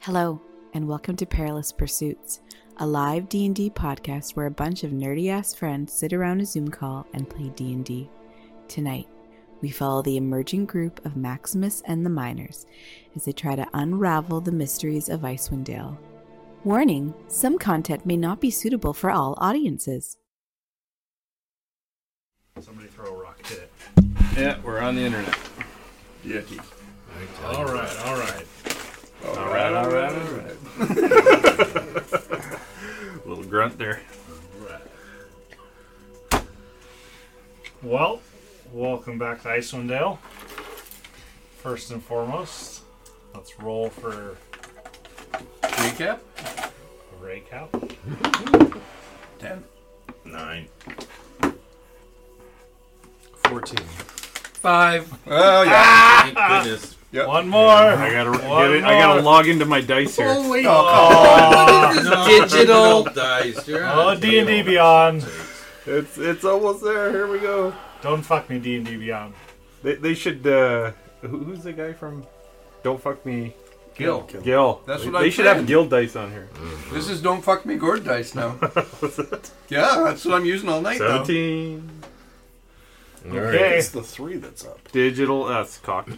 Hello, and welcome to Perilous Pursuits, a live D&D podcast where a bunch of nerdy-ass friends sit around a Zoom call and play D&D. Tonight, we follow the emerging group of Maximus and the Miners as they try to unravel the mysteries of Icewind Dale. Warning, some content may not be suitable for all audiences. Somebody throw a rock at it. Yeah, we're on the internet. Yucky. All right, all right. All right, all right, all right. Little grunt there. Well, welcome back to Icewind Dale. First and foremost, let's roll for Recap? a recap. Ten. Nine. 14. Five. Oh, yeah. Thank goodness. Yep. One more. I gotta One get it, I gotta more. log into my dice here. Holy oh, digital dice. Oh, D and D Beyond. It's it's almost there. Here we go. Don't fuck me, D and D Beyond. They, they should. Uh, who- who's the guy from Don't Fuck Me? Gil. Gil. That's Oh, they, what I'm They should saying. have Gil dice on here. This is don't fuck me gourd dice now. yeah, that's what I'm using all night now. Seventeen. Okay. It's the three that's up. Digital S cock.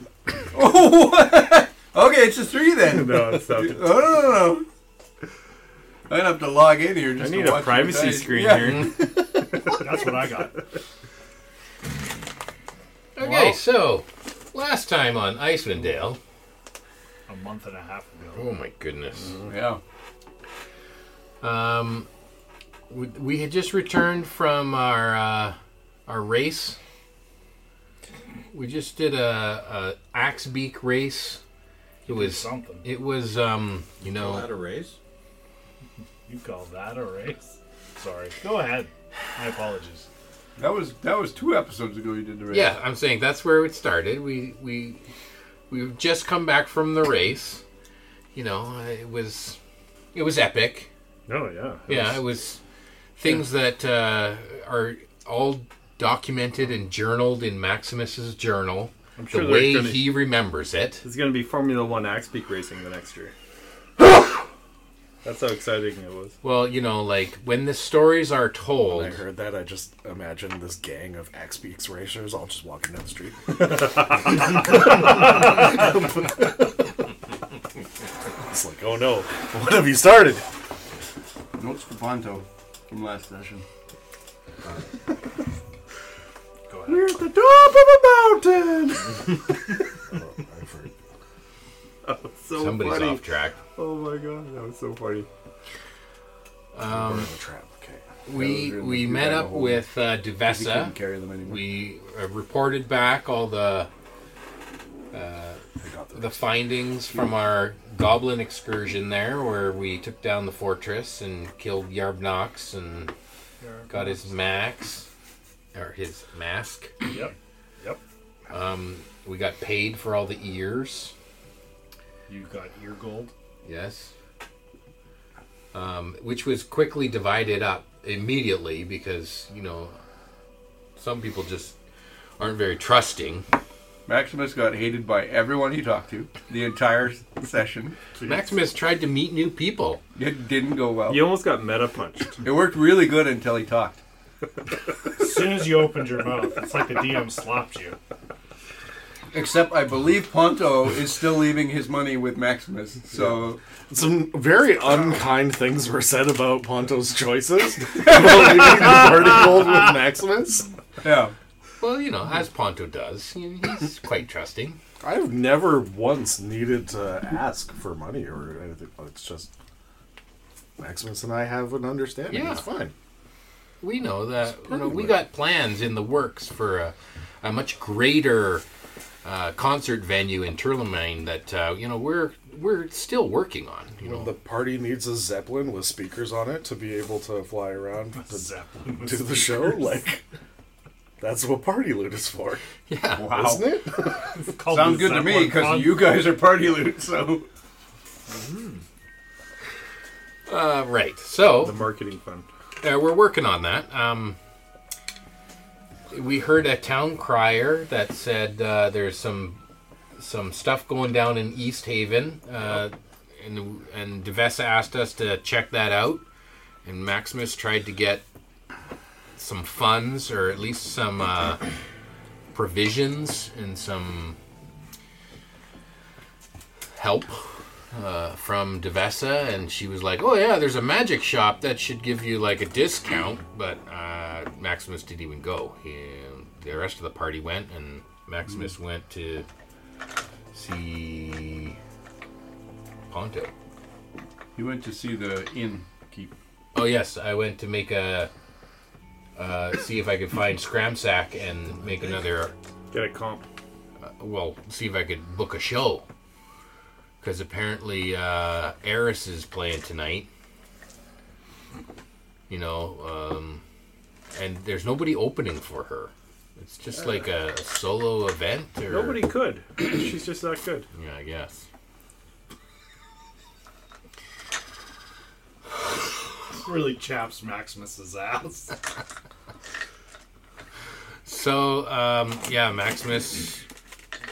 Oh, what? okay, it's a three then. No, it's not. Oh, no, no, no. I'd have to log in here I just need to a watch privacy your dice. screen Yeah. here. That's what I got. Okay, Wow. so last time on Icewind Dale. A month and a half ago. Oh my goodness. Yeah. Um, we, we had just returned from our uh, our race. We just did a, a axe beak race. It was Something. it was um you Well, at a know race? You call that a race? Sorry. Go ahead. My apologies. That was that was two episodes ago you did the race. yeah I'm saying that's where it started. We we we've just come back from the race. You know it was it was epic. Oh yeah. Yeah, it was things that uh, are all documented and journaled in Maximus's journal. I'm The sure there's way gonna, he remembers it. it's gonna be Formula One Axe Peak Racing the next year. That's how exciting it was. Well, you know, like when the stories are When I told, heard that, I just imagined this gang of Axe Beaks racers all just walking down the street. it's like, oh no, what have you started? Notes for Ponto from last session. We're at the top of a mountain! So somebody's funny. off track. Oh my god, that was so funny. We're in a trap, okay. We That was we really met bad up hole. with uh, We couldn't Devesa. carry them anymore. We uh, reported back all the uh, I got the the findings from our goblin excursion there, where we took down the fortress and killed Yarbnox and got his max or his mask. Yep. Yep. Um, we got paid for all the ears. You got ear gold. Yes. Um, which was quickly divided up immediately because, you know, some people just aren't very trusting. Maximus got hated by everyone he talked to the entire session. Maximus tried to meet new people. It didn't go well. You almost got meta punched. It worked really good until he talked. As soon as you opened your mouth, it's like the DM slapped you. Except I believe Ponto is still leaving his money with Maximus. So Some very unkind things were said about Ponto's choices. about leaving the party gold with Maximus. yeah, Well, you know, as Ponto does, he- he's quite trusting. I've never once needed to ask for money or anything. It's just Maximus and I have an understanding. Yeah. It's fine. We know that you know, pretty we good. got plans in the works for a, a much greater uh, concert venue in Turlemine that uh, you know we're we're still working on. You know, The party needs a zeppelin with speakers on it to be able to fly around to Zeppelin was do the show. Like that's what party loot is for, yeah. wow, isn't it? called sounds the good to me Zeppelin because Con- you guys are party loot. So Uh, right. So The marketing fund. Uh, we're working on that. Um, we heard a town crier that said uh, there's some some stuff going down in East Haven. Uh, and and Devesa asked us to check that out, and Maximus tried to get some funds or at least some uh, provisions and some help uh, from Devesa, and she was like, "Oh yeah, there's a magic shop that should give you like a discount," but uh, Maximus didn't even go. He, the rest of the party went, and Maximus went to see Ponto. You went to see the innkeep. Oh yes, I went to make a uh, see if I could find Scramsack and make another. uh, Get a comp. Well, see if I could book a show because apparently uh, Eris is playing tonight. You know, um, and there's nobody opening for her. It's just like a, a solo event. Or, Nobody could. She's just that good. Yeah, I guess. Really chaps Maximus's ass. So, um, yeah, Maximus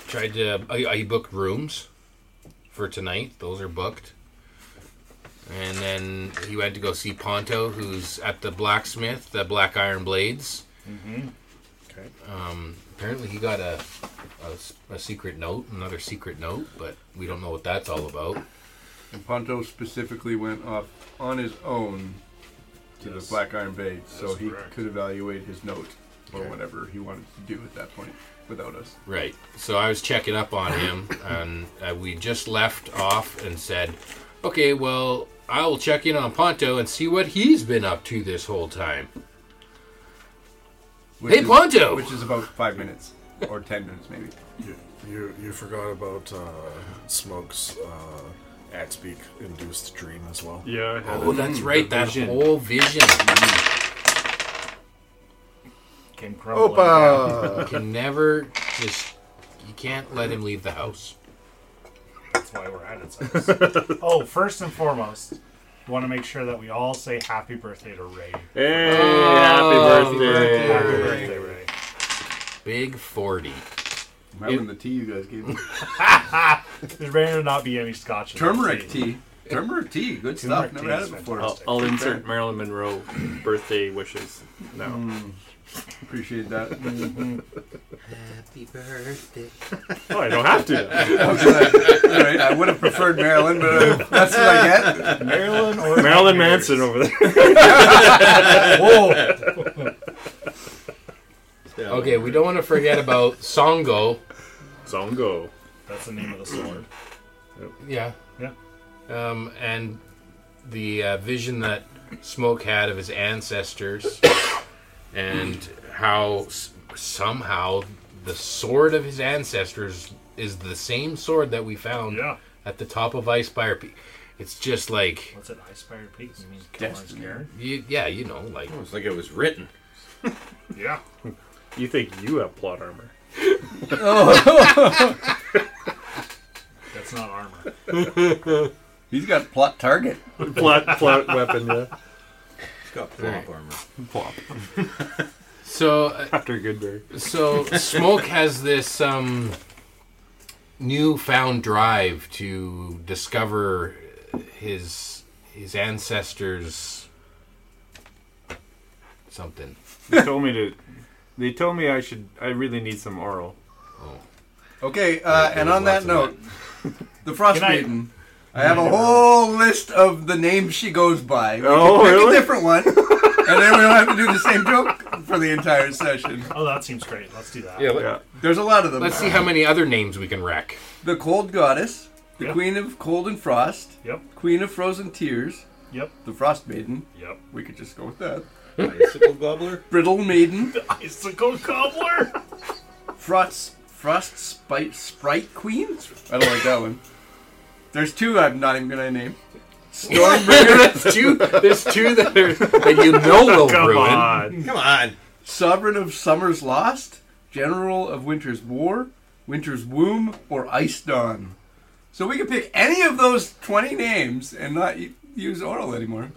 tried to. uh, I, I booked rooms for tonight. Those are booked. And then he went to go see Ponto, who's at the blacksmith, the Black Iron Blades. Okay. Um, apparently, he got a, a s- a secret note, another secret note, but we don't know what that's all about. And Ponto specifically went off on his own to Yes. the Black Iron Bay, so That's he correct. could evaluate his note or Okay. whatever he wanted to do at that point without us. Right. So I was checking up on him, and uh, we just left off and said, "Okay, well, I will check in on Ponto and see what he's been up to this whole time." Which Hey, is- Ponto! Which is about five minutes or ten minutes, maybe. You, you, you forgot about uh, Smoke's uh, axe beak induced dream as well. Yeah, I had Oh, that's right. That vision. whole vision Came crumbling. down. can never just. You can't let him leave the house. That's why we're at its house. oh, first and foremost, we want to make sure that we all say happy birthday to Ray. Hey, Oh, happy Happy birthday. birthday, Ray. Big forty. Remember the tea you guys gave me? There may not be any scotch. in this Turmeric tea. Turmeric tea. Good Turmeric stuff. Never tea had is it before. I'll, fantastic. I'll insert Marilyn Monroe birthday wishes now. Appreciate that. Happy birthday. Oh, I don't have to. That was good. All right, I would have preferred Maryland, but uh, that's what I get. Marilyn or Marilyn Myers. Manson over there. Whoa. Okay, we don't want to forget about Songo. Zongo. That's the name of the sword. Yeah. Yeah. Um, and the uh, vision that Smoke had of his ancestors, and how s- somehow the sword of his ancestors is the same sword that we found Yeah. at the top of Icefire Peak. It's just like, What's an Icefired Peak? You mean Killarn's Cairn? you, yeah, you know, like It's like it was written. Yeah. You think you have plot armor? That's not armor. He's got plot target. Plot, plot weapon, yeah. It's got plop armor. so. uh, After Goodberry. So Smoke has this um, newfound drive to discover his his ancestors something. They told me to. They told me I should. I really need some oral. Okay, uh, and on that There's lots note, the Frost Can I- Maiden. I have a whole list of the names she goes by. We Oh, can pick really? a different one, and then we don't have to do the same joke for the entire session. Oh, that seems great. Let's do that. Yeah. There's a lot of them. Let's see how many other names we can wreck. The Cold Goddess, the Yeah. Queen of Cold and Frost, Yep. Queen of Frozen Tears, Yep. the Frost Maiden. Yep. We could just go with that. Bicycle gobbler? Brittle Maiden, Icicle Cobbler. Frost Frost Spite Sprite Queen. I don't like that one. There's two I'm not even gonna name. Stormbringer, There's two, there's two that, are, that you know will Come ruin. on. Come on. Sovereign of Summer's Lost, General of Winter's War, Winter's Womb, or Ice Dawn. So we could pick any of those 20 names and not u- use oral anymore.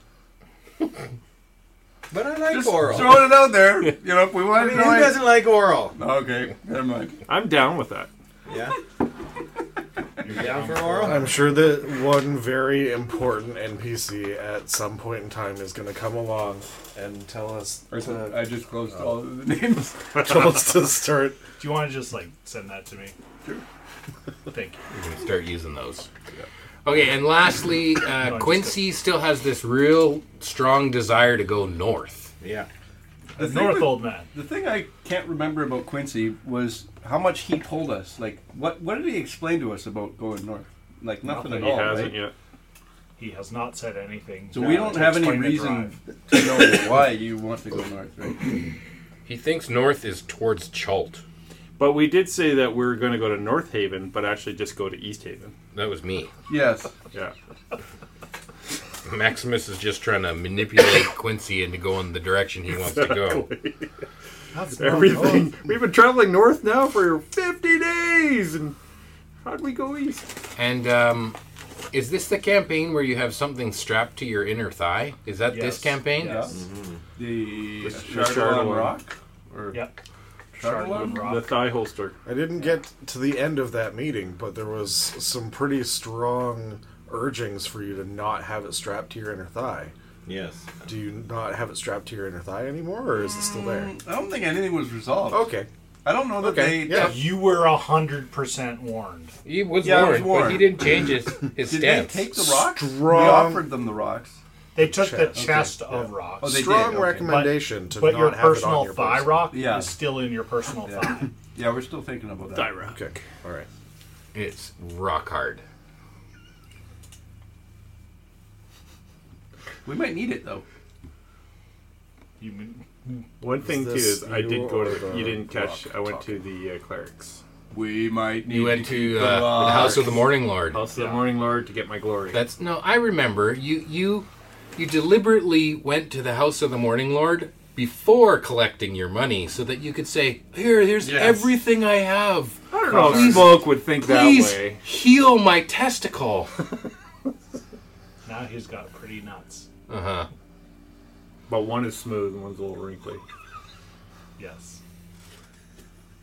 But I like Just oral. throwing it out there. You know, if we I wanted mean, to. who like- doesn't like oral? Okay, never mind. I'm down with that. Yeah. You down for oral? I'm sure that one very important NPC at some point in time is going to come along and tell us Or so- to, I just closed Oh. all of the names. tell us to start. Do you want to just like send that to me? Sure. Thank you. We're gonna start using those. Okay, and lastly, uh, Quincy still has this real strong desire to go north. Yeah. The thing North with- old man. The thing I can't remember about Quincy was how much he told us. Like, what what did he explain to us about going north? Like nothing, Nothing. at He all. hasn't right? yet. He has not said anything. So we Uh, don't to have any explain the reason drive. to know why you want to go north, right? He thinks north is towards Chalt. But we did say that we were going to go to North Haven, but actually just go to East Haven. That was me. Yes. Yeah. Maximus is just trying to manipulate Quincy into going the direction he wants to go. That's not north. Oh, Everything. We've been traveling north now for 50 days. And how'd we go east? And um, is this the campaign where you have something strapped to your inner thigh? Is that this Yes. campaign? Yes. The Chardon. Chardon Rock. Yep. Chardon Chardon Rock. The Rock. thigh holster. I didn't get to the end of that meeting, but there was some pretty strong urgings for you to not have it strapped to your inner thigh. Yes. Do you not have it strapped to your inner thigh anymore, or is it still there? I don't think anything was resolved. Okay. I don't know that Okay, they. yeah. You were a hundred percent warned. He was Yeah, I was warned, but he warned. didn't change his, his Did stance. they take the rocks? We Strong- offered them the rocks. They took the Chest, okay, chest of rocks, Oh, they did, Strong okay. recommendation to but not your have it personal on your thigh person. rock Yeah. is still in your personal Yeah. thigh. Yeah, we're still thinking about that. Thigh rock. Okay. All right. It's rock hard. We might need it though. You mean, One thing, too, this is I you did go to or the, the You didn't catch. rock I went talking? to the uh, clerics. We might need. You went to the uh, the House of rocks. the Morning Lord. House of the Morning Lord to get my glory. That's no. I remember you. You you deliberately went to the House of the Morning Lord before collecting your money, so that you could say, "Here, here's Yes. everything I have. I don't know Please- if Smoke would think Please that way. heal my testicle." now he's got pretty nuts. Uh huh. But one is smooth and one's a little wrinkly. Yes.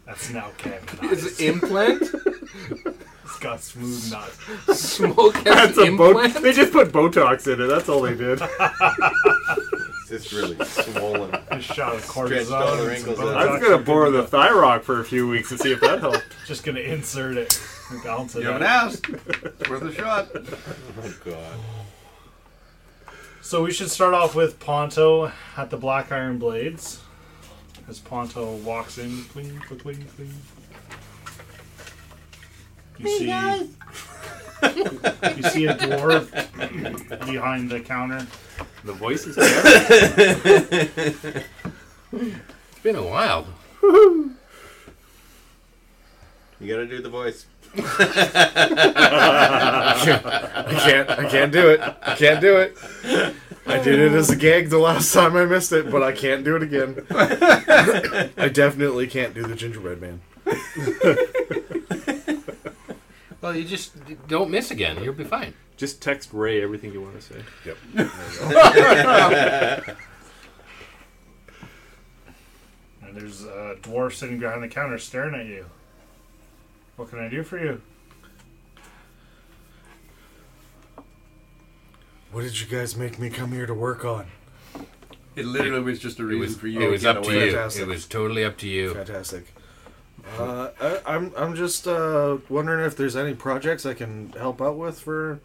That's now canonized. Is it implant? It's got smooth nuts. Smoke has That's an a bo- implant. They just put Botox in it. That's all they did. It's just really swollen. Just shot of all the cortisone. and some wrinkles out. I was Botox. gonna borrow the thigh rock for a few weeks and see if that helped. Just gonna insert it and bounce it You haven't out. asked. It's worth a shot. Oh, God. So we should start off with Ponto at the Black Iron Blades. As Ponto walks in, cling, cling, cling, cling. You see, you see a dwarf behind the counter. The voice is there. It's been a while. You gotta do the voice. I can't. I can't do it. I can't do it. I did it as a gag the last time I missed it, but I can't do it again. I definitely can't do the gingerbread man. Well, you just d- don't miss again. You'll be fine. Just text Ray everything you want to say. Yep. And there's a dwarf sitting behind the counter staring at you. What can I do for you? What did you guys make me come here to work on? It literally was just a It reason was for you. it to was get up to away. you. Fantastic. It was totally up to you. Fantastic. Uh, I, I'm I'm just uh, wondering if there's any projects I can help out with for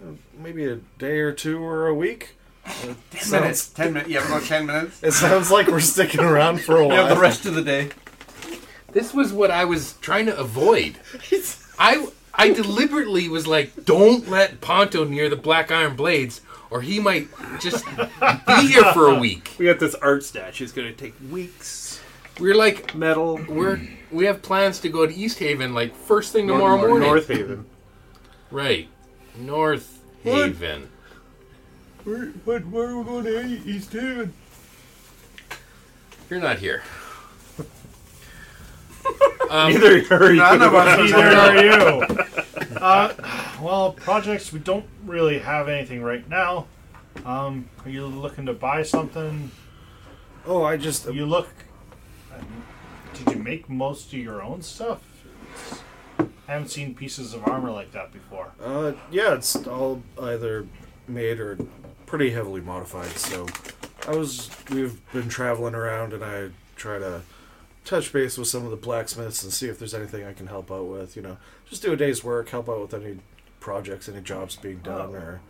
uh, maybe a day or two or a week. Ten minutes. Ten minutes. You have about ten minutes. It sounds like we're sticking around for a You have while. the rest of the day. This was what I was trying to avoid. I I deliberately was like, don't let Ponto near the Black Iron Blades, or he might just be here for a week. We got this art statue. It's gonna take weeks. We're like, Metal. we're we have plans to go to East Haven like first thing tomorrow morning. North Haven. Right, North What? Haven. Where, what, where are we going to East Haven? You're not here. Neither are you. None of us Neither are you. Uh, well, projects, we don't really have anything right now. Um, are you looking to buy something? Oh, I just You look. Did you make most of your own stuff? I haven't seen pieces of armor like that before. Uh, yeah, it's all either made or pretty heavily modified. So I was we've been traveling around, and I try to touch base with some of the blacksmiths and see if there's anything I can help out with. You know, just do a day's work, help out with any projects, any jobs being done, or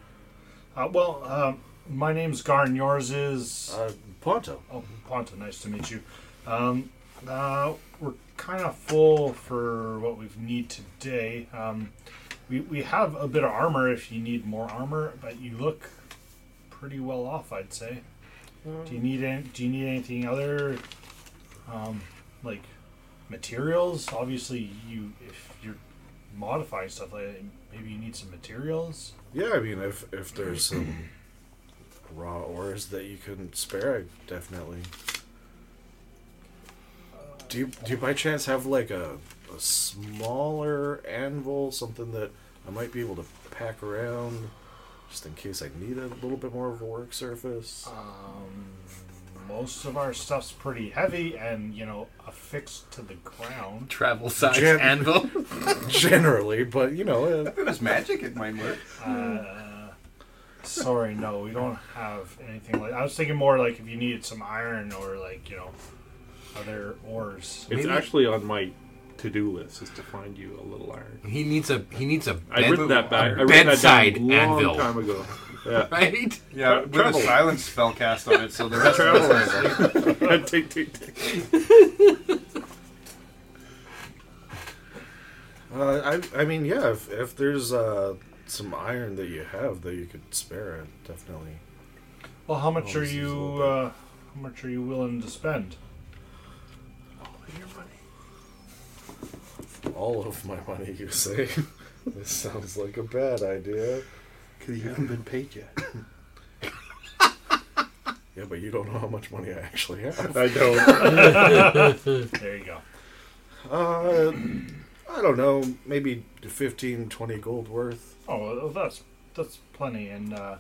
Uh, well, um, my name's Garn. Yours is. uh, Ponto. Oh, Ponta, nice to meet you. Um, uh, we're kind of full for what we need today. Um, we, we have a bit of armor if you need more armor, but you look pretty well off, I'd say. Do you need any, do you need anything other, um, like materials? Obviously, you if you're modifying stuff like that, maybe you need some materials. Yeah, I mean, if if there's some raw ores that you can spare, I definitely. Do you do you by chance have like a a smaller anvil, something that I might be able to pack around, just in case I need a little bit more of a work surface? Uh, Most of our stuff's pretty heavy and you know affixed to the ground. Travel size Jam- anvil. Generally, but you know, uh, If it was magic, it might work. Sorry, no, we don't have anything like. I was thinking more like if you needed some iron or like you know, other ores. It's actually on my to-do list is to find you a little iron. He needs a he needs a I bed- written that back. I a wrote that bedside down a long anvil. time ago. Yeah. right? Yeah, with travel. a silence spell cast on it, so the rest of us take, take, take. uh, I I mean, yeah, if if there's uh some iron that you have that you could spare, I definitely. Well, how much Oh, are this is a you? little Uh, how much are you willing to spend? all of my money, you say? this sounds like a bad idea. Because you haven't been paid yet. yeah, but you don't know how much money I actually have. I don't. There you go. Uh, I don't know, maybe 15, 20 gold worth. Oh, well, that's that's plenty. And uh,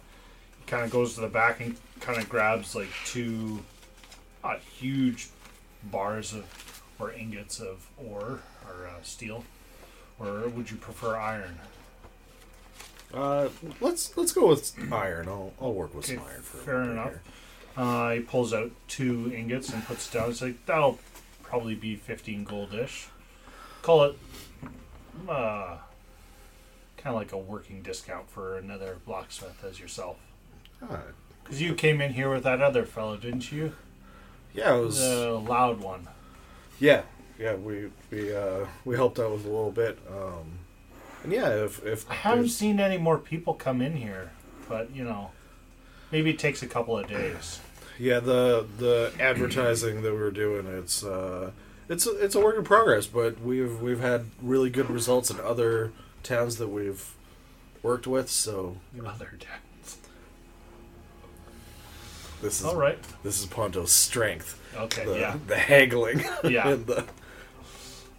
he kind of goes to the back and kind of grabs like two, not huge bars of or ingots of ore or uh, steel. Or would you prefer iron? Uh, let's let's go with iron. I'll, I'll work with Okay, some iron for a fair little bit enough. here. Uh, he pulls out two ingots and puts it down. It's like that'll probably be fifteen goldish. Call it uh, kind of like a working discount for another blacksmith as yourself. Ah, Because you came in here with that other fellow, didn't you? yeah, it was. The loud one. Yeah, yeah, we we uh, we helped out with a little bit. Um, and yeah, if if I haven't there's- seen any more people come in here, but you know, maybe it takes a couple of days. Yeah, the the advertising that we were doing, it's uh, it's a- it's a work in progress, but we've we've had really good results in other towns that we've worked with. So Other towns. this is All right. this is Ponto's strength, Okay. the yeah. the haggling, Yeah. and the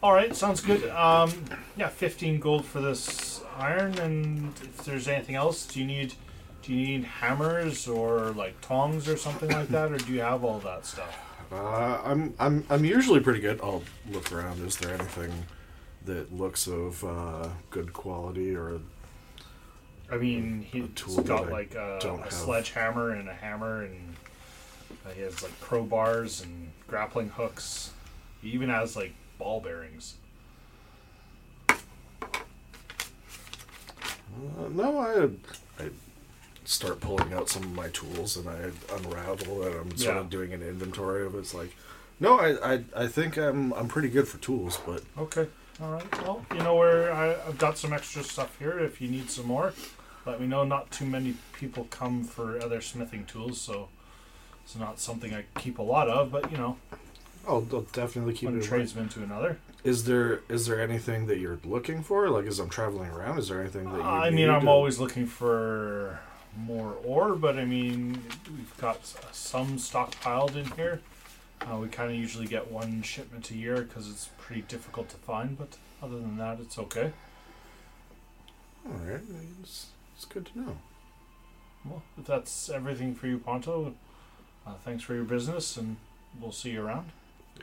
All right, sounds good. Um, yeah, fifteen gold for this iron, and if there's anything else, do you need do you need hammers or like tongs or something like that, or do you have all that stuff? Uh, I'm I'm I'm usually pretty good. I'll look around. Is there anything that looks of uh, good quality or I mean, he's tool got that I like a, don't a have. sledgehammer and a hammer, and uh, he has like crowbars and grappling hooks. He even has like ball bearings. Uh, no, I, I start pulling out some of my tools and I unravel and I'm sort Yeah. of doing an inventory of it. it's like, no, I, I, I think I'm I'm pretty good for tools, but Okay. All right. Well, you know where I, I've got some extra stuff here. If you need some more, let me know. Not too many people come for other smithing tools, so it's not something I keep a lot of. But you know, I'll, I'll definitely keep one it. in mind. tradesman to another. Is there is there anything that you're looking for? Like as I'm traveling around, is there anything that you? I mean, need I'm or- always looking for more ore, but I mean, we've got s- some stockpiled in here. Uh, we kind of usually get one shipment a year because it's pretty difficult to find. But other than that, it's okay. All right, it's, it's good to know. Well, if that's everything for you, Ponto, uh, thanks for your business, and we'll see you around.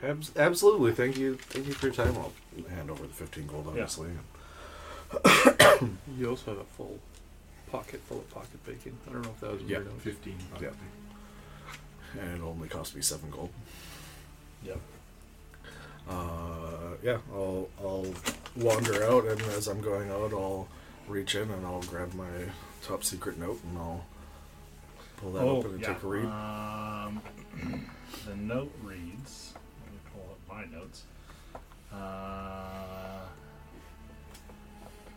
Abs- absolutely, thank you, thank you for your time. I'll hand over the fifteen gold, obviously. You also have a full pocket full of pocket bacon. I don't know if that was Yeah. weird. Yeah. Fifteen. Yeah. and it only cost me seven gold. Yep. Uh, yeah, I'll I'll wander out, and as I'm going out, I'll reach in and I'll grab my top secret note, and I'll pull that Oh, open and take a read. Um, the note reads. Let me pull up my notes. Uh,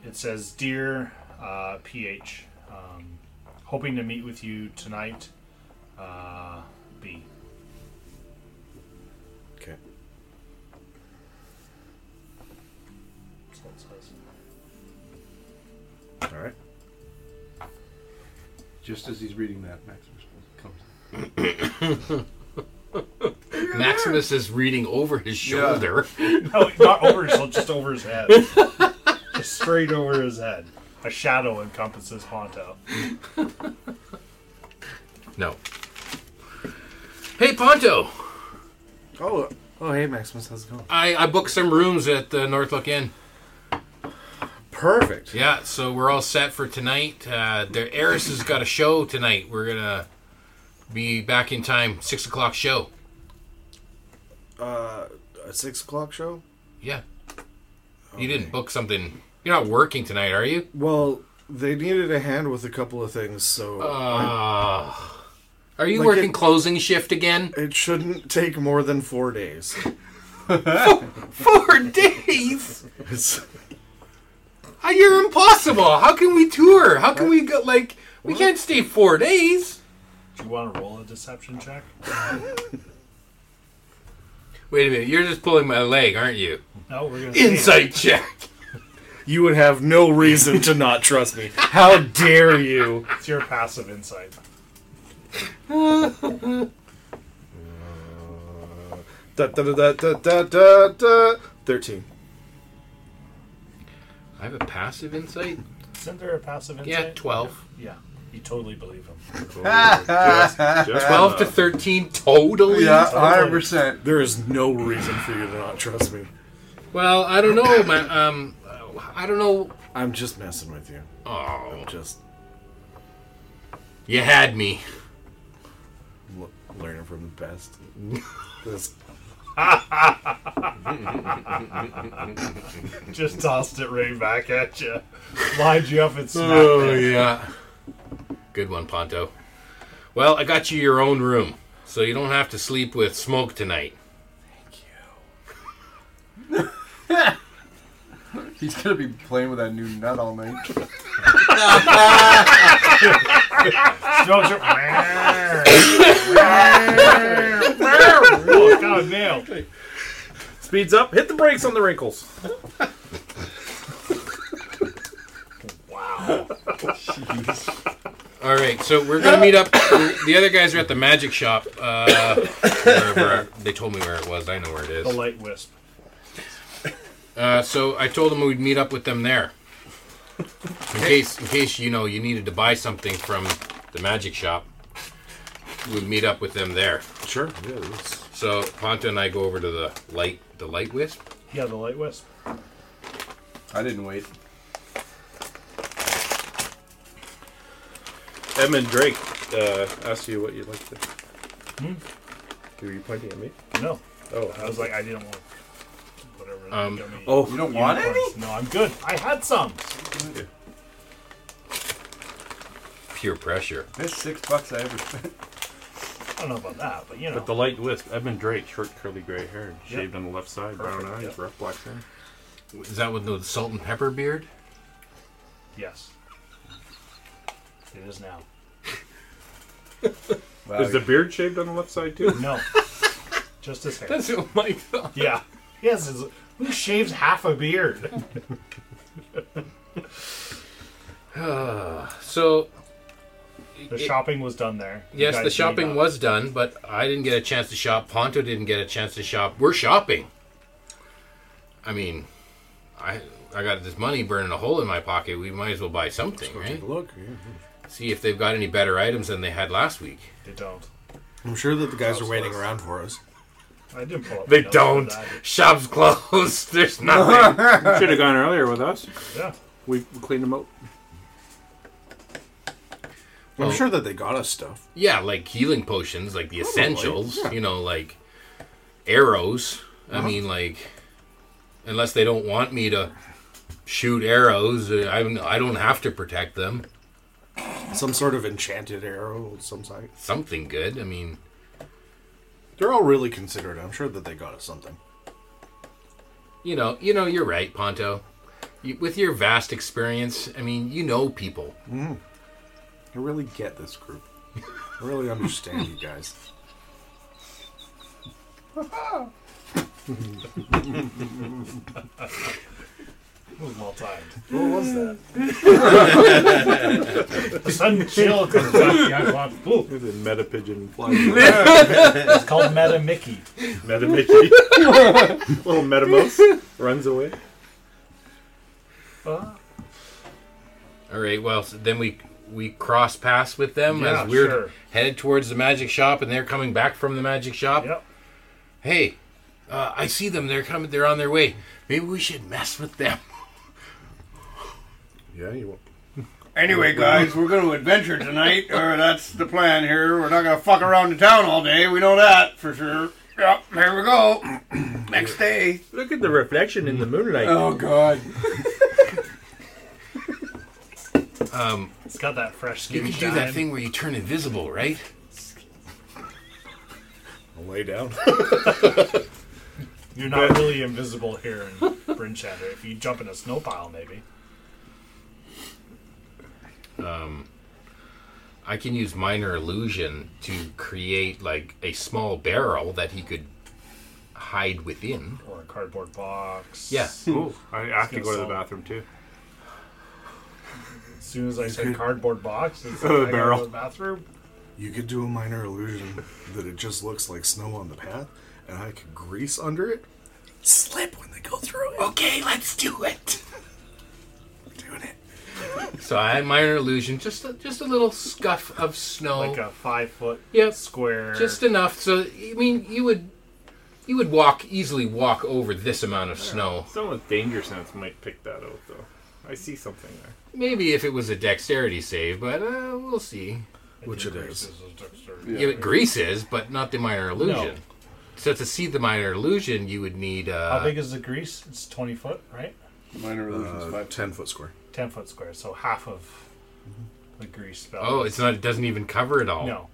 it says, "Dear uh, PH, um, hoping to meet with you tonight. Uh, B. Okay. That's what it says. All right. Just as he's reading that, Maximus comes. Maximus is reading over his Yeah. shoulder. No, Oh, not over his just over his head. just straight over his head. A shadow encompasses Ponto. No. Hey Ponto, Oh, oh, hey Maximus, how's it going? I, I booked some rooms at uh, the Northlook Inn. Perfect. Yeah, so we're all set for tonight. Uh, the Eris has got a show tonight. We're gonna be back in time. Six o'clock show. Uh, a six o'clock show. Yeah. You didn't book something. You're not working tonight, are you? Well, they needed a hand with a couple of things, so Uh, are you Like working it- closing shift again? it shouldn't take more than four days. Four days. It's- Uh, You're impossible. How can we tour? How can we go? Like we can't stay four days. Do you want to roll a deception check? Wait a minute. You're just pulling my leg, aren't you? No, we're gonna say- Insight check. You would have no reason to not trust me. How dare you? It's your passive insight. Da, da, da, da, da, da, da. 13. I have a passive insight. Isn't there a passive Yeah, insight? twelve. yeah. You totally believe him. Ah, just, just Twelve to enough. thirteen totally. Yeah, hundred percent. There is no reason for you to not trust me. Well, I don't know, man. Um, I don't know. I'm just messing with you. Oh, Just you had me. l- learning from the best. This- Just tossed it right back at you. Lined you up and smacked Oh you. yeah. Good one, Ponto. Well, I got you your own room, so you don't have to sleep with Smoke tonight. He's gonna be playing with that new nut all night. Smokes your- oh, God, nailed. speeds up. Hit the brakes on the wrinkles. All right, so we're gonna meet up. the other guys are at the magic shop. Uh, wherever they told me where it was. I know where it The is. light wisp. Uh, so I told them we'd meet up with them there. In case, in case you know you needed to buy something from the magic shop, we'd meet up with them there. sure, yeah, this- So Ponta and I go over to the light, the light wisp. Yeah, the light wisp. I didn't wait. Edmund Drake uh, asked you what you'd like to. Hmm? Were you pointing at me? No. Oh, I was like, I didn't want whatever. Um, yummy oh, You don't want any? unicorns. No, I'm good. I had some. Pure pressure. That's six bucks I ever spent. I don't know about that, but you know. But the light wisp, Edmund Drake, short curly gray hair, shaved Yep. on the left side, brown Perfect, eyes, yep. rough black hair. Is that with the salt and pepper beard? yes. It is now. Wow, Is the beard shaved on the left side too? No. Just his hair. what my thought. yeah. Yes. His, who shaves half a beard? So The shopping was done there. You yes, guys the meet shopping up. was done, but I didn't get a chance to shop. Ponto didn't get a chance to shop. We're shopping. I mean, I I got this money burning a hole in my pocket. We might as well buy something, right? take a look. yeah. See if they've got any better items than they had last week. They don't. I'm sure that the guys are waiting around for us. I didn't pull up. They my notes for don't. that. Shop's closed. There's nothing. Should have gone earlier with us. Yeah. We, we cleaned them out. I'm Oh. sure that they got us stuff. Yeah, like healing potions, like the essentials, yeah. you know, like arrows. I mean, like, unless they don't want me to shoot arrows, uh, I'm, I don't have to protect them. Some sort of enchanted arrow, of some sort. Something good. I mean, They're all really considerate. I'm sure that they got us something. you know, you know, you're right, Ponto. You, with your vast experience, I mean, you know people. I really get this group. I really understand you guys. It was well timed. What was that? The sudden chill comes off the iPod. Ooh, The meta pigeon flies. around. it's called Meta Mickey. meta Mickey. Little meta mouse runs away. Uh, All right. Well, so then we we cross paths with them Yeah, as we're sure. headed towards the magic shop, and they're coming back from the magic shop. yep. hey, uh, I see them. They're coming. They're on their way. Maybe we should mess with them. Yeah, you won't. Anyway, guys, we're going to adventure tonight, or that's the plan here. We're not going to fuck around the town all day. We know that for sure. Yep, here we go. Next day. Look at the reflection in the moonlight. Oh God. Um, It's got that fresh you skin. can do that thing where you turn invisible, right? I'll lay down. You're not really invisible here in Bryn Shatter. If you jump in a snow pile, maybe. I can use minor illusion to create like a small barrel that he could hide within. Or a cardboard box. Yeah. Ooh, I have to gonna go to the solve- bathroom too. As soon as I said cardboard box, it's Oh, like, I barrel. barrel. Go to the bathroom. You could do a minor illusion that it just looks like snow on the path, and I could grease under it, slip when they go through it. Okay, let's do it. Doing it. So I had minor illusion, just a, just a little scuff of snow. Like a five foot Yep. square. just enough so i mean you would you would walk easily walk over this amount of snow Someone with danger sense might pick that out though. I see something there. maybe if it was a dexterity save but uh, we'll see Which it is. yeah. but grease is but not the minor illusion so to see the minor illusion you would need uh, How big is the grease? It's 20 foot, right? Minor illusions. Uh, ten foot square. 10 foot square. So half of the grease spell. oh it's not it doesn't even cover it all No.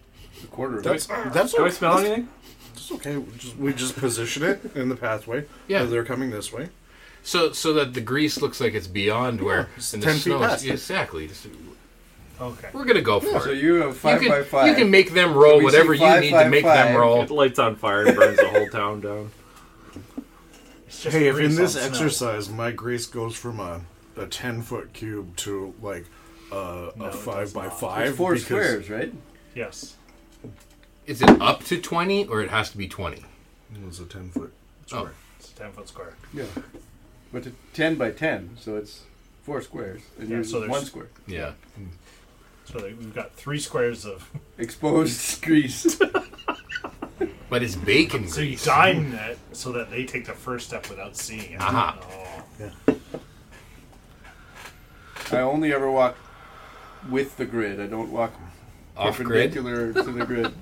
a quarter. Of it. That's that's Do I okay. smell anything? That's okay. We just, we just position it in the pathway. Yeah. So They're coming this way. so so that the grease looks like it's beyond where it's and the 10 feet snow is, past it. exactly Just- Okay. we're gonna go for So it you have five you, can, by five. you can make them roll we see whatever five you need to by make them five. Oh. It roll lights on fire and burns the whole town down. It's just Hey, if in grease this on snow. exercise my grease goes from a, a ten foot cube to like uh, a, No, a it five does by not. five, There's four because- squares, right? Yes. is it up to 20 or it has to be 20 It was a ten foot oh square. It's a 10 foot square. Yeah. But it's ten by ten, so it's four squares, and Yeah, yours so is there's- one square. yeah So they- we've got three squares of. Exposed grease. But it's bacon So you grease. dime that so that they take the first step without seeing it. Aha. Oh. I only ever walk with the grid. I don't walk Off grid. perpendicular to the grid.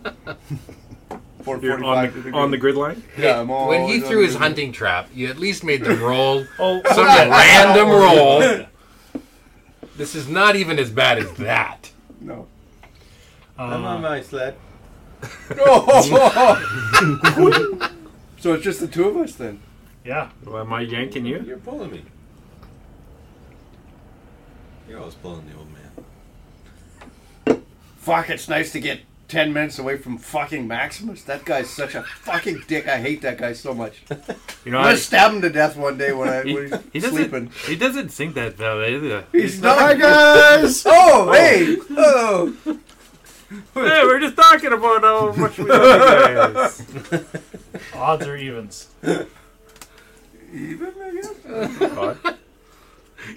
Four You're on to the, on the grid line. Yeah, I'm all When he on threw the his grid. hunting trap, you at least made them roll Oh, some random roll. This is not even as bad as that. No. I'm on my sled. so it's just the two of us then. yeah. Well, am I yanking you? You're pulling me. You're always pulling the old man. Fuck, it's nice to get ten minutes away from fucking Maximus. That guy's such a fucking dick. I hate that guy so much. You know, I'm I- gonna stab him to death one day when I he, when he he's doesn't. sleeping. He doesn't sing that though. Either. He's not. Hi guys. Oh hey. Oh. Hey, we're just talking about how much we love you guys. Odds or evens. Even I guess.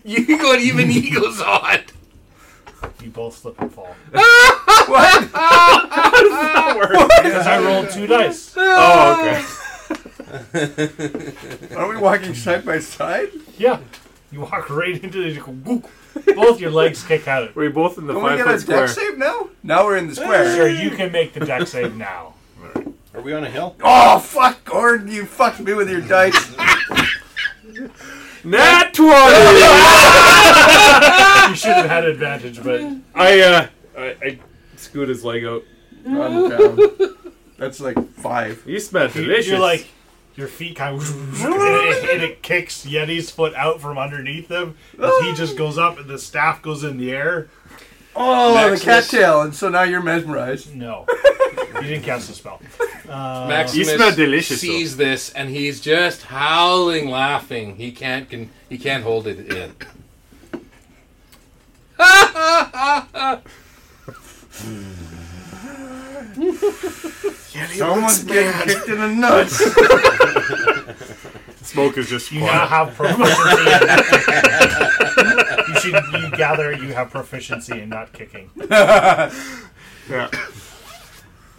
You got even eagles on. You both slip and fall. What? Because I rolled two dice. Oh, okay. Are we walking side by side? Yeah. You walk right into it. you go, "Wook." Both your legs kick out. Were you both in the Don't we five get a foot square? deck save now? Now we're in the square. Sir, you can make the deck save now. Are we on a hill? Oh fuck, Gordon, you fucked me with your dice. Nat You twenty. should have had advantage, but I uh, I, I scoot his leg out. Run down. That's like five. You smell you- delicious. you're like your feet kind of and it, and it kicks Yeti's foot out from underneath him. As he just goes up, and the staff goes in the air. Oh, Maximus. the cattail, and so now you're mesmerized. No, you didn't cast the spell. Uh, Maximus You smell delicious, sees this and he's just howling, laughing. He can't can he can't hold it in. Someone's getting kicked in the nuts. Smoke is just You now have proficiency. in- you should you gather you have proficiency in not kicking. It's Yeah.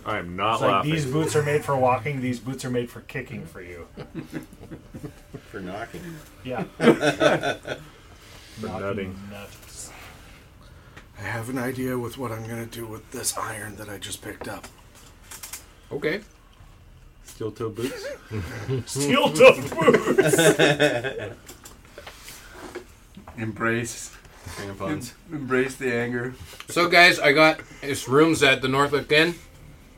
I'm not like laughing. these boots are made for walking. These boots are made for kicking for you. For knocking. Yeah. Not nutting. Nuts. I have an idea with what I'm gonna do with this iron that I just picked up. Okay. Steel toe boots. Steel toe boots. Embrace. Tampons. Embrace the anger. So guys, I got it's rooms at the Northwick Inn,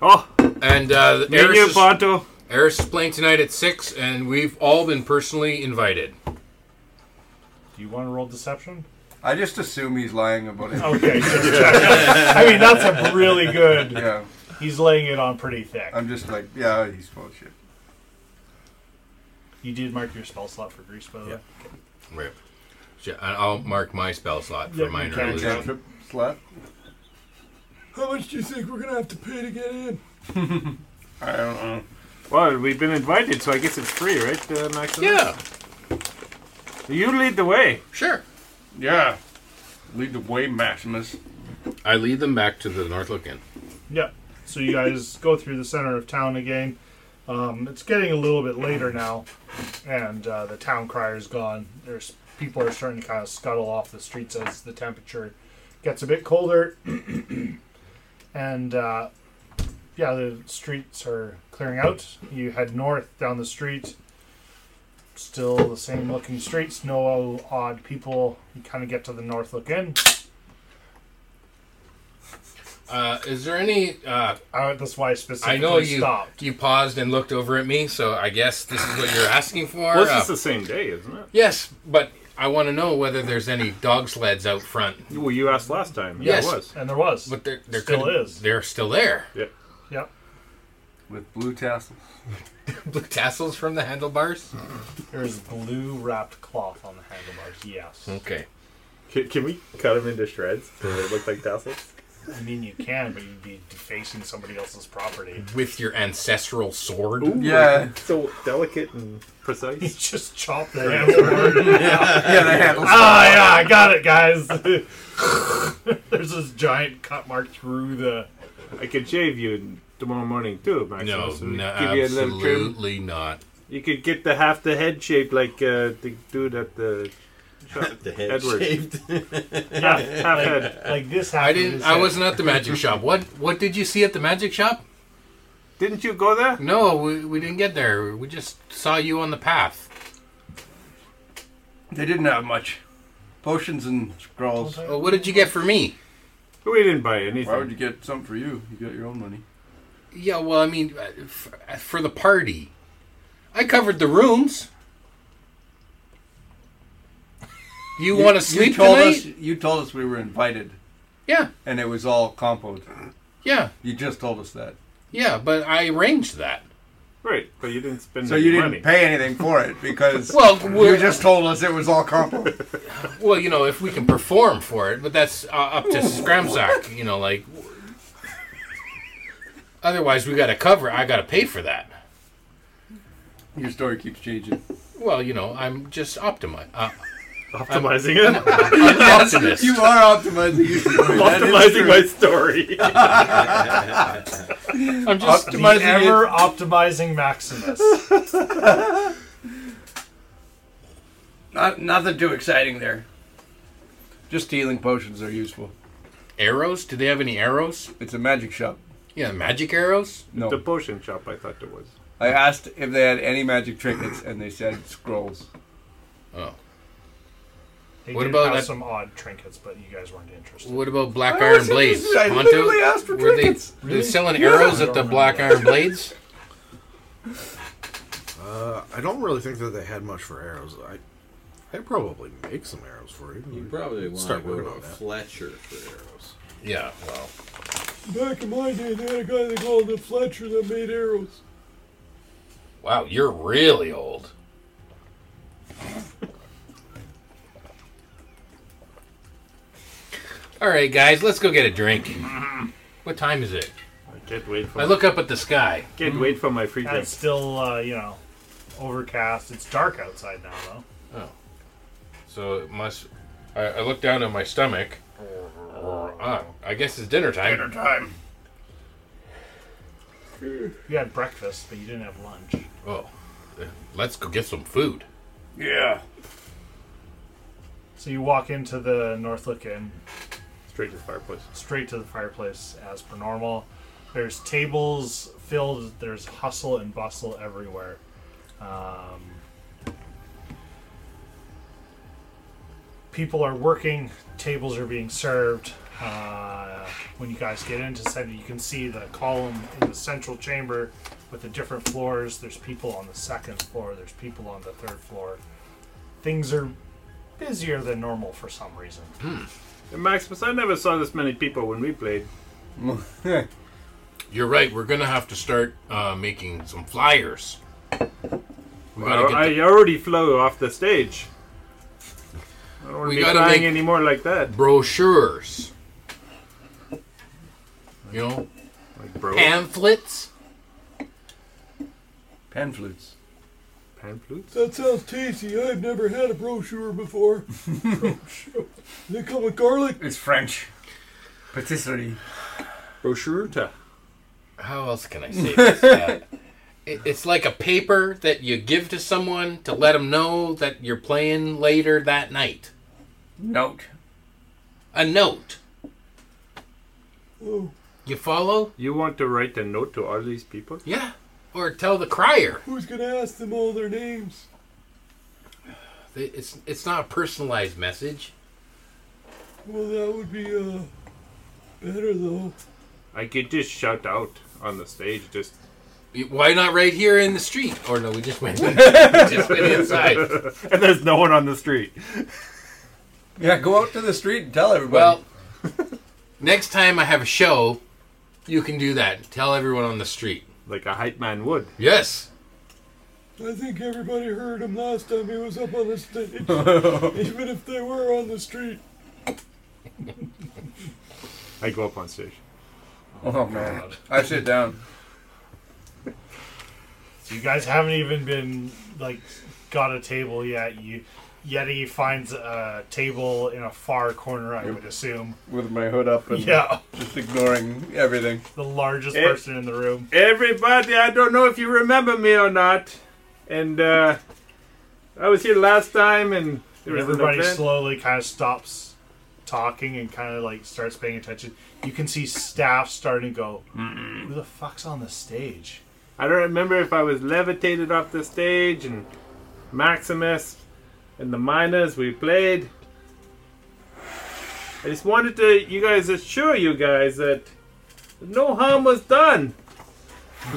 Oh, and uh, the menu Eris is, Ponto. Eris is playing tonight at six, and we've all been personally invited. Do you want to roll deception? I just assume he's lying about it. Okay. just check. I mean, that's a really good. Yeah, He's laying it on pretty thick. I'm just like, yeah, he's full of shit. You did mark your spell slot for grease, by the way. Rip. Sh- I- I'll mark my spell slot Yeah, for you minor can, illusion. Cantrip slut. How much do you think we're gonna have to pay to get in? I don't know. Well, we've been invited, so I guess it's free, right, uh, Maximus? Yeah, You lead the way. sure. Yeah. Lead the way, Maximus. I lead them back to the Northwick Inn. Yeah. So you guys go through the center of town again. Um, it's getting a little bit later now, and uh, the town crier's gone. There's people are starting to kind of scuttle off the streets as the temperature gets a bit colder, and uh, yeah, the streets are clearing out. You head north down the street. Still the same looking streets, no odd people. You kind of get to the north look in. Uh, is there any? Uh, Uh, that's why I specifically I know you stopped. you paused and looked over at me, so I guess this is what you're asking for. Well, this Uh, is the same day, isn't it? yes, but I want to know whether there's any dog sleds out front. Well, you asked last time. Yes. Yeah, it was. And there was. But there, there Still could- is. They're still there. Yep. With blue tassels. Blue tassels from the handlebars. There's blue wrapped cloth on the handlebars. Yes. Okay. Can, can we cut them into shreds so they look like tassels? I mean, you can, but you'd be defacing somebody else's property. With your ancestral sword. Yeah. So delicate and You precise. just chop the handlebar. Yeah, the handles. Ah, yeah, I got it, guys. There's this giant cut mark through the. I could shave you tomorrow morning too, No, Maximus. and no, give you a little trim. absolutely not. You could get the half the head shaped like uh, the dude at the shop. The head Edward. shaved. Yeah, half head. like this I happened. didn't. this I happened. wasn't at the magic shop. What What did you see at the magic shop? Didn't you go there? No, we, we didn't get there. We just saw you on the path. They didn't have much. Potions and scrolls. Well, what did you get for me? We didn't buy anything. Why would you get something for you? You got your own money. Yeah, well, I mean, uh, f- uh, for the party, I covered the rooms. You, want to sleep you told tonight? us you told us we were invited Yeah, and it was all compoed. yeah, You just told us that. yeah. But I arranged that. Right, but you didn't spend So you any didn't Mm, money. pay anything for it because Well, you we're- just told us it was all compoed. Well, you know, if we can perform for it, but that's uh, up to Scramsack, you know, like. Otherwise, we got to cover. I got to pay for that. Your story keeps changing. Well, you know, I'm just optimi- uh, Optimizing it. an optimist. You are optimizing your story. That is Optimizing true. my story. I'm just. The Optimizing it. ever optimizing Maximus. Not nothing too exciting there. Just healing potions are useful. Arrows? Do they have any arrows? It's a magic shop. Yeah, magic arrows? The No, potion shop, I thought there was. I asked if they had any magic trinkets, and they said scrolls. Oh. They What did about have that- some odd trinkets, but you guys weren't interested. What about Black I Iron was Blades? interested. I Ponto? literally asked for Were they, trinkets. they selling Yeah. arrows I at don't the remember Black that. Iron Blades? Uh, I don't really think that they had much for arrows. I, I'd probably make some arrows for you. You probably want to Start go working to on that. Fletcher for arrows. Yeah, well. Back in my day, they had a guy they called the Fletcher that made arrows. Wow, you're really old. All right, guys, let's go get a drink. Mm-hmm. What time is it? I can't wait for. I look up at the sky. Can't wait for my free Yeah, drink. it's still, uh, you know, overcast. It's dark outside now, though. So it must. I, I look down at my stomach. Ah, I guess it's dinner time. time. You had breakfast, but you didn't have lunch. Oh, uh, let's go get some food. Yeah. So you walk into the Northlick Inn, Straight to the fireplace. straight to the fireplace as per normal. There's tables filled. There's hustle and bustle everywhere. Um, people are working. Tables are being served. Uh, when you guys get into center, you can see the column in the central chamber with the different floors. There's people on the second floor. There's people on the third floor. Things are busier than normal for some reason. And Maximus, I never saw this many people when we played. You're right. We're gonna have to start uh, making some flyers. We gotta I, I get. already flew off the stage. I don't want We to be gotta flying make- anymore like that. the brochures. You know, Like bro. pamphlets. Pan flutes. Pan flutes? That sounds tasty. I've never had a brochure before. They come with garlic. It's French. Patisserie. Brochure? How else can I say this? Uh, it, it's like a paper that you give to someone to let them know that you're playing later that night. Note. A note. You follow? You want to write a note to all these people? Yeah. Or tell the crier. Who's gonna ask them all their names? It- It's it's not a personalized message. Well, that would be uh better though. I could just shout out on the stage. Just You- Why not right here in the street? Or no, we just went. we just went inside. and there's no one on the street. Yeah, go out to the street and tell everybody. Well, next time I have a show, you can do that. Tell everyone on the street. Like a hype man would. Yes. I think everybody heard him last time he was up on the stage, even if they were on the street. I go up on stage. oh man, I sit down. So you guys haven't even been like got a table yet. You Yeti finds a table in a far corner, I would assume. with my hood up and Yeah, just ignoring everything. the largest Eh. person in the room. Everybody, I don't know if you remember me or not. And uh, I was here last time, and there was an Everybody event. slowly kind of stops talking and kind of like starts paying attention. You can see staff starting to go, "Who the fuck's on the stage?" I don't remember if I was levitated off the stage, and Maximus and the Miners we played. I just wanted to you guys assure you guys that no harm was done.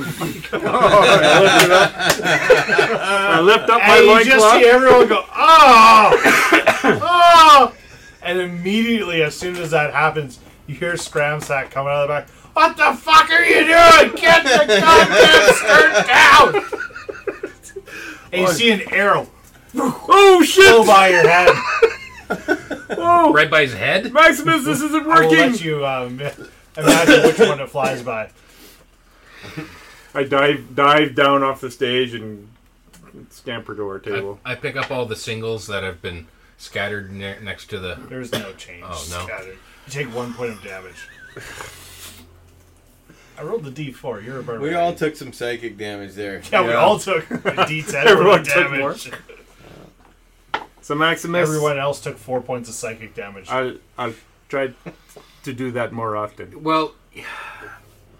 I lifted up, I lift up my And you just see loincloth. everyone go, "Oh, oh!" And immediately, as soon as that happens, you hear Scramsack coming out of the back. What the fuck are you doing? Get the goddamn skirt down! And you see an arrow Oh go shit! by your head. Oh, Right by his head. Maximus, this isn't I will let working. you um, imagine which one it flies by. I dive dive down off the stage and scamper to our table. I pick up all the singles that have been scattered ne- next to the. There's no change. Oh, no. Scattered. You take one point of damage. I rolled the d4. You're a barbarian. We all took some psychic damage there. yeah, we Yeah. all took a d10 Everyone worth of took more. damage. So Maximus, Everyone else took four points of psychic damage. I'll I'll try to do that more often. Well,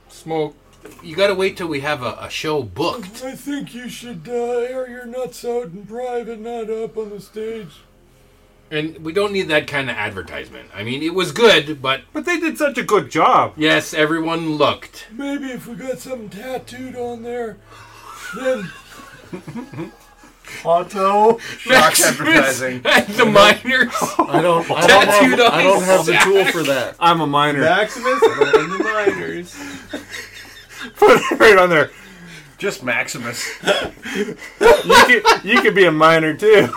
smoke. You gotta wait till we have a, a show booked. I think you should die, or you're nuts out in private, not up on the stage. And we don't need that kind of advertisement. I mean, it was good, but But they did such a good job. yes, everyone looked. Maybe if we got something tattooed on there, then Otto. Shock advertising. At the miners. I don't. I don't Tattooed have, I on don't have the Zach. tool for that. I'm a miner. Maximus and the Miners. Put it right on there. Just Maximus. You could you could be a miner too.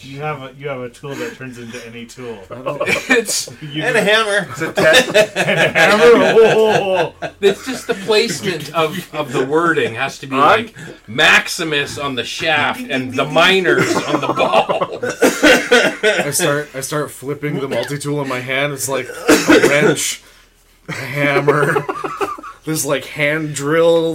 You have a you have a tool that turns into any tool. it's You And a hammer. It's a tat- hammer. it's just the placement of, of the wording has to be like Maximus on the shaft and the miners on the ball. I start. I start flipping the multi tool in my hand. It's like a wrench, a hammer. This like hand drill.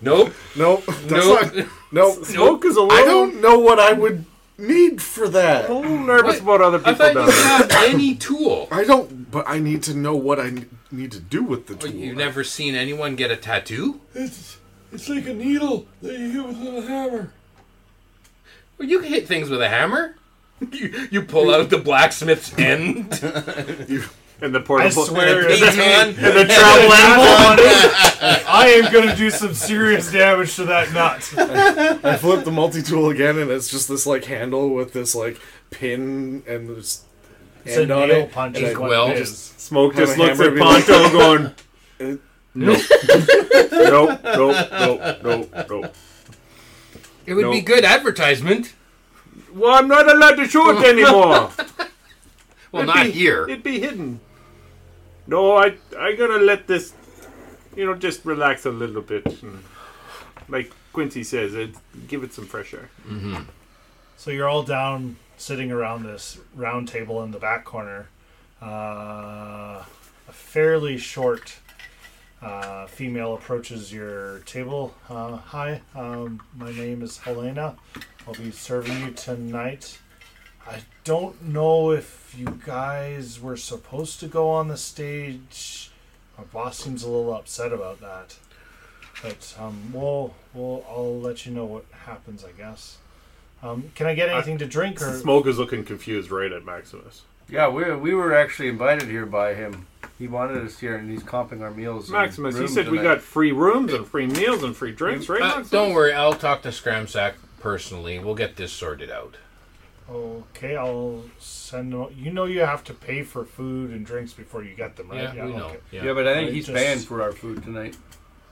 Nope. Nope. That's Nope. Not, nope. Smoke is a little, I don't know what I would need for that. a little nervous about other I people thought down you there. had any tool. I don't, but I need to know what I n- need to do with the tool. You've never seen anyone get a tattoo? it's it's like a needle that you hit with a little hammer. Well, you can hit things with a hammer. You, you pull out the blacksmith's end. And I the portable. swear. if- Baton. The travel I am gonna do some serious damage to that nut. I flip the multi tool again, and it's just this like handle with this like pin and this It's a end on nail it. punch. and is I- what well, it just- is. Smoke Have just a looks hammer at be Ponto going, It- nope, nope, nope, nope, nope, nope. It would be good advertisement. Well, I'm not allowed to shoot anymore. Well, It'd not be- here. It'd be hidden. No, I I gotta let this, you know, just relax a little bit. and, like Quincy says, it, give it some fresh air. So you're all down, sitting around this round table in the back corner. Uh, a fairly short uh, female approaches your table. Uh, Hi, um, my name is Helena. I'll be serving you tonight. I don't know if you guys were supposed to go on the stage. My boss seems a little upset about that. But um, we'll, we'll, I'll let you know what happens, I guess. Um, can I get anything to drink or Smoke is looking confused right at Maximus. yeah, we, we were actually invited here by him. He wanted us here, and he's comping our meals. and Maximus, you rooms said we tonight. got free rooms and free meals and free drinks, right? Uh, Maximus? don't worry, I'll talk to Scramsack personally. We'll get this sorted out. Okay, I'll send. them- You know, you have to pay for food and drinks before you get them, right? Yeah, we know. okay. Yeah. Yeah, but I think I he's just- paying for our food tonight.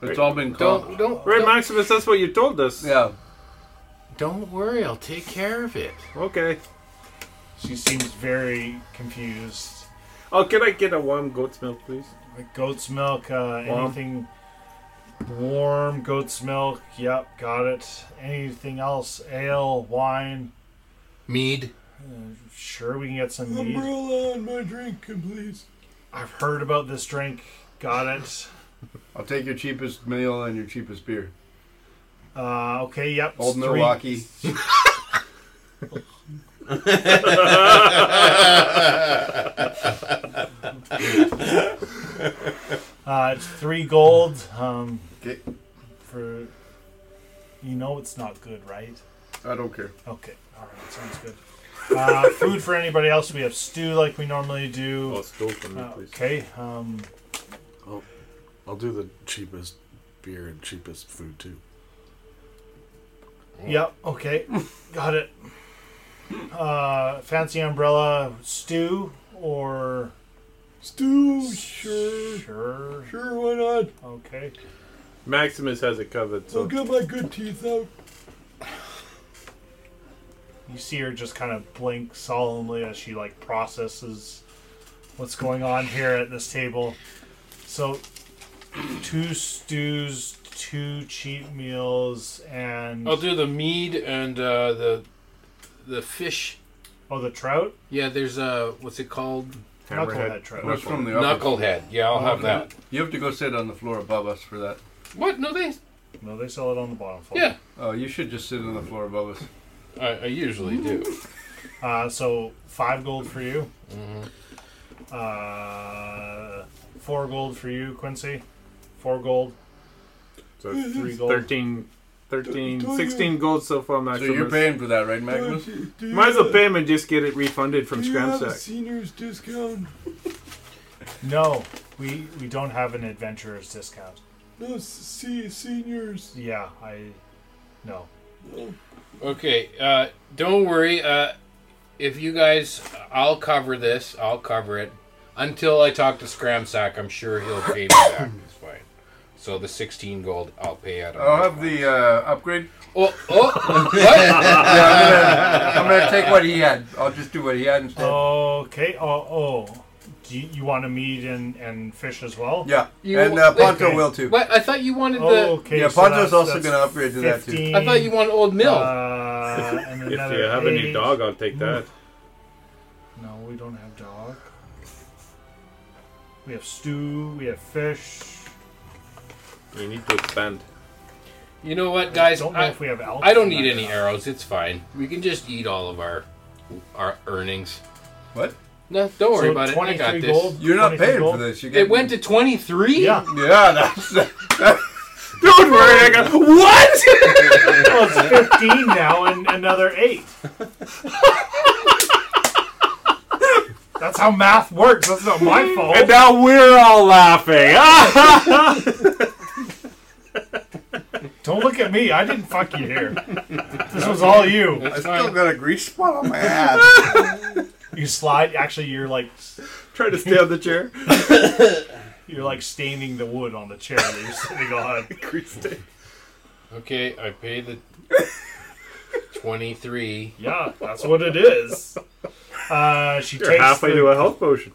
It's all been comped. Don't don't Right, don't, Maximus, that's what you told us. Yeah. don't worry. I'll take care of it. Okay. She seems very confused. Oh, can I get a warm goat's milk, please? Like goat's milk, uh, anything warm, goat's milk. Yep, got it. Anything else? Ale, wine. uh, Mead. Sure, we can get some mead. Umbrella on my drink, please. I've heard about this drink. Got it. I'll take your cheapest meal and your cheapest beer. Uh, okay, yep. Old three- Milwaukee. Uh, it's three gold. Um, Okay. For you know, it's not good, right? I don't care. Okay, all right, sounds good. Uh, food for anybody else? We have stew like we normally Oh, do. stole from me, Uh, please. okay, um, I'll do the cheapest beer and cheapest food too. yep, okay, got it. Uh, fancy umbrella stew or Stew, sure. sure? Sure, why not? Okay, Maximus has it covered, I'll so get my good teeth out. you see her just kind of blink solemnly as she like processes what's going on here at this table. So, two stews, two cheap meals, and I'll Oh. do the mead and uh, the the fish. oh, the trout, Yeah, there's a what's it called? knucklehead Hammerhead. trout. That's from the office. Knucklehead. Yeah, I'll have that. You have to go sit on the floor above us for that. What? No, they. No, they sell it on the bottom floor. Yeah. Oh, you should just sit on the floor above us. I, I usually do. Uh, so five gold for you. Mm-hmm. Uh, four gold for you, Quincy. Four gold. So Three gold. 13, 13 Don't- don't 16 gold so far, So Maximus. you're paying for that, right, Magnus? Do you Might as well have- pay him and just get it refunded from Do you have a Scramsack. seniors discount? No, we we don't have an adventurer's discount. No, see seniors. Yeah, I. No. Okay, uh, don't worry. Uh, if you guys, I'll cover this. I'll cover it until I talk to Scramsack. I'm sure he'll pay me back. It's fine. So the 16 gold, I'll pay out. on I'll this have one. the uh, upgrade. Oh, oh, what? Yeah, I'm gonna, I'm gonna take what he had. I'll just do what he had instead. Okay. Oh, oh. Do you, you want to meat and and fish as well? yeah, You- and uh, Ponto okay. will too. what? I thought you wanted the. Okay. yeah, so Ponto's that's- also that's gonna upgrade to that too. 15, I thought you wanted old mill. Uh, and If you another have a new eight. dog, I'll Mm. take that. No, we don't have dog. We have stew. We have fish. You need to expand. you know what, guys? don't know I, if we have elk. I don't need tonight. any arrows. It's fine. We can just eat all of our our earnings. What? No, don't worry So about it. I got 23 this. gold. You're not 23 paying gold. for this. You get It went to 23. Yeah. Yeah, that's Don't worry, I got. What? Well, it's 15 now and another 8. That's how math works. That's not my and fault. now we're all laughing. Don't look at me. I didn't fuck you here. This was all you. That's still fine. got a grease spot on my ass. You slide. Actually, you're like Try to stay on the chair. you're like staining the wood on the chair that you're sitting on. Okay, I paid the 23. Yeah, that's what it is. Uh, she You're takes halfway the- to a health potion.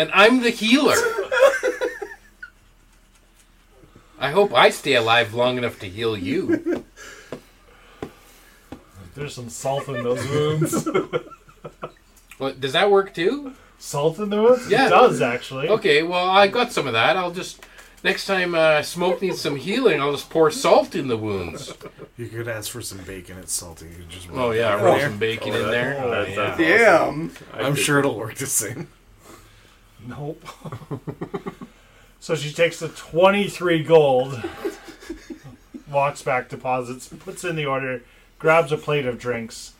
And I'm the healer. I hope I stay alive long enough to heal you. There's some salt in those wounds. What, does that work too? salt in the wounds? Yeah. It does actually. Okay, well, I got some of that. I'll just. Next time uh, Smoke needs some healing, I'll just pour salt in the wounds. You could ask for some bacon. It's salty. You just Oh, yeah, roll some bacon in there. Oh, That's- yeah. that's- Damn. I I'm could- sure it'll work the same. Nope. so she takes the 23 gold, walks back, deposits, puts in the order, grabs a plate of drinks.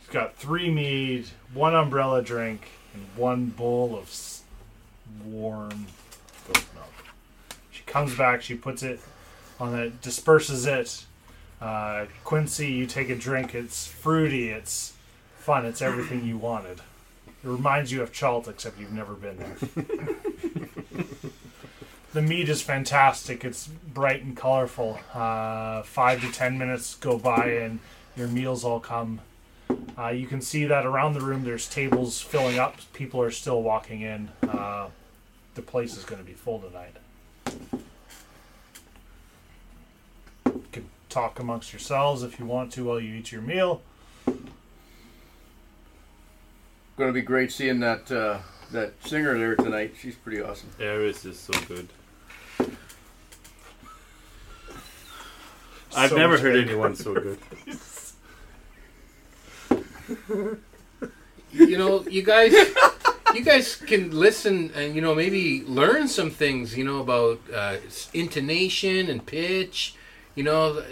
She's got three mead, one umbrella drink, and one bowl of s- warm goat milk. She comes back, she puts it on the, disperses it. Uh, Quincy, you take a drink. It's fruity, it's fun, it's everything you wanted. It reminds you of Chalt, except you've never been there. the meat is fantastic. It's bright and colorful. Uh, five to ten minutes go by, and your meals all come. Uh, you can see that around the room. There's tables filling up. People are still walking in. Uh, the place is going to be full tonight. You can talk amongst yourselves if you want to while you eat your meal. Gonna be great seeing that uh, that singer there tonight. She's pretty awesome. Eris is so good. I've So never much heard bacon. anyone so good. you know, you guys, you guys can listen and you know maybe learn some things. You know about uh, s- intonation and pitch. You know,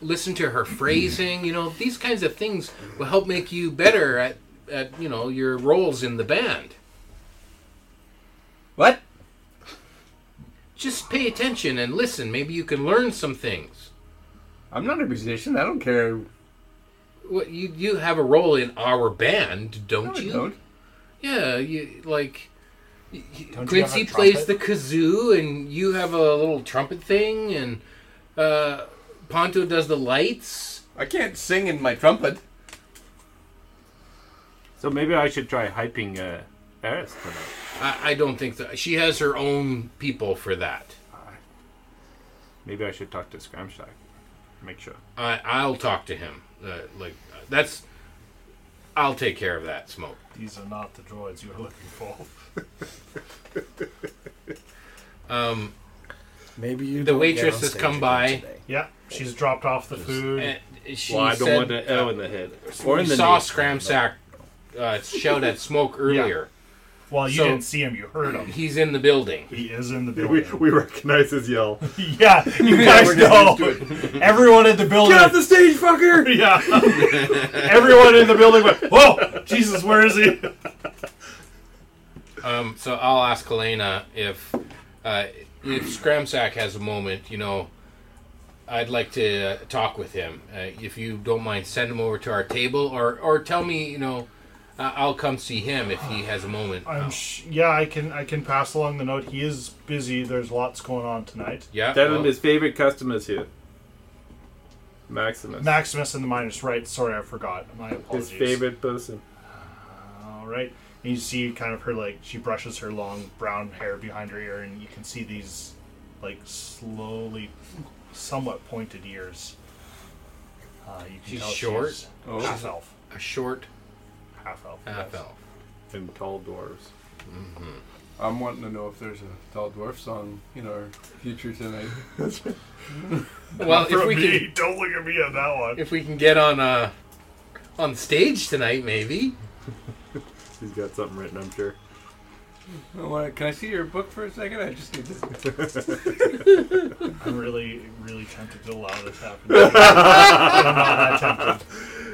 listen to her phrasing. You know, these kinds of things will help make you better at at you know your roles in the band. What? Just pay attention and listen. Maybe you can learn some things. I'm not a musician. I don't care. What you you have a role in our band, No, don't I you? don't. Yeah, you like y- y- have Quincy a plays the trumpet? kazoo, and you have a little trumpet thing, and uh, Ponto does the lights. I can't sing in my trumpet. So maybe I should try hyping uh, Eris tonight. I, I don't think that she has her own people for that. Maybe I should talk to Scramsack. Make sure. I, I'll talk to him. Uh, like uh, that's, I'll take care of that smoke. These are not the droids you were looking for. Um, Maybe you. The don't get waitress on has stage come again by. today. Yeah, she's dropped off the food. And she Well, I don't said, want an L in the head. Or We in the saw knee. Scramsack uh, shout at Smoke earlier. well, you so- didn't see him, you heard him. He's in the building. He is in the We, building. we recognize his yell. yeah, you guys know. Everyone in the building. Get off the stage, fucker! yeah. Everyone in the building went, Whoa, Jesus, where is he? Um, so I'll ask Elena if uh, if Scramsack has a moment. You know, I'd like to uh, talk with him. Uh, if you don't mind, send him over to our table, or or tell me. You know, uh, I'll come see him if he has a moment. Um, I'm sh- yeah, I can I can pass along the note. He is busy. There's lots going on tonight. yeah. Tell well, him his favorite customer's here. Maximus. Maximus and the Miners, right? Sorry, I forgot. My apologies. his favorite person. All right. And you see kind of her, like, she brushes her long brown hair behind her ear, and you can see these, like, slowly, somewhat pointed ears. Uh, you can She's tell she short? is Oh, half elf. a short uh, Half elf. half elf. And tall dwarves. I'm wanting to know if there's a Tall Dwarf song in our future tonight. Well, if From we me, can don't look at me on that one. if we can get on uh on stage tonight, maybe. He's got something written, I'm sure. I wanna- can I see your book for a second? I just need to. I'm really, really tempted to allow this to happen. I'm not that tempted.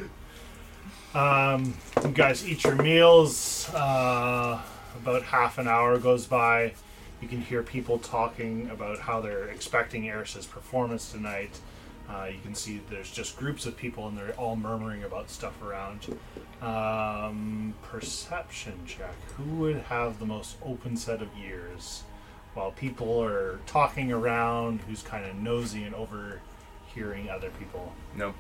Um, you guys eat your meals. Uh, about half an hour goes by. You can hear people talking about how they're expecting Eris's performance tonight. Uh, you can see there's just groups of people and they're all murmuring about stuff around. Um, perception check. Who would have the most open set of ears? while people are talking around who's kind of nosy and overhearing other people. No.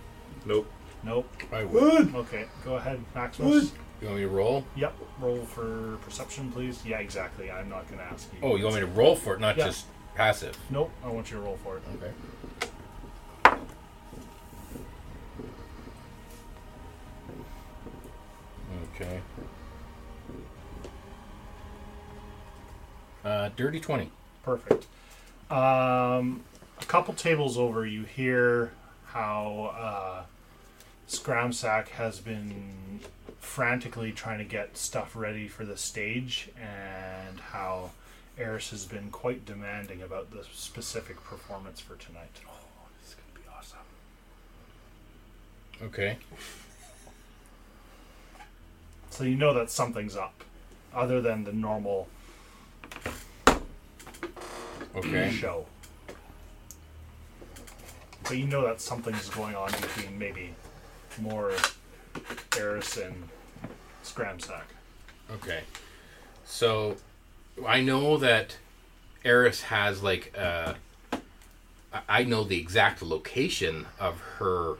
Nope. Nope. I would. Okay, go ahead, Maximus. You want me to roll? Yep, roll for perception, please. Yeah, exactly. I'm not going to ask you. Oh, you want me to roll for it, not Yeah. just passive. Nope, I want you to roll for it. Okay. Okay. Uh, dirty 20. Perfect. Um, a couple tables over, you hear how uh, Scramsack has been frantically trying to get stuff ready for the stage, and how Eris has been quite demanding about the specific performance for tonight. Oh, this is gonna be awesome. Okay. So you know that something's up, other than the normal Okay. show. But you know that something's going on between maybe more Eris and Scramsack. Okay. So, I know that Eris has, like, uh, I- I know the exact location of her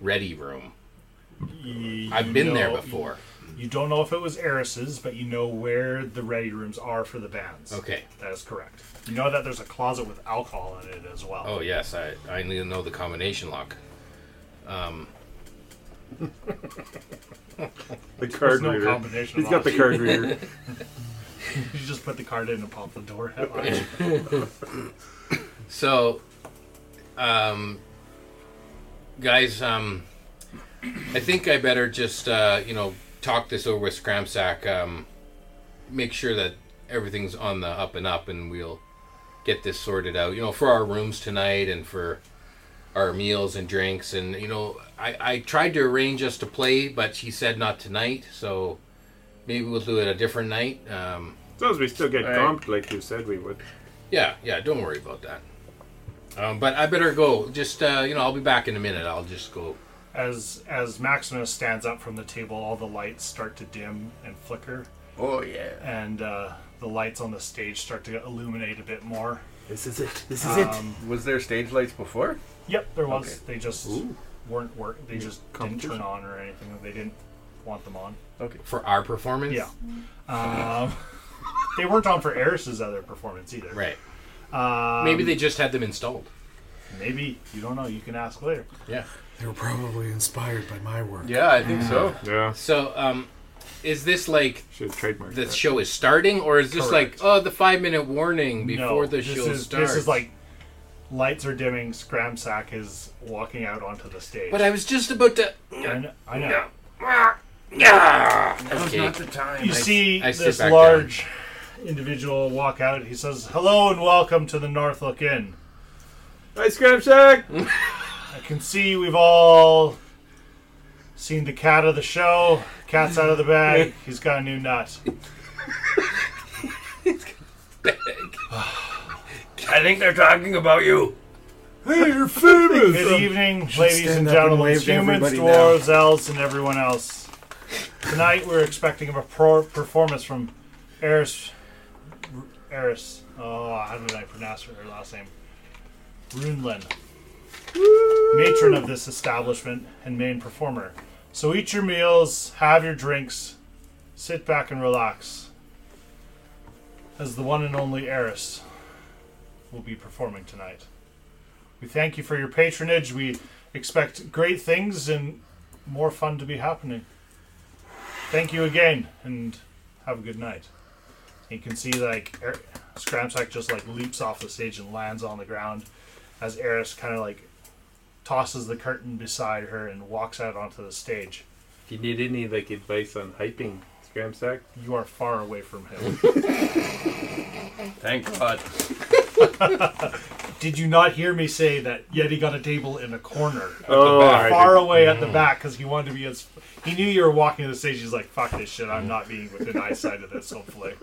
ready room. You I've been there know- before. You don't know if it was Eris's, but you know where the ready rooms are for the bands. Okay. That is correct. You know that there's a closet with alcohol in it as well. Oh yes, I I need to know the combination lock. The There's card no reader. combination. He's of got the options. card reader. You just put the card in and pop the door. out. So, um, guys, um, I think I better just uh, you know talk this over with Scramsack. Um, make sure that everything's on the up and up, and we'll get this sorted out. You know, for our rooms tonight and for our meals and drinks. And you know, I I tried to arrange us to play, but she said not tonight. So maybe we'll do it a different night. Um, As long as we still get Right. comped like you said we would. Yeah, yeah, don't worry about that. Um, but I better go. Just uh, you know, I'll be back in a minute. I'll just go. as as Maximus stands up from the table, all the lights start to dim and flicker. Oh yeah. and uh, the lights on the stage start to illuminate a bit more. This is it. This is it. Was there stage lights before? Yep, there was. Okay. They just weren't work. They just didn't turn on or anything. They didn't want them on. For our performance? Yeah. Um, they weren't on for Eris's other performance either. Right. Um, Maybe they just had them installed. Maybe you don't know. You can ask later. Yeah. They were probably inspired by my work. Yeah, I think so. Yeah. So, um, is this like Should have trademarked the that. show is starting, or is this Correct. like oh the five minute warning before no, the this show is, starts? This is like Lights are dimming. Scramsack is walking out onto the stage. But I was just about to. I kn- I know. Okay. You see I sit this back large individual walk out. He says, "Hello and welcome to the North Look Inn. Hi, Scramsack! I can see we've all seen the cat of the show. Cat's out of the bag. He's got a new nut. I think they're talking about you. Hey, you're famous. Good evening, ladies and stand up and gentlemen, wave to humans, everybody dwarves, elves, and everyone else. Tonight we're expecting a pro- performance from Eris. Eris. Oh, how did I pronounce her last name? Runelin. Matron of this establishment and main performer. So eat your meals, have your drinks, sit back and relax. As the one and only Eris will be performing tonight. We thank you for your patronage. We expect great things and more fun to be happening. Thank you again, and have a good night. You can see like er- Scramsack just like leaps off the stage and lands on the ground, as Eris kind of like tosses the curtain beside her and walks out onto the stage. If you need any like advice on hyping, Scramsack, You are far away from him. Thank God. Did you not hear me say that Yeti got a table in a corner? oh, far away at the back because he wanted to be as. He knew you were walking to the stage. He's like, "Fuck this shit! I'm not being within eyesight of this." Hopefully.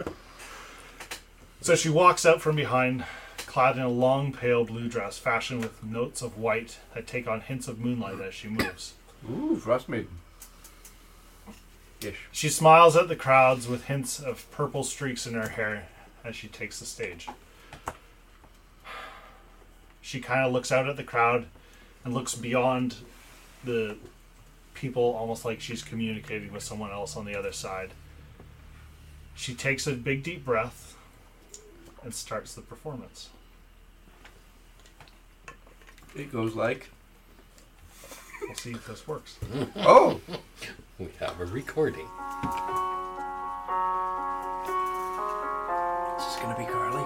So she walks out from behind, clad in a long pale blue dress, fashioned with notes of white that take on hints of moonlight as she moves. Ooh, Frost Maiden. Ish. She smiles at the crowds with hints of purple streaks in her hair as she takes the stage. She kind of looks out at the crowd and looks beyond the people, almost like she's communicating with someone else on the other side. She takes a big, deep breath and starts the performance. It goes like. We'll see if this works. Oh! We have a recording. Is this gonna be Carly?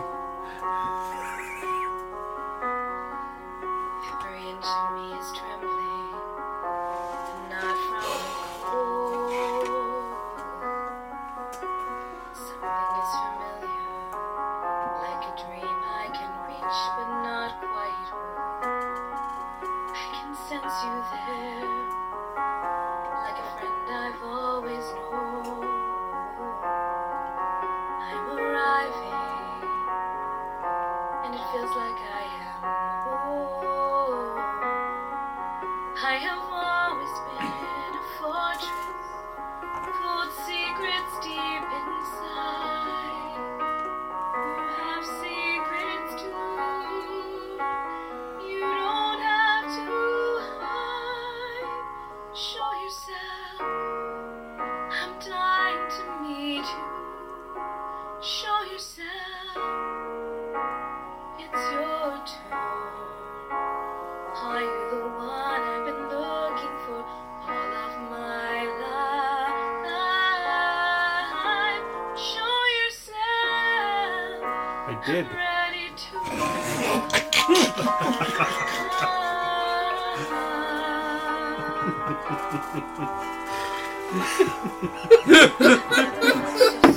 Every inch of me is trembling, and not from cold. Something is familiar, like a dream I can reach, but not quite hold. I can sense you there, like a friend I've always known. I'm arriving and it feels like I am home. I have always been a fortress, cold secrets deep inside. You have secrets too. You don't have to hide. Show yourself. I'm dying to meet you. Show yourself. It's your turn. Are you the one I've been looking for all of my life? Show yourself. I did. I'm ready to.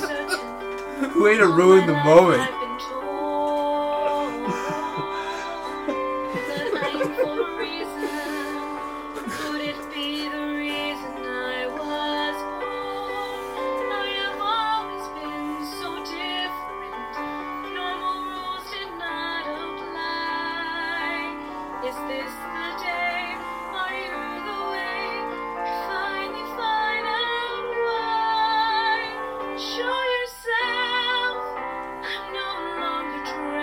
Way to ruin the moment. Is this the day? Are you the way? Finally find out why. Show yourself. I'm no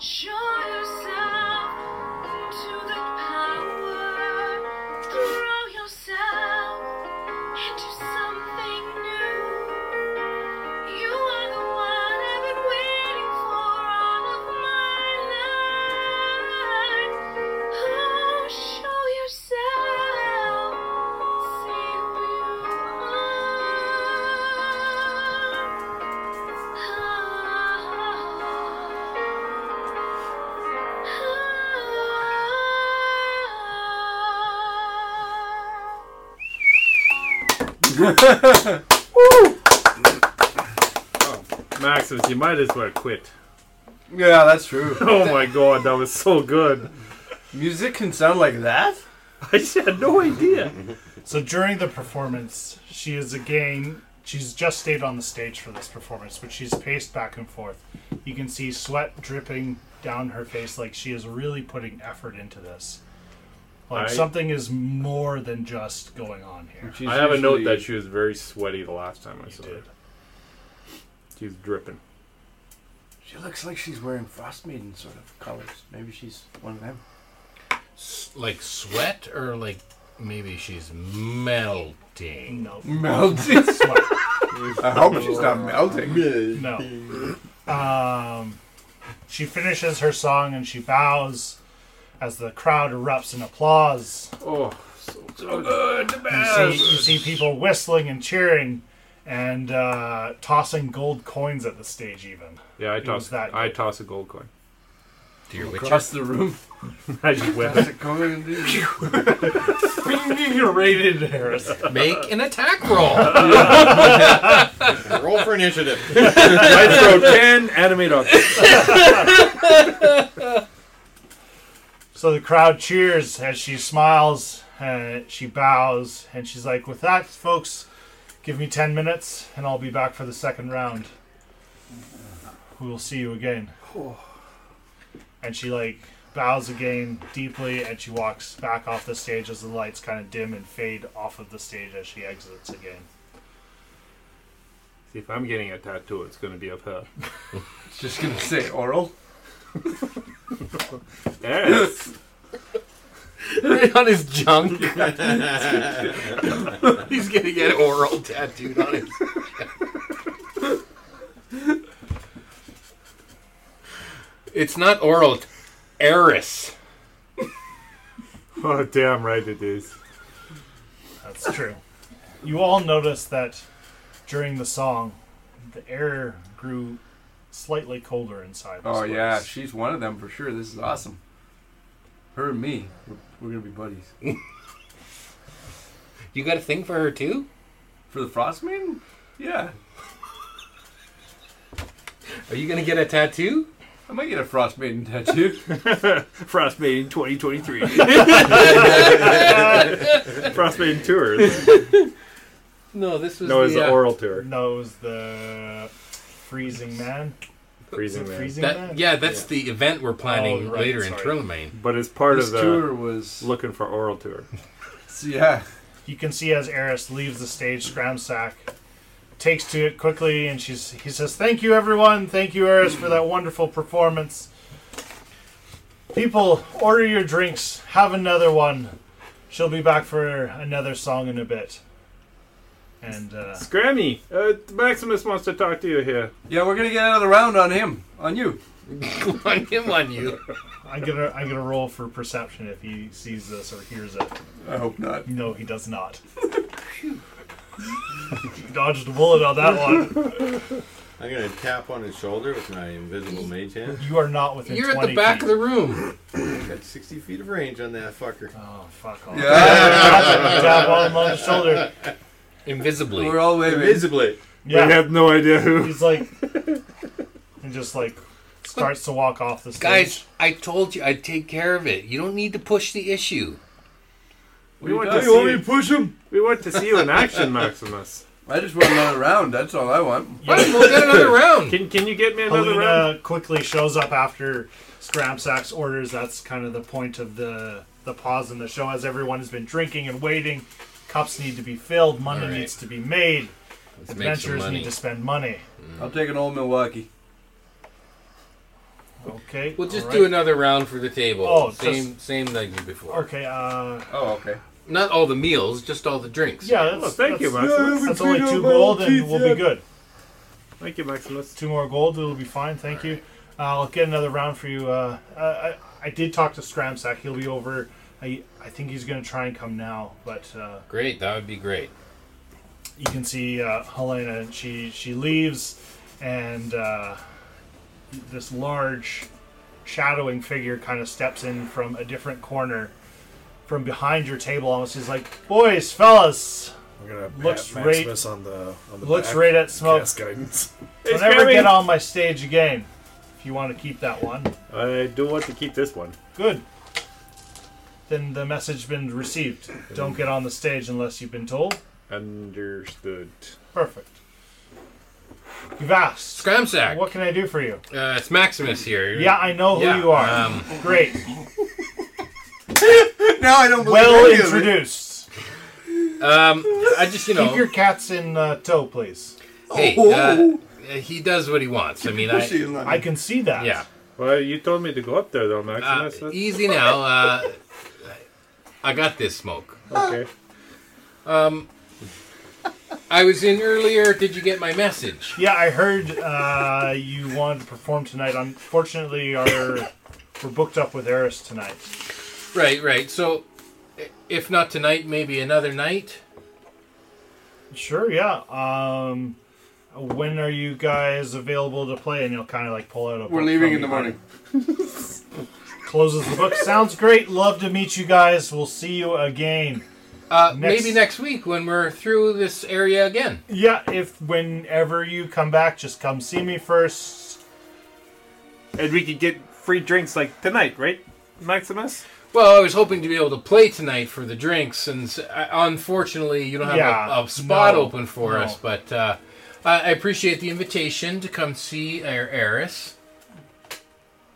Show yourself into the power. Throw yourself into something new. You are the one I've been waiting for all of my life. Oh, show yourself. See who you Ah. Maximus, you might as well quit. Yeah, that's true. oh my god, that was so good. Music can sound like that? I had no idea. So during the performance, she is again. She's just stayed on the stage for this performance, but she's paced back and forth. You can see sweat dripping down her face, like she is really putting effort into this. Like I- something is more than just going on here. I have a note that she was very sweaty the last time I saw her. She's dripping. She looks like she's wearing Frost Maiden sort of colors. Maybe she's one of them. S- like sweat or like maybe she's melting. No. Melting? Sweat. I hope she's not melting. No. Um, she finishes her song and she bows as the crowd erupts in applause. Oh, so, good. You see, you see people whistling and cheering and uh, tossing gold coins at the stage, even. Yeah, I It was toss that. I toss a gold coin. To your Across the room. I just whip That's a it. coin, dude. You're rated Harris. Make an attack roll. Roll for initiative. I throw ten anime dogs. So the crowd cheers as she smiles, uh, she bows, and she's like, With that, folks, give me 10 minutes and I'll be back for the second round. We will see you again. And she, like, bows again deeply and she walks back off the stage as the lights kind of dim and fade off of the stage as she exits again. See, if I'm getting a tattoo, it's going to be of her. Just gonna say oral. Yes. on his junk. He's gonna get oral tattooed on his. it's not oral, it's Eris. oh, damn right it is. That's true. You all notice that during the song, the air grew slightly colder inside. this Oh yeah, place. she's one of them for sure. This is awesome. Her and me, we're, we're gonna be buddies. You got a thing for her too? For the Frost Maiden? Yeah, Are you gonna get a tattoo? I might get a Frost Maiden tattoo. Frostmaiden 2023. Frostmaiden tour. isn't it? No, this was No, it's the, an uh, oral tour. knows the freezing man. Is Freezing it man. freezing man. that, yeah, that's the event we're planning Oh, right, later in sorry. Trilmaine. But it's part this of the tour was looking for oral tour. yeah. You can see as Eris leaves the stage, Scramsack takes to it quickly, and she's he says, "Thank you, everyone. Thank you, Eris, for that wonderful performance. People, order your drinks. Have another one. She'll be back for another song in a bit." And uh, Scrammy, uh, Maximus wants to talk to you here. Yeah, we're gonna get another round on him, on you. on him, on you. I'm gonna I'm gonna roll for perception if he sees this or hears it. I hope not. No, he does not. You dodged a bullet on that one. I'm gonna tap on his shoulder with my invisible mage hand. You are not within You're 20 at the back feet. of the room. I got 60 feet of range on that fucker. Oh, fuck off. Yeah, Tap on him on the shoulder. Invisibly. we're all waving. Invisibly. I Yeah. have no idea who. He's like, and just like starts to walk off the stage. Guys, I told you I'd take care of it. You don't need to push the issue. We want, Hey, to you see want me you, push him? we want to see you in action, Maximus. I just want another round. That's all I want. Fine, we'll get another round. Can, can you get me another round? Helena quickly shows up after Scramsack's orders. That's kind of the point of the the pause in the show, as everyone has been drinking and waiting. Cups need to be filled. Money All right. needs to be made. Let's make some Adventurers money. need to spend money. I'll take an old Milwaukee. Okay. We'll just all do right. another round for the table. Oh, same same like you before. Okay. Uh, oh, okay. Not all the meals, just all the drinks. Yeah, Oh, that's, that's, That's, only two gold, and we'll be good. Thank you, Maximus. Two more gold, it'll be fine. Thank you. Uh, I'll get another round for you. Uh, I, I, I did talk to Scramsack. He'll be over. I, I think he's going to try and come now, but uh, Great, that would be great. you can see uh, Helena. and She she leaves, and uh, this large shadowing figure kind of steps in from a different corner, from behind your table. Almost, he's like, "Boys, fellas." I'm gonna looks pat right Maximus on Uh, the- on the looks back. right at smoke. Cast guidance. Don't It's ever coming. get on my stage again. If you want to keep that one, I do want to keep this one. good. Then the message been received. Don't get on the stage unless you've been told. Understood. Perfect. You've asked. Scramsack. What can I do for you? Uh, it's Maximus here. Yeah, I know who Yeah, you are. um, Great. now I don't believe Well any of it. introduced. Um, I just you know Keep your Oh. cats in uh, tow, please. Hey, uh, he does what he wants. I mean, I, I can see that. Yeah. Well, you told me to go up there, though, Uh, Maximus. That's- easy now. Uh, I got this smoke. Okay. Um, I was in earlier. Did you get my message? Yeah, I heard uh, you wanted to perform tonight. Unfortunately, our we're booked up with Eris tonight. Right, right. So, i- if not tonight, maybe another night. Sure, yeah. Um, when are you guys available to play? And you'll kind of like pull out a. We're book leaving from in the behind. morning. Closes the book. Sounds great. Love to meet you guys. We'll see you again. Uh, Maybe next week when we're through this area again. Yeah, if whenever you come back, just come see me first. And we could get free drinks like tonight, right, Maximus? Well, I was hoping to be able to play tonight for the drinks, and s- uh, unfortunately, you don't have Yeah, a, a spot no, open for no. us. But uh, I I appreciate the invitation to come see our heiress.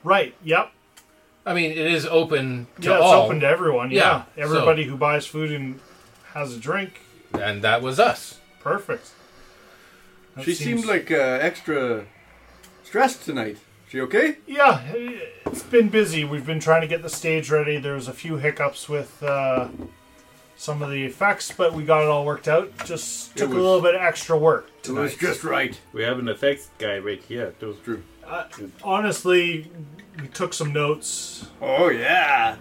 Right. Yep. I mean, it is open to yeah, all. it's open to everyone. Yeah, so- everybody who buys food and has a drink. and that was us. Perfect. That she seems- seemed like uh, extra stressed tonight. She okay? Yeah, it's been busy. We've been trying to get the stage ready. There was a few hiccups with uh, some of the effects, but we got it all worked out. Just It took a was- little bit of extra work. tonight. We have an effects guy right here. That was true. Uh, honestly, we took some notes. Oh yeah,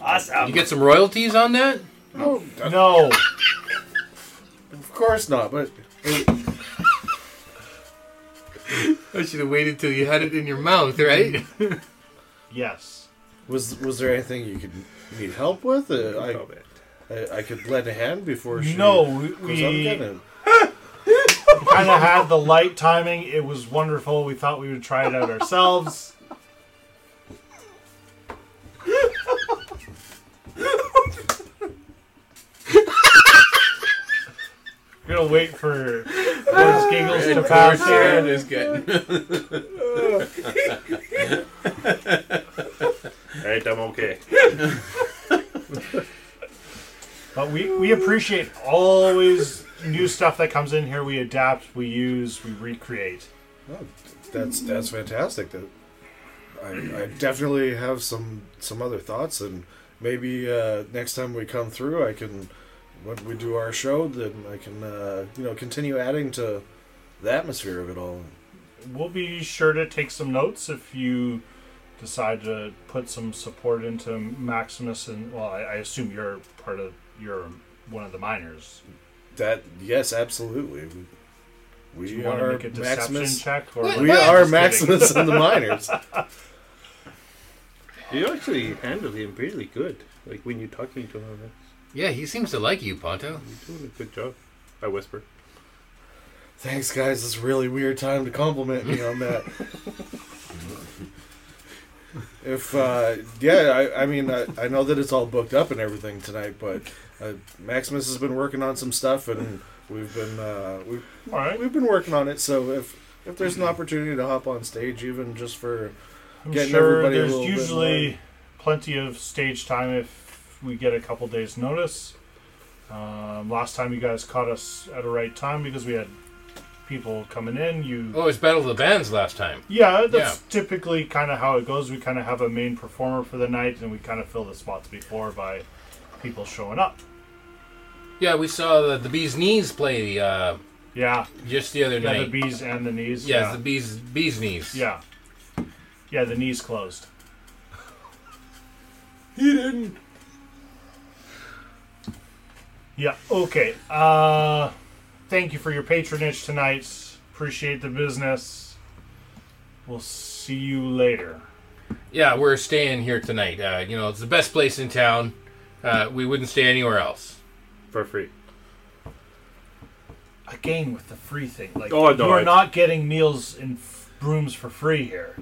awesome. You get some royalties on that? No, no. Of course not, but I should have waited till you had it in your mouth, right? yes. Was was there anything you could need help with? Uh, I, I I could lend a hand before she No, we- goes we- out again. And kind of had the light timing. It was wonderful. We thought we would try it out ourselves. We're gonna wait for those giggles to pass here. is Alright, I'm okay. But we, we appreciate always new stuff that comes in here. We adapt, we use, we recreate. That's that's fantastic. That I, I definitely have some some other thoughts, and maybe uh, next time we come through, I can when we do our show, then I can uh, you know continue adding to the atmosphere of it all. We'll be sure to take some notes if you decide to put some support into Maximus. And well, I, I assume you're part of you're one of the miners. That yes, absolutely. We- We Do you want to are make a deception Maximus. check? Or we are Maximus and the miners. You actually handle him really good. Like when you're talking to him. Yeah, he seems to like you, Ponto. You're doing a good job. I whisper. Thanks, guys. It's a really weird time to compliment me on that. if, uh, yeah, I, I mean, I, I know that it's all booked up and everything tonight, but uh, Maximus has been working on some stuff, and we've been uh, we've All right. we've been working on it. So if if there's an opportunity to hop on stage, even just for I'm getting sure everybody a there's little bit more- usually plenty of stage time if we get a couple days notice. Um, last time you guys caught us at a right time because we had people coming in. You Oh, it's Battle of the Bands last time. yeah, that's typically kind of how it goes. We kind of have a main performer for the night, and we kind of fill the spots before by people showing up. Yeah, we saw the, the bees knees play. Uh, yeah, just the other Yeah, night. the bees and the knees. Yeah, yeah. the bees bees knees. Yeah, yeah, the knees closed. He didn't. Yeah. Okay. Uh, thank you for your patronage tonight. Appreciate the business. We'll see you later. Yeah, we're staying here tonight. Uh, you know, it's the best place in town. Uh, we wouldn't stay anywhere else. For free. Again with the free thing, like Oh, no, you are I- not getting meals and f- rooms for free here.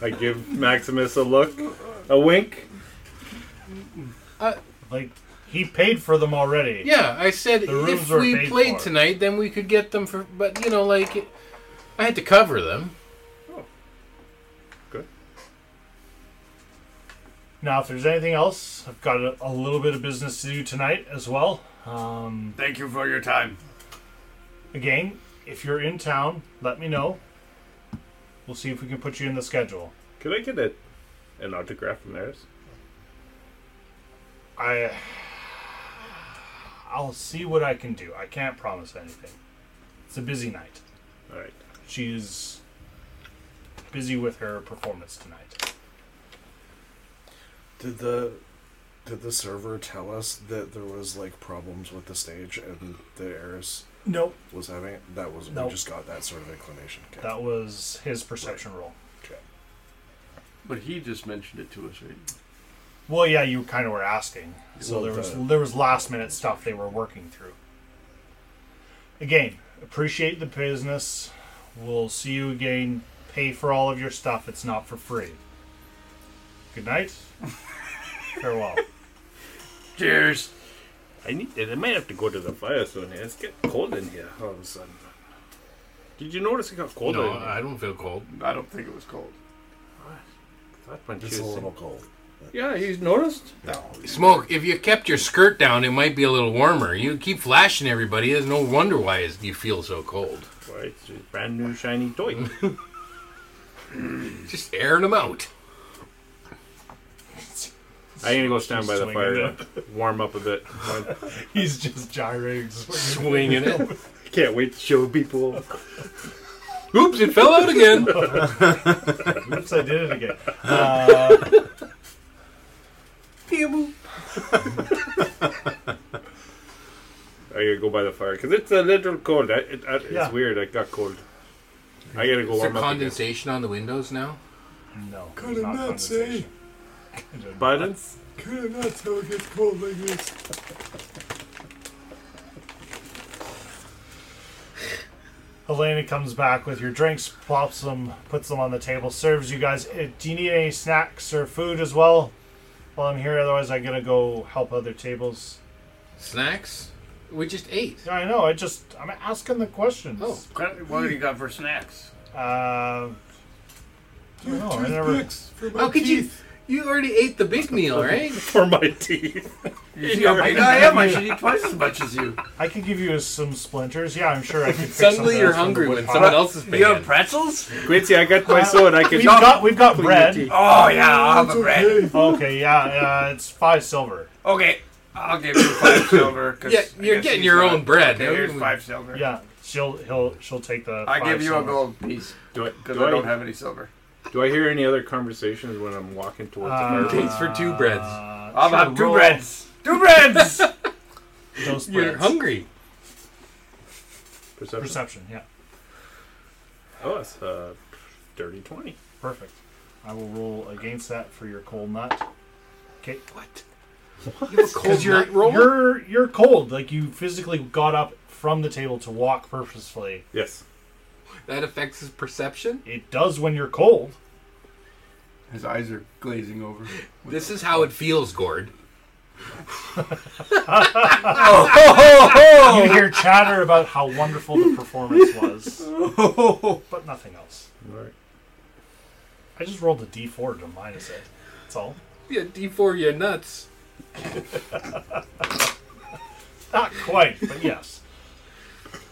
I give Maximus a look, a wink. Like he paid for them already. Yeah, I said The rooms if were we paid played for. tonight, then we could get them for. But you know, like it, I had to cover them. Now, if there's anything else, I've got a, a little bit of business to do tonight as well. Um, Thank you for your time. Again, if you're in town, let me know. We'll see if we can put you in the schedule. Could I get a, an autograph from theirs? I I'll see what I can do. I can't promise anything. It's a busy night. All right. She's busy with her performance tonight. Did the did the server tell us that there was like problems with the stage and the heiress? Nope. Was having it? that was Nope. we just got that sort of inclination. Okay. That was his perception roll. But he just mentioned it to us, right? Well, yeah, you kind of were asking. So Well, there was the- there was last minute stuff they were working through. Again, appreciate the business. We'll see you again. Pay for all of your stuff. It's not for free. Good night. Farewell. Cheers. I need. I might have to go to the fire soon. It's getting cold in here all of a sudden. Did you notice it got colder? No, in here? I don't feel cold. I don't think it was cold. That one It's a Tuesday. little cold. Yeah, you noticed. No, Smoke. If you kept your skirt down, it might be a little warmer. You keep flashing everybody. There's no wonder why it's- you feel so cold. Why, it's a brand new shiny toy. Just airing them out. I need to go stand by the Swinging fire it. to warm up a bit. He's just gyrating, Swinging it. Can't wait to show people. Oops! It fell out again. Oops, I did it again. Uh, I gotta go by the fire because it's a little cold. I, it, I, Yeah. It's weird. I got cold. I gotta go Is there warm up. Again. condensation on the windows now? no. Could have not say. Pardon? Could have not tell it gets cold like this. Elena comes back with your drinks, plops them, puts them on the table, serves you guys. Eh, Do you need any snacks or food as well while I'm here? Otherwise, I'm gonna go help other tables. Snacks? We just ate. Yeah, I know. I just I'm asking the questions. Oh. What do you got for snacks? Uh, I don't know. I never. Toothpicks for my How could you? teeth. You already ate the big meal, right? For my teeth. You see how big I am? I should eat twice as much as you. I could give you some splinters. Yeah, I'm sure I could. pick something Suddenly you're else from the hungry wood when pile. someone else is You have paying. pretzels? Quincy, I got my sword. I can. We've got we've got your bread. teeth. Oh yeah, I'll have It's a bread. okay. Okay, yeah, uh, it's five silver. Okay, I'll give you five silver. 'cause Yeah, I you're guess getting he's your not- own bread. Okay, here's five silver. Yeah, she'll he'll she'll take the. I five give you a silver. gold piece Do I, because do, I don't I, have any silver. do I hear any other conversations when I'm walking towards Um, Uh, the fire? Takes for two breads. Uh, I'll sure, have two roll breads. Two breads. Those You're breads. hungry. Perception. Perception, yeah, Oh, it's uh, dirty twenty. perfect. I will roll against that for your cold nut. Okay, what? Because you're you're you're cold. Like you physically got up from the table to walk purposefully. Yes. That affects his perception. It does when you're cold. His eyes are glazing over. This is how it feels, Gord. Oh, You hear chatter about how wonderful the performance was, but nothing else. All right. I just rolled a d4 to minus it. That's all. Yeah, D4, you nuts. Not quite, but yes.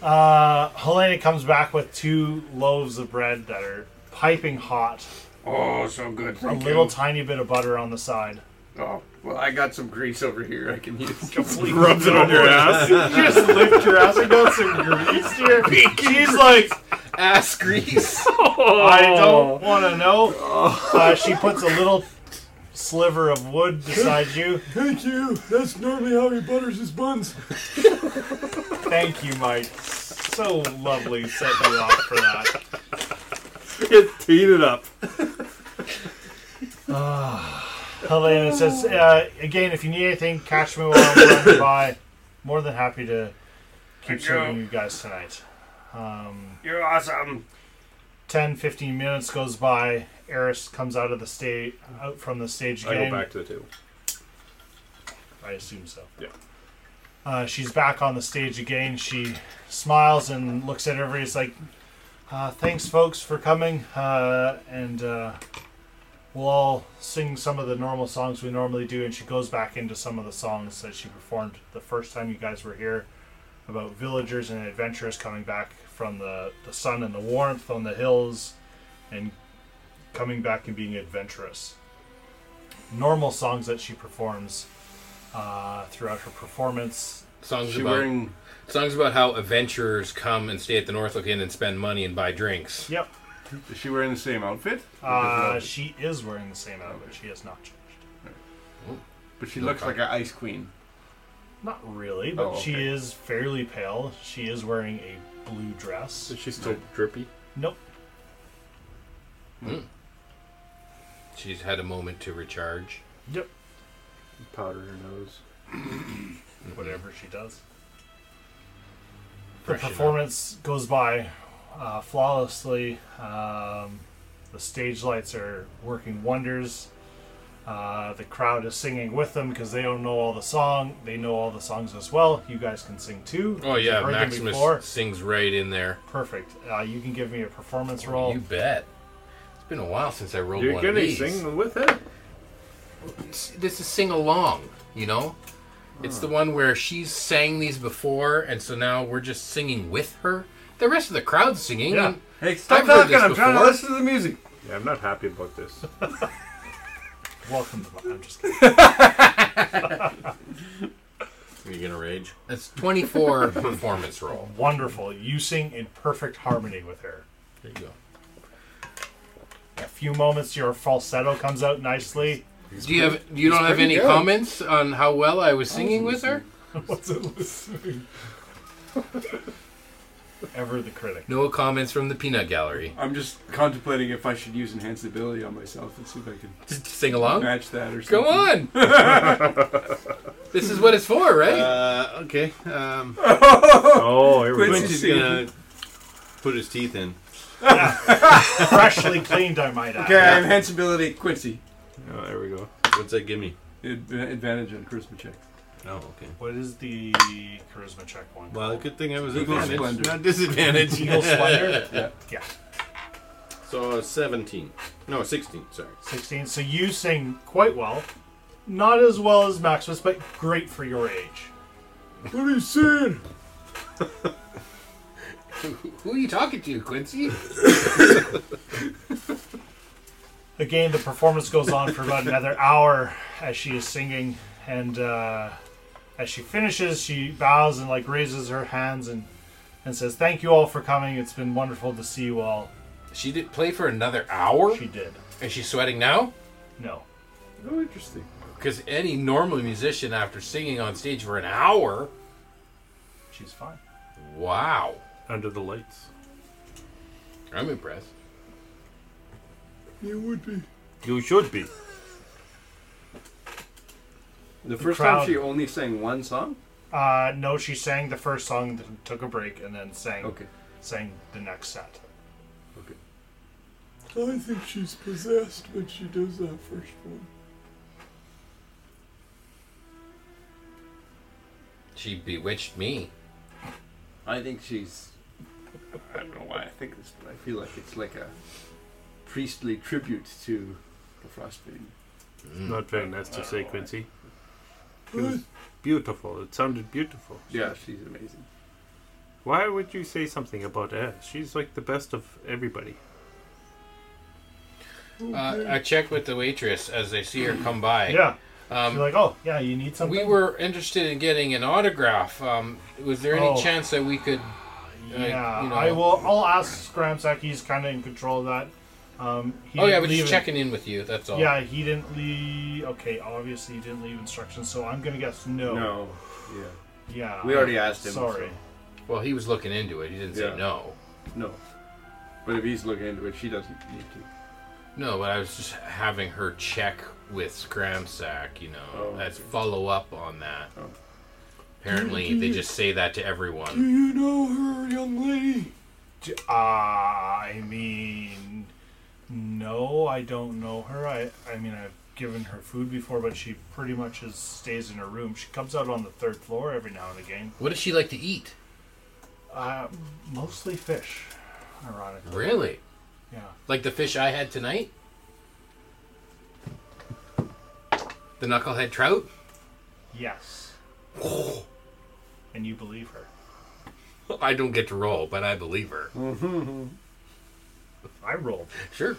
Uh, Helena comes back with two loaves of bread that are piping hot. Oh, so good, A thank little you. tiny bit of butter on the side. Oh, well, I got some grease over here. I can use. Completely Rubs it on your ass. You just lift your ass. You got some grease here. She's like ass grease. I Oh. don't want to know. Uh, she puts a little sliver of wood beside you. Thank you. That's normally how he butters his buns. Thank you, Mike. So lovely set you up for that. It's heated up. Helena says, uh, again, if you need anything, catch me while I'm running by. More than happy to keep Thank serving you. you guys tonight. Um, You're awesome. 10, 15 minutes goes by. Eris comes out of the stage, out from the stage I again. go back to the table. I assume so. Yeah. Uh, she's back on the stage again. She smiles and looks at everybody. It's like, uh, thanks, folks, for coming. Uh, and uh, we'll all sing some of the normal songs we normally do. And she goes back into some of the songs that she performed the first time you guys were here about villagers and adventurers coming back from the, the sun and the warmth on the hills and coming back and being adventurous. Normal songs that she performs uh, throughout her performance. Songs about songs about how adventurers come and stay at the Northlook Inn and spend money and buy drinks. Yep. Is she wearing the same outfit? Uh, she is wearing the same outfit. She has not changed. but she no looks problem. like an ice queen. Not really, but Oh, okay. she is fairly pale. She is wearing a blue dress. Is she still drippy? Nope. Mm. She's had a moment to recharge. Yep. Mm-hmm. Powder her nose. Whatever she does. The Freshen up. performance goes by uh, flawlessly. Um, the stage lights are working wonders. Uh, the crowd is singing with them because they don't know all the song. They know all the songs as well. You guys can sing too. Oh You've yeah, heard them Maximus before. sings right in there. Perfect. Uh, you can give me a performance roll. You bet. It's been a while since I rolled Oh. You're one gonna of these. sing with it. This is sing along, you know. It's the one where she's sang these before, and so now we're just singing with her. The rest of the crowd's singing. Yeah. and Hey, stop I've heard talking, this I'm trying to before. listen to the music. Yeah, I'm not happy about this. Welcome to my. I'm just kidding. Are you gonna rage? That's 24 performance roll. Wonderful. You sing in perfect harmony with her. There you go. A few moments, your falsetto comes out nicely. Do you have? You don't have any comments on how well I was singing with her? What's it listening? Ever the critic. No comments from the peanut gallery. I'm just contemplating if I should use enhanced ability on myself and see if I can sing along? match that or something. Go on. this is what it's for, right? Uh, okay. Um, oh, here we go. Quincy's gonna put his teeth in. Freshly cleaned, I might add. Okay, I have enhanced ability, Quincy. Oh, there we go. What's that give me? Ad- advantage on charisma check. Oh, okay. What is the charisma check one? Well, good thing I was Eagle advantage, Splendor. not disadvantage. Eagle Splendor? yeah. Yeah. So seventeen. No, sixteen. Sorry. 16. So you sing quite well. Not as well as Maximus, but great for your age. What are you saying? Who are you talking to, Quincy? Again, the performance goes on for about another hour as she is singing, and uh, as she finishes, she bows and like raises her hands and and says, "Thank you all for coming. It's been wonderful to see you all." She did play for another hour. She did. Is she sweating now? No. Oh, interesting. Because any normal musician, after singing on stage for an hour, she's fine. Wow, Under the lights. I'm impressed. You would be. You should be. The The first crowd- time she only sang one song? Uh, no, she sang the first song, then took a break, and then sang sang the next set. I think she's possessed when she does that first one. She bewitched me. I think she's. I don't know why I think this, but I feel like it's like a priestly tribute to the Frost Maiden. Not very nice to say, Quincy. It was beautiful. It sounded beautiful. Yeah, she's amazing. Why would you say something about Ash? She's like the best of everybody. Uh, I check with the waitress as I see her come by. Yeah. Um, You're like, oh, yeah, you need something. we were interested in getting an autograph. Um, was there any Oh. chance that we could? uh, Yeah, you know- I will. I'll ask Scramsack. He's kind of in control of that. Um, he Oh yeah, didn't we're just leave checking in with you. That's Oh. all. Yeah, he didn't leave. Okay, obviously he didn't leave instructions, so I'm gonna guess no. No. Yeah. Yeah. We already asked him, Sorry. Well, he was looking into it. He didn't Yeah. say no. No. But if he's looking into it, she doesn't need to. No, but I was just having her check with Scramsack. You know, that's follow up on that. Apparently, they just say that to Do everyone. you know her, young lady? D- I mean, no, I don't know her. I, I mean, I've given her food before, but she pretty much is, stays in her room. She comes out on the third floor every now and again. What does she like to eat? Uh, mostly fish, ironically. Really? Yeah. Like the fish I had tonight? The knucklehead trout? Yes. And you believe her. I don't get to roll, but I believe her. I rolled. Sure.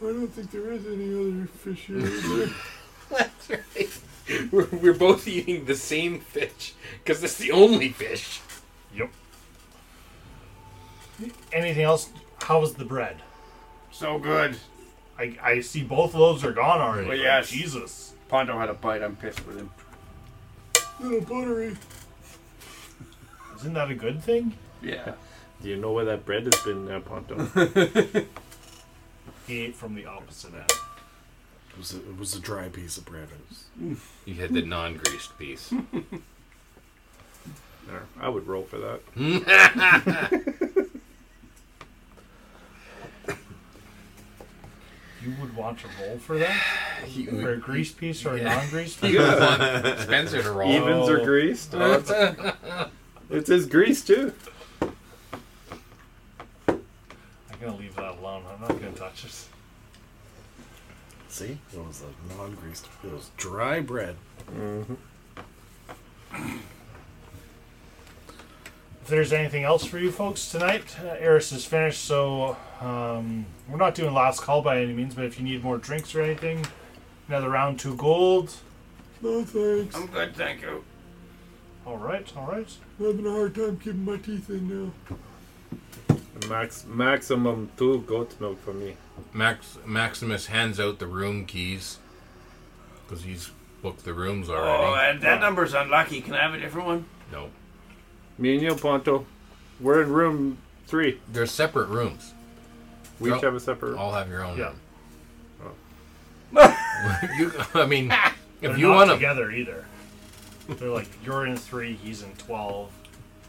I don't think there is any other fish here. is there? That's right. We're, we're both eating the same fish because it's the only fish. Yep. Anything else? How was the bread? So good. I, I see both loaves are gone already. Well, yes. Jesus. Pondo had a bite. I'm pissed with him. Little buttery. Isn't that a good thing? Yeah. Do you know where that bread has been, uh, Ponto? He ate from the opposite end. It was a, it was a dry piece of bread. It was- You had the non greased piece. There, I would roll for that. You would want to roll for that? for a grease piece or a non grease piece? You would want Spencer to roll. Evens are greased. Oh, it's- it says grease too. I'm going to leave that alone. I'm not going to touch it. See, it was a non-greased. It was dry bread. If there's anything else for you folks tonight, uh, Eris is finished, so um, we're not doing last call by any means, but if you need more drinks or anything, another round, two gold. No thanks. I'm good, thank you. All right, all right. I'm having a hard time keeping my teeth in now. Max maximum two goat milk for me. Max Maximus hands out the room keys because he's booked the rooms Oh, already. Oh, that, that number's unlucky. Can I have a different one? no, Me and you, Ponto. We're in room three. they're separate rooms. We Well, each have a separate. All have your own Yeah. room. Oh. you, I mean, They're if you not want to, together either. They're like, you're in three, he's in 12,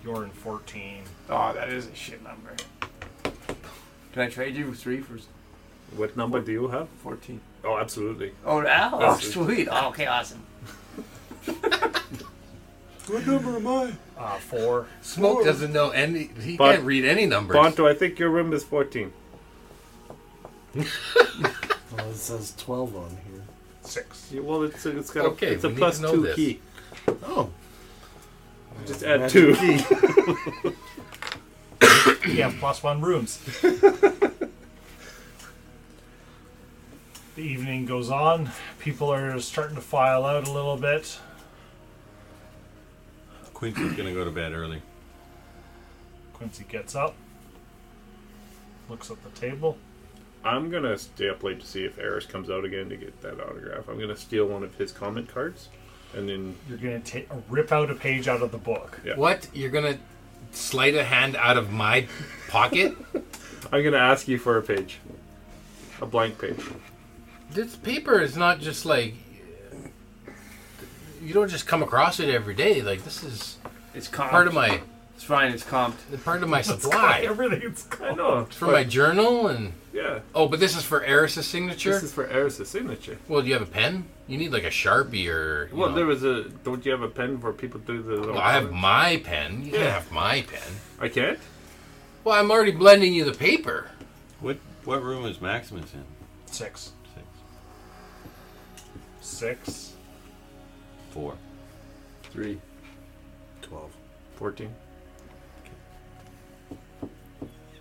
you're in 14. Oh, that is a shit number. Can I trade you three for What number do you have? 14? Oh, absolutely. Oh, now? Oh, That's- sweet. Oh, okay, awesome. What number am I? Uh, four. Smoke doesn't know any. He But- can't read any numbers. Ponto, I think your room is fourteen. Well, it says twelve on here. Six. Yeah, well, it's a, it's got Okay, a, it's a we need plus to know two this. key. Oh, Just add two. Magic key. Yeah, plus one rooms. the evening goes on. People are starting to file out a little bit. Quincy's gonna go to bed early. Quincy gets up, looks at the table. I'm gonna stay up late to see if Eris comes out again to get that autograph. I'm gonna steal one of his comment cards, and then You're gonna take rip out a page out of the book. Yeah. What? You're gonna slide a hand out of my pocket? I'm gonna ask you for a page, a blank page. this paper is not just like you don't just come across it every day. Like this is It's comped. part of my It's fine. It's comped. part of my supply. Everything's I gone. know. It's for my journal and Yeah. oh, but this is for Eris's signature. This is for Eris' signature. well, do you have a pen? You need like a sharpie or you Well, know. there was a. Don't you have a pen where people do the? Little Well, I have comment? my pen. You can't Yeah. have my pen. I can't. Well, I'm already blending you the paper. What what room is Maximus in? Six. Six. Six. Four. Three. Twelve. Fourteen.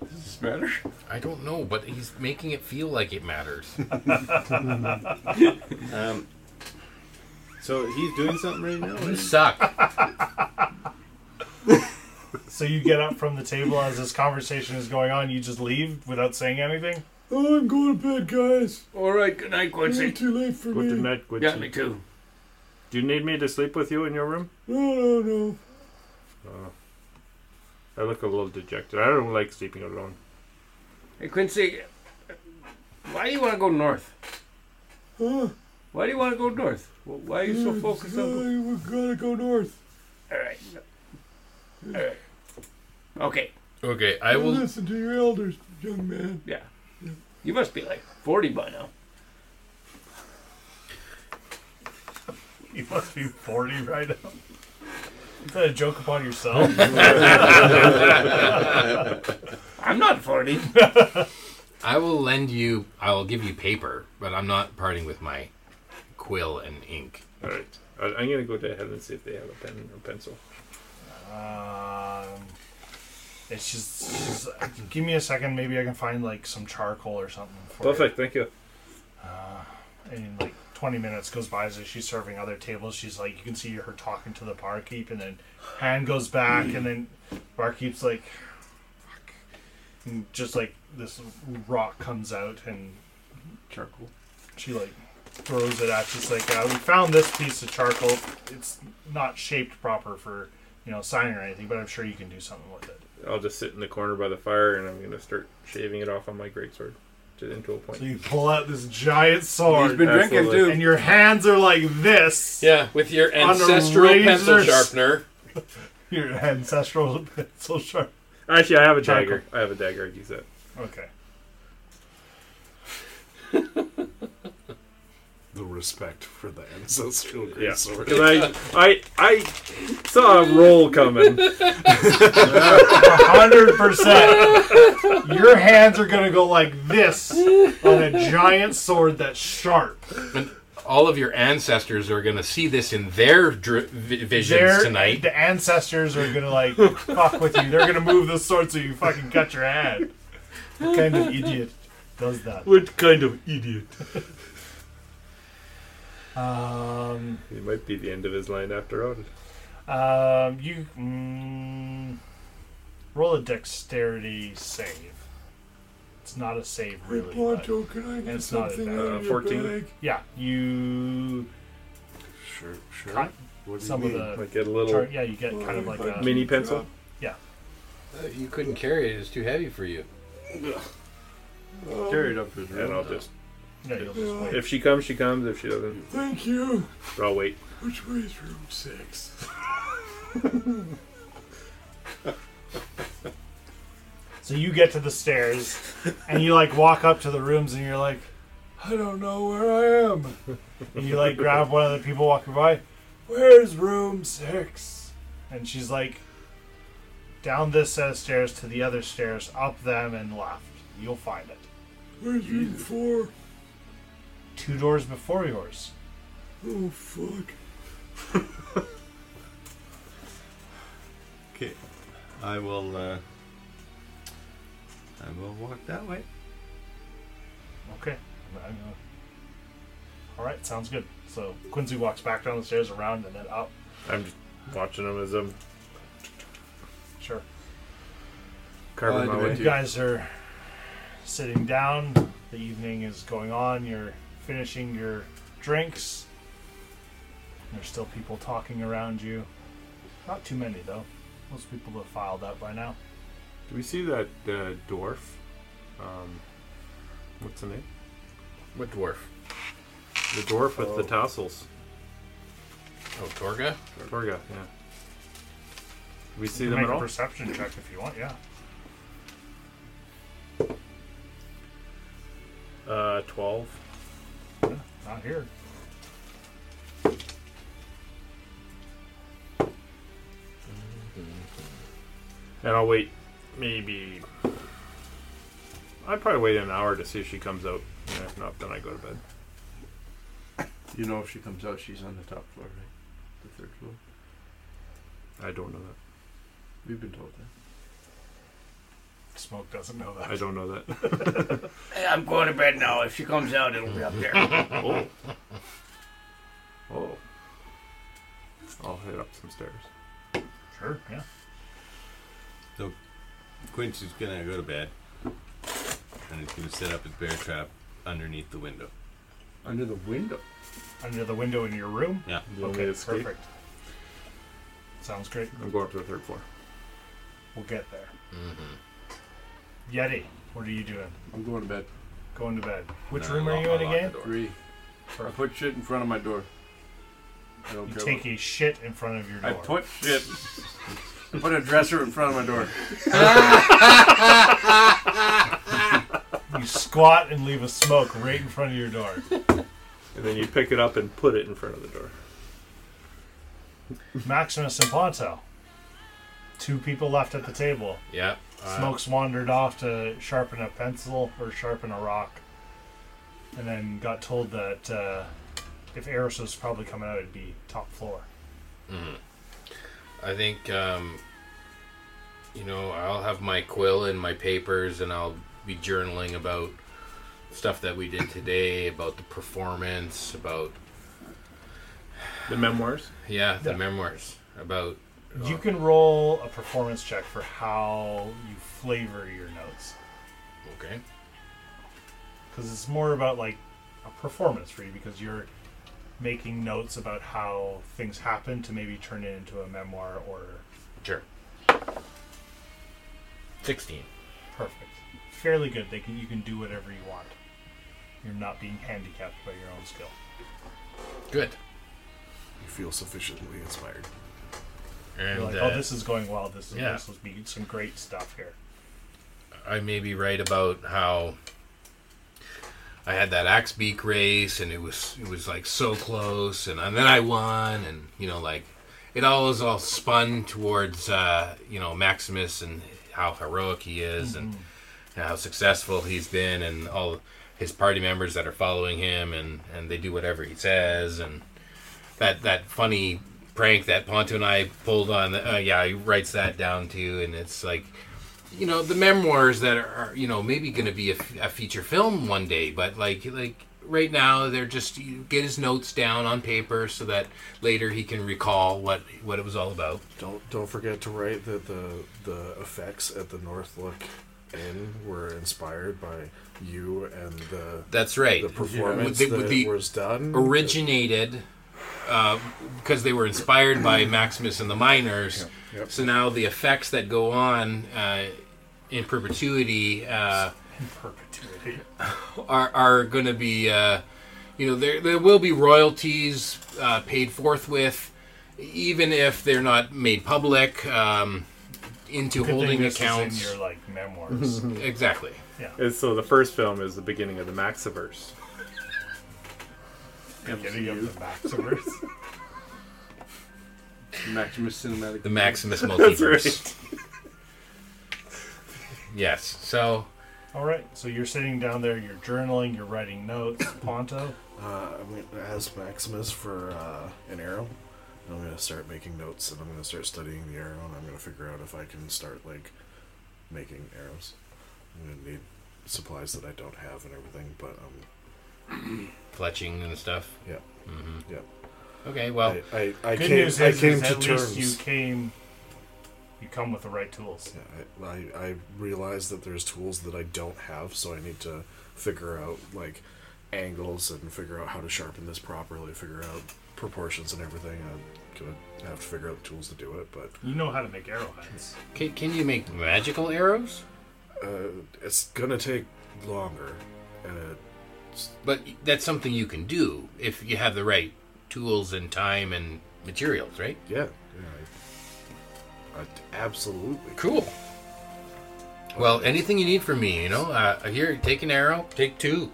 Does this matter? I don't know, but he's making it feel like it matters. Um, so he's doing something right now? You suck. So you get up from the table as this conversation is going on. You just leave without saying anything. Oh, I'm going to bed, guys. All right, good night, Way too late for Good me. night, Quincy. Yeah, me too. Do you need me to sleep with you in your room? No, no, Oh, no. I look a little dejected. I don't like sleeping alone. Hey, Quincy, why do you want to go north? Huh? Why do you want to go north? Wh- Why are you so focused on? go- We're gonna go north. All right. All right. Okay. Okay, I You will. Listen to your elders, young man. Yeah. You must be like 40 by now. You must be forty right now. Is that a joke upon yourself? I'm not 40. I will lend you. I will give you paper, but I'm not parting with my quill and ink. All right. I- I'm going to go to hell and see if they have a pen or pencil. Um, it's just, she's- give me a second. Maybe I can find like some charcoal or something. For you. Perfect. Thank you. Uh, And like twenty minutes goes by as she's serving other tables. She's like, you can see her talking to the barkeep, and then hand goes back, and then barkeep's like, fuck, and just like this rock comes out, and Charcoal. she like throws it at. She's like, uh, we found this piece of charcoal. It's not shaped proper for you know sign or anything, but I'm sure you can do something with it. I'll just sit in the corner by the fire and I'm going to start shaving it off on my greatsword to into a So point. you pull out this giant sword. He's been drinking, Absolutely. too. and your hands are like this. Yeah, with your On a ancestral pencil razor's- sharpener. Your ancestral pencil sharp. Actually, I have a Charcoal. dagger. I have a dagger. I'd use that. Okay. The respect for the ancestral great Yeah. sword. 'Cause I, I, I saw a roll coming. hundred percent. Your hands are gonna go like this on a giant sword that's sharp. All of your ancestors are going to see this in their dr- vi- visions They're- tonight. The ancestors are gonna like fuck with you. They're gonna move the sword so you fucking cut your hand. What kind of idiot does that? what kind of idiot? Um, It might be the end of his line after all. um, you mm, roll a dexterity save. It's not a save really. but- Poncho, can I get it's not something a- out uh, of your 14? bag? Yeah, you Sure, sure. cut What do some you of mean? the. Like a little Char- yeah, you get kind of like a. mini pencil. you couldn't carry it; it's too heavy for you. Carried up his And I'll just. Yeah, you'll just wait. If she comes, she comes. If she doesn't, Thank you. I'll wait. Which way is room six? So you get to the stairs, and you like walk up to the rooms, and you're like, I don't know where I am. and you like grab one of the people walking by. Where's room six? And she's like, down this set of stairs to the other stairs, up them and left. You'll find it. Where's room four? Two doors before yours. Oh, fuck. Okay. I will, uh. I will walk that way. Okay. I know. All right, sounds good. So Quincy walks back down the stairs, around, and then up. I'm just watching them as um, I'm Sure. carving Oh, my way. You guys are sitting down. The evening is going on. You're finishing your drinks. There's still people talking around you. Not too many, though. Most people have filed out by now. Do we see that uh, dwarf? Um, what's the name? What dwarf? The dwarf with the tassels. Oh, Torga. Torga, yeah. Do we see You them can at make a all? perception check if you want, yeah. uh, 12. Not here. And I'll wait maybe. I'd probably wait an hour to see if she comes out. And if not, then I go to bed. You know, if she comes out, she's on the top floor, right? The third floor. I don't know that. We've been told that. Smoke doesn't know that. I don't know that. Hey, I'm going to bed now. If she comes out, it'll be up there. oh. Oh. I'll head up some stairs. Sure, yeah. Quincy's gonna go to bed, and he's gonna set up his bear trap underneath the window. Under the window. Under the window in your room? Yeah. You want me Okay, to escape? perfect. Sounds great. I'm going up to the third floor. We'll get there. Mm-hmm. Yeti, what are you doing? I'm going to bed. Going to bed. Which No, room are I'll- you I'll in lock the again? door. Three. I put shit in front of my door. I don't You care. take a shit in front of your what- I door. put shit. I put a dresser in front of my door. You squat and leave a smoke right in front of your door. And then you pick it up and put it in front of the door. Maximus and Ponto. Two people left at the table. Yeah. uh, Smokes wandered off to sharpen a pencil or sharpen a rock, and then got told that uh, if Eris was probably coming out, it'd be top floor. mm-hmm. I think, um, you know, I'll have my quill and my papers, and I'll be journaling about stuff that we did today, about the performance, about The memoirs. yeah, the Yeah. memoirs, about You can roll a performance check for how you flavor your notes, okay, because it's more about like a performance for you, because you're making notes about how things happen to maybe turn it into a memoir or sure. Sixteen. perfect. Fairly good. They can you can do whatever you want. You're not being handicapped by your own skill. Good. You feel sufficiently inspired. And You're like, uh, oh, this is going well. This is yeah. this will be some great stuff here. I may be right about how I had that axe beak race, and it was it was like so close, and, and then I won, and you know, like it all was all spun towards uh, you know Maximus and how heroic he is, and how successful he's been, and all his party members that are following him, and and they do whatever he says, and that that funny prank that Ponto and I pulled on. Uh, yeah, he writes that down too, and it's like you know the memoirs that are, are, you know maybe going to be a, f- a feature film one day but like like right now they're just you get his notes down on paper so that later he can recall what what it was all about Don't don't forget to write that the the effects at the North Look Inn were inspired by you and the that's right the performance With the- that with the was done. originated uh, because they were inspired by Maximus and the Miners. yep. So now the effects that go on uh, in perpetuity uh, Perpetuity. are are going to be, uh, you know, there there will be royalties uh, paid forthwith, even if they're not made public. Um, into Good thing holding this accounts, is in your like memoirs. exactly. And so the first film is the beginning of the Maxiverse. Beginning of the Maxiverse. Maximus Cinematic. The Maximus multiverse. yes. So All right, so you're sitting down there. You're journaling. You're writing notes. Ponto. Uh, I'm going to ask Maximus for uh, an arrow. And I'm going to start making notes and I'm going to start studying the arrow and I'm going to figure out if I can start, like, making arrows. I'm going to need supplies that I don't have and everything, but um, fletching and stuff. Mm-hmm. yeah. Yeah. Okay. Well, I, I, I Good came, news I is, came is to at terms. least you came. You come with the right tools. Yeah, I, I, I realize that there's tools that I don't have, so I need to figure out, like, angles and figure out how to sharpen this properly, figure out proportions and everything. I'm going to have to figure out the tools to do it, but You know how to make arrowheads. Can, can you make magical arrows? Uh, it's gonna take longer. Uh, But that's something you can do if you have the right tools and time and materials, right? yeah, yeah, I, I, absolutely. Cool. Well, anything you need from me, you know, uh, here, take an arrow, take two.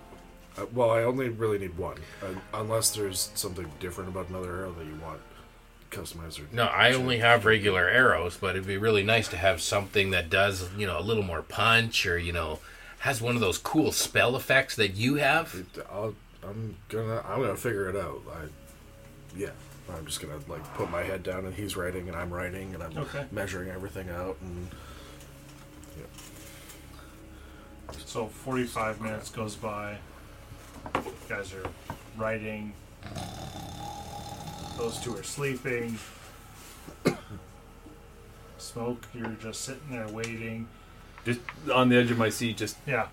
Uh, well, I only really need one, uh, unless there's something different about another arrow that you want customized. Or No, I only have regular arrows, but it'd be really nice to have something that does, you know, a little more punch or, you know, has one of those cool spell effects that you have. I'll I'm gonna I'm gonna figure it out. I yeah. I'm just gonna like put my head down and he's writing and I'm writing and I'm Okay. measuring everything out and So 45 minutes goes by. You guys are writing. Those two are sleeping. Smoke, you're just sitting there waiting. Just on the edge of my seat, just Yeah.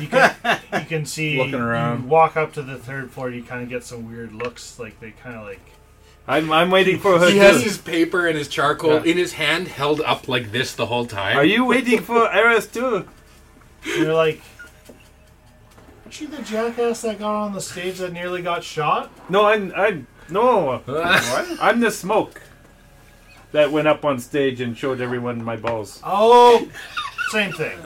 you, can, you can see. Looking around. You walk up to the third floor, you kind of get some weird looks. Like, they kind of like. I'm, I'm waiting for her. He to- has his paper and his charcoal Yeah. in his hand, held up like this the whole time. Are you waiting for Eris too? You're like. Aren't you the jackass that got on the stage that nearly got shot? No, I'm I'm no. I'm the smoke that went up on stage and showed everyone my balls. Oh! Same thing.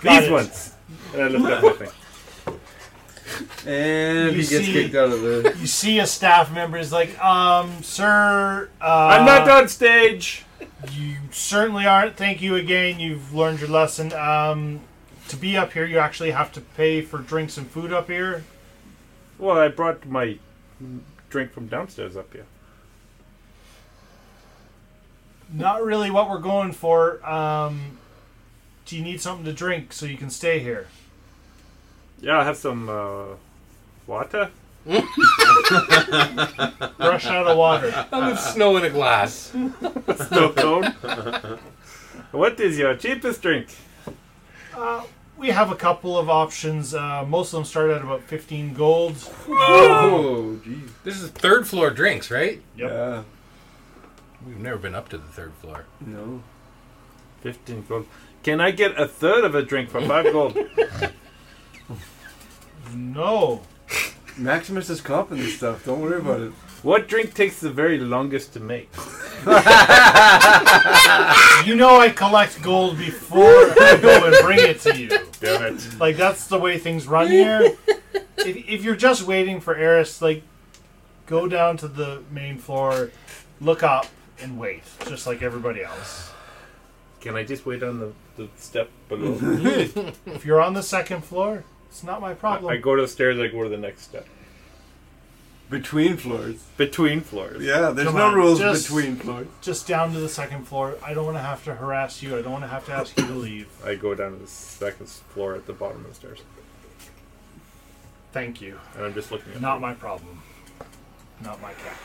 Got These it. ones. And I looked up that thing. And You he gets see- kicked out of the. You see a staff member is like, um, sir, uh, I'm not on stage. You certainly aren't. Thank you again. You've learned your lesson. Um, to be up here, you actually have to pay for drinks and food up here. Well, I brought my drink from downstairs up here. Not really what we're going for. Um, do you need something to drink so you can stay here? Yeah, I have some uh, water. Rush out of water. I'm with snow in a glass. Snow cone. what is your cheapest drink? Uh, we have a couple of options. Uh, most of them start at about 15 gold. Oh, geez. This is third floor drinks, right? Yep. Yeah. We've never been up to the third floor. No. Fifteen gold. Can I get a third of a drink for five gold? No. Maximus is comping this stuff. Don't worry about it. what drink takes the very longest to make? You know I collect gold before I go and bring it to you. Damn it. Like that's the way things run here. if, if you're just waiting for Eris, like go down to the main floor, look up, and wait, just like everybody else. Can I just wait on the, the step below? If you're on the second floor, it's not my problem. I go to the stairs, I go to the next step. Between floors. Between floors. Yeah, there's Come no on, rules just- between floors. just down to the second floor. I don't want to have to harass you. I don't want to have to ask you to leave. I go down to the second floor at the bottom of the stairs. Thank you. And I'm just looking at Not my problem. Not my cat.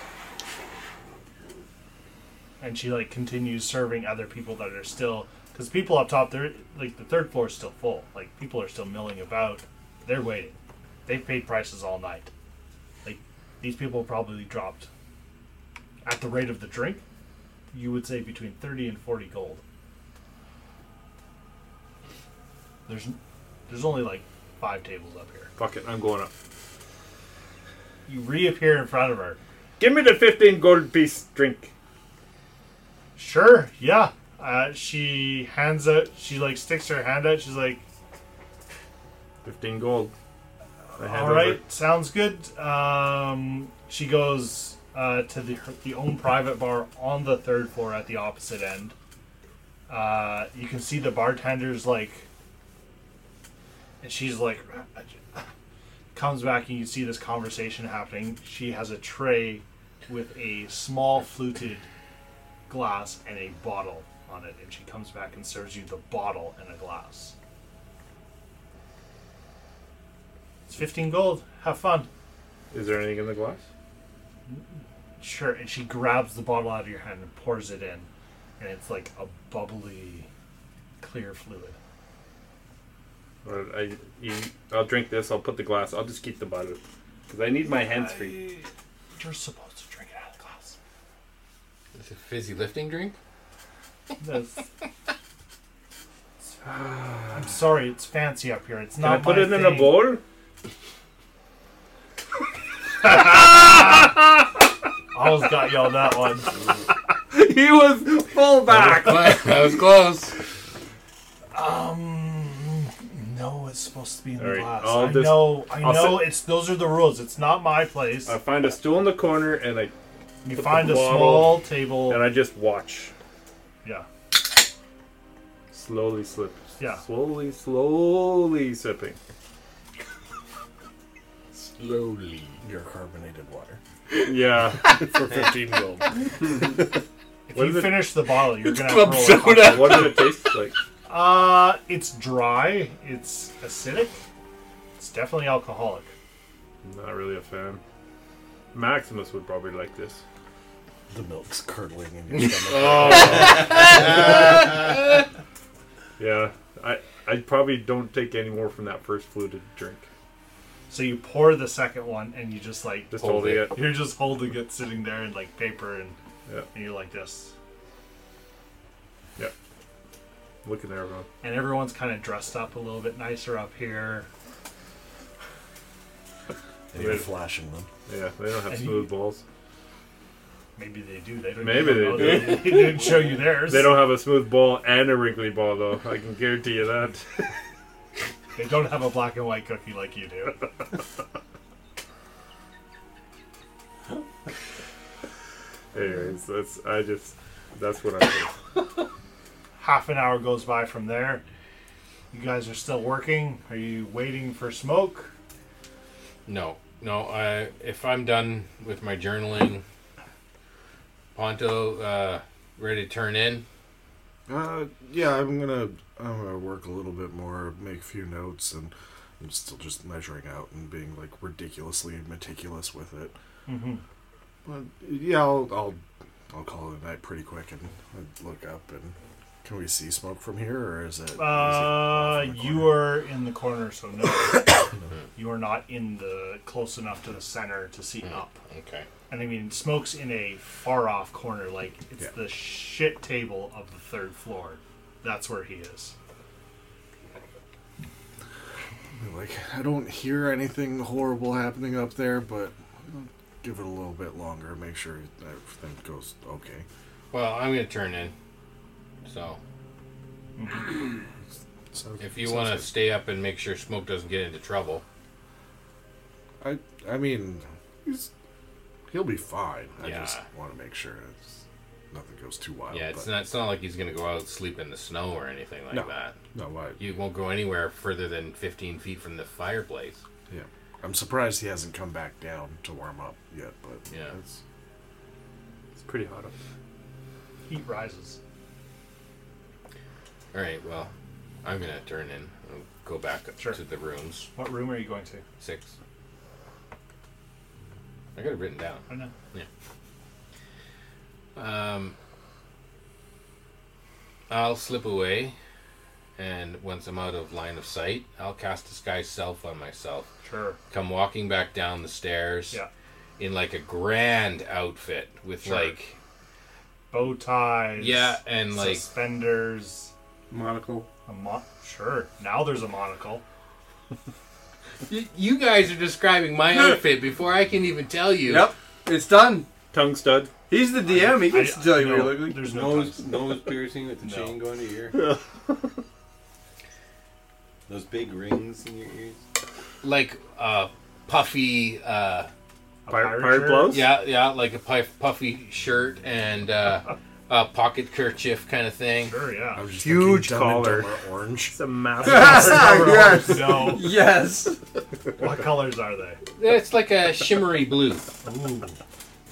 And she like continues serving other people that are still because people up top, they're like the third floor is still full. Like people are still milling about. They're waiting. They've paid prices all night. Like these people probably dropped at the rate of the drink. You would say between thirty and forty gold. There's there's only like five tables up here Fuck it, I'm going up. you reappear in front of her. Give me the 15 gold piece drink. Sure, yeah. Uh, she hands out. She like sticks her hand out. She's like, 15 gold. I hand "All over- right, sounds good." Um, she goes uh, to the her, the own private bar on the third floor at the opposite end. Uh, you can see the bartender's like, and she's like, comes back and you see this conversation happening. She has a tray with a small fluted glass and a bottle on it, and she comes back and serves you the bottle and a glass. It's 15 gold. Have fun. Is there anything in the glass? Sure. And she grabs the bottle out of your hand and pours it in. And it's like a bubbly, clear fluid. Or I, you, I'll drink this, I'll put the glass, I'll just keep the bottle. Because I need my hands free. You're supposed to drink it out of the glass. Is it fizzy lifting drink? That's. I'm sorry, it's fancy up here. It's Can I not. put my it in a thing. bowl? I almost got you on that one. he was full back. that was close. Um, no, it's supposed to be in the All right, glass. I'll I just- know, I I'll know. sit- It's those are the rules. It's not my place. I find a stool in the corner and I you put the find a bottle- small table. and I just watch. yeah, Slowly slip. Yeah. Slowly, slowly sipping. Slowly. Your carbonated water. Yeah. For 15 gold. If you finish the bottle, you're It's gonna club have to roll a soda. con- What does it taste like? Uh, it's dry. It's acidic. It's definitely alcoholic. Not really a fan. Maximus would probably like this. The milk's curdling in your stomach. oh. yeah, I I probably don't take any more from that first fluted drink. So you pour the second one, and you just like Just holding it. You're just holding it, sitting there, and like paper, and, and you're like this. Yep. Looking there, everyone. And everyone's kind of dressed up a little bit nicer up here. And you're flashing them. Yeah, they don't have And smooth balls. Maybe they do. They don't. you Maybe they don't do. know. They didn't show you theirs. They don't have a smooth ball and a wrinkly ball, though. I can guarantee you that. They don't have a black and white cookie like you do. Anyways, that's I just that's what I do. Half an hour goes by from there. You guys are still working. Are you waiting for smoke? No, no. I if I'm done with my journaling, Ponto, uh, ready to turn in. Uh, yeah, I'm gonna I'm gonna work a little bit more, make a few notes, and I'm still just measuring out and being like ridiculously meticulous with it. Mhm. But yeah, I'll I'll I'll call it a night pretty quick and I'd look up and can we see smoke from here or is it? Uh, you are in the corner, so no. you are not in the close enough to the center to see up. Okay. And I mean, smoke's in a far off corner, like it's Yeah. the shit table of the third floor. That's where he is. Like I don't hear anything horrible happening up there, but I'll give it a little bit longer, make sure everything goes okay. Well, I'm gonna turn in. So, Sounds- if you sounds want to good. stay up and make sure Smoke doesn't get into trouble, I I mean, he's, he'll be fine. I Yeah. just want to make sure it's, nothing goes too wild. Oh, yeah, it's but- not. It's not like he's gonna go out sleep in the snow or anything like No. that. No, I- You won't go anywhere further than 15 feet from the fireplace. Yeah, I'm surprised he hasn't come back down to warm up yet. But yeah, it's it's pretty hot up. Heat rises. All right. Well, I'm gonna turn in. I'll go back up to the rooms. What room are you going to? Six. I got it written down. I know. Yeah. Um, I'll slip away, and once I'm out of line of sight, I'll cast disguise self on myself. Sure. Come walking back down the stairs. Yeah. In like a grand outfit with Sure. like Bow ties. Yeah, and, like- suspenders. Monocle. A mo- sure. Now there's a monocle. Y- You guys are describing my outfit before I can even tell you. Yep, it's done. Tongue stud. He's the DM. He gets to tell you what you look like. There's no nose nose piercing with the chain going to your ear. Yeah. Those big rings in your ears. Like uh, puffy. Uh, pirate pirate shirt? blouse? Yeah, yeah, like a puff, puffy shirt and uh, a pocket kerchief kind of thing. Sure, yeah. Huge collar. orange. It's a massive. Yes. No. Yes. What colors are they? It's like a shimmery blue. Ooh.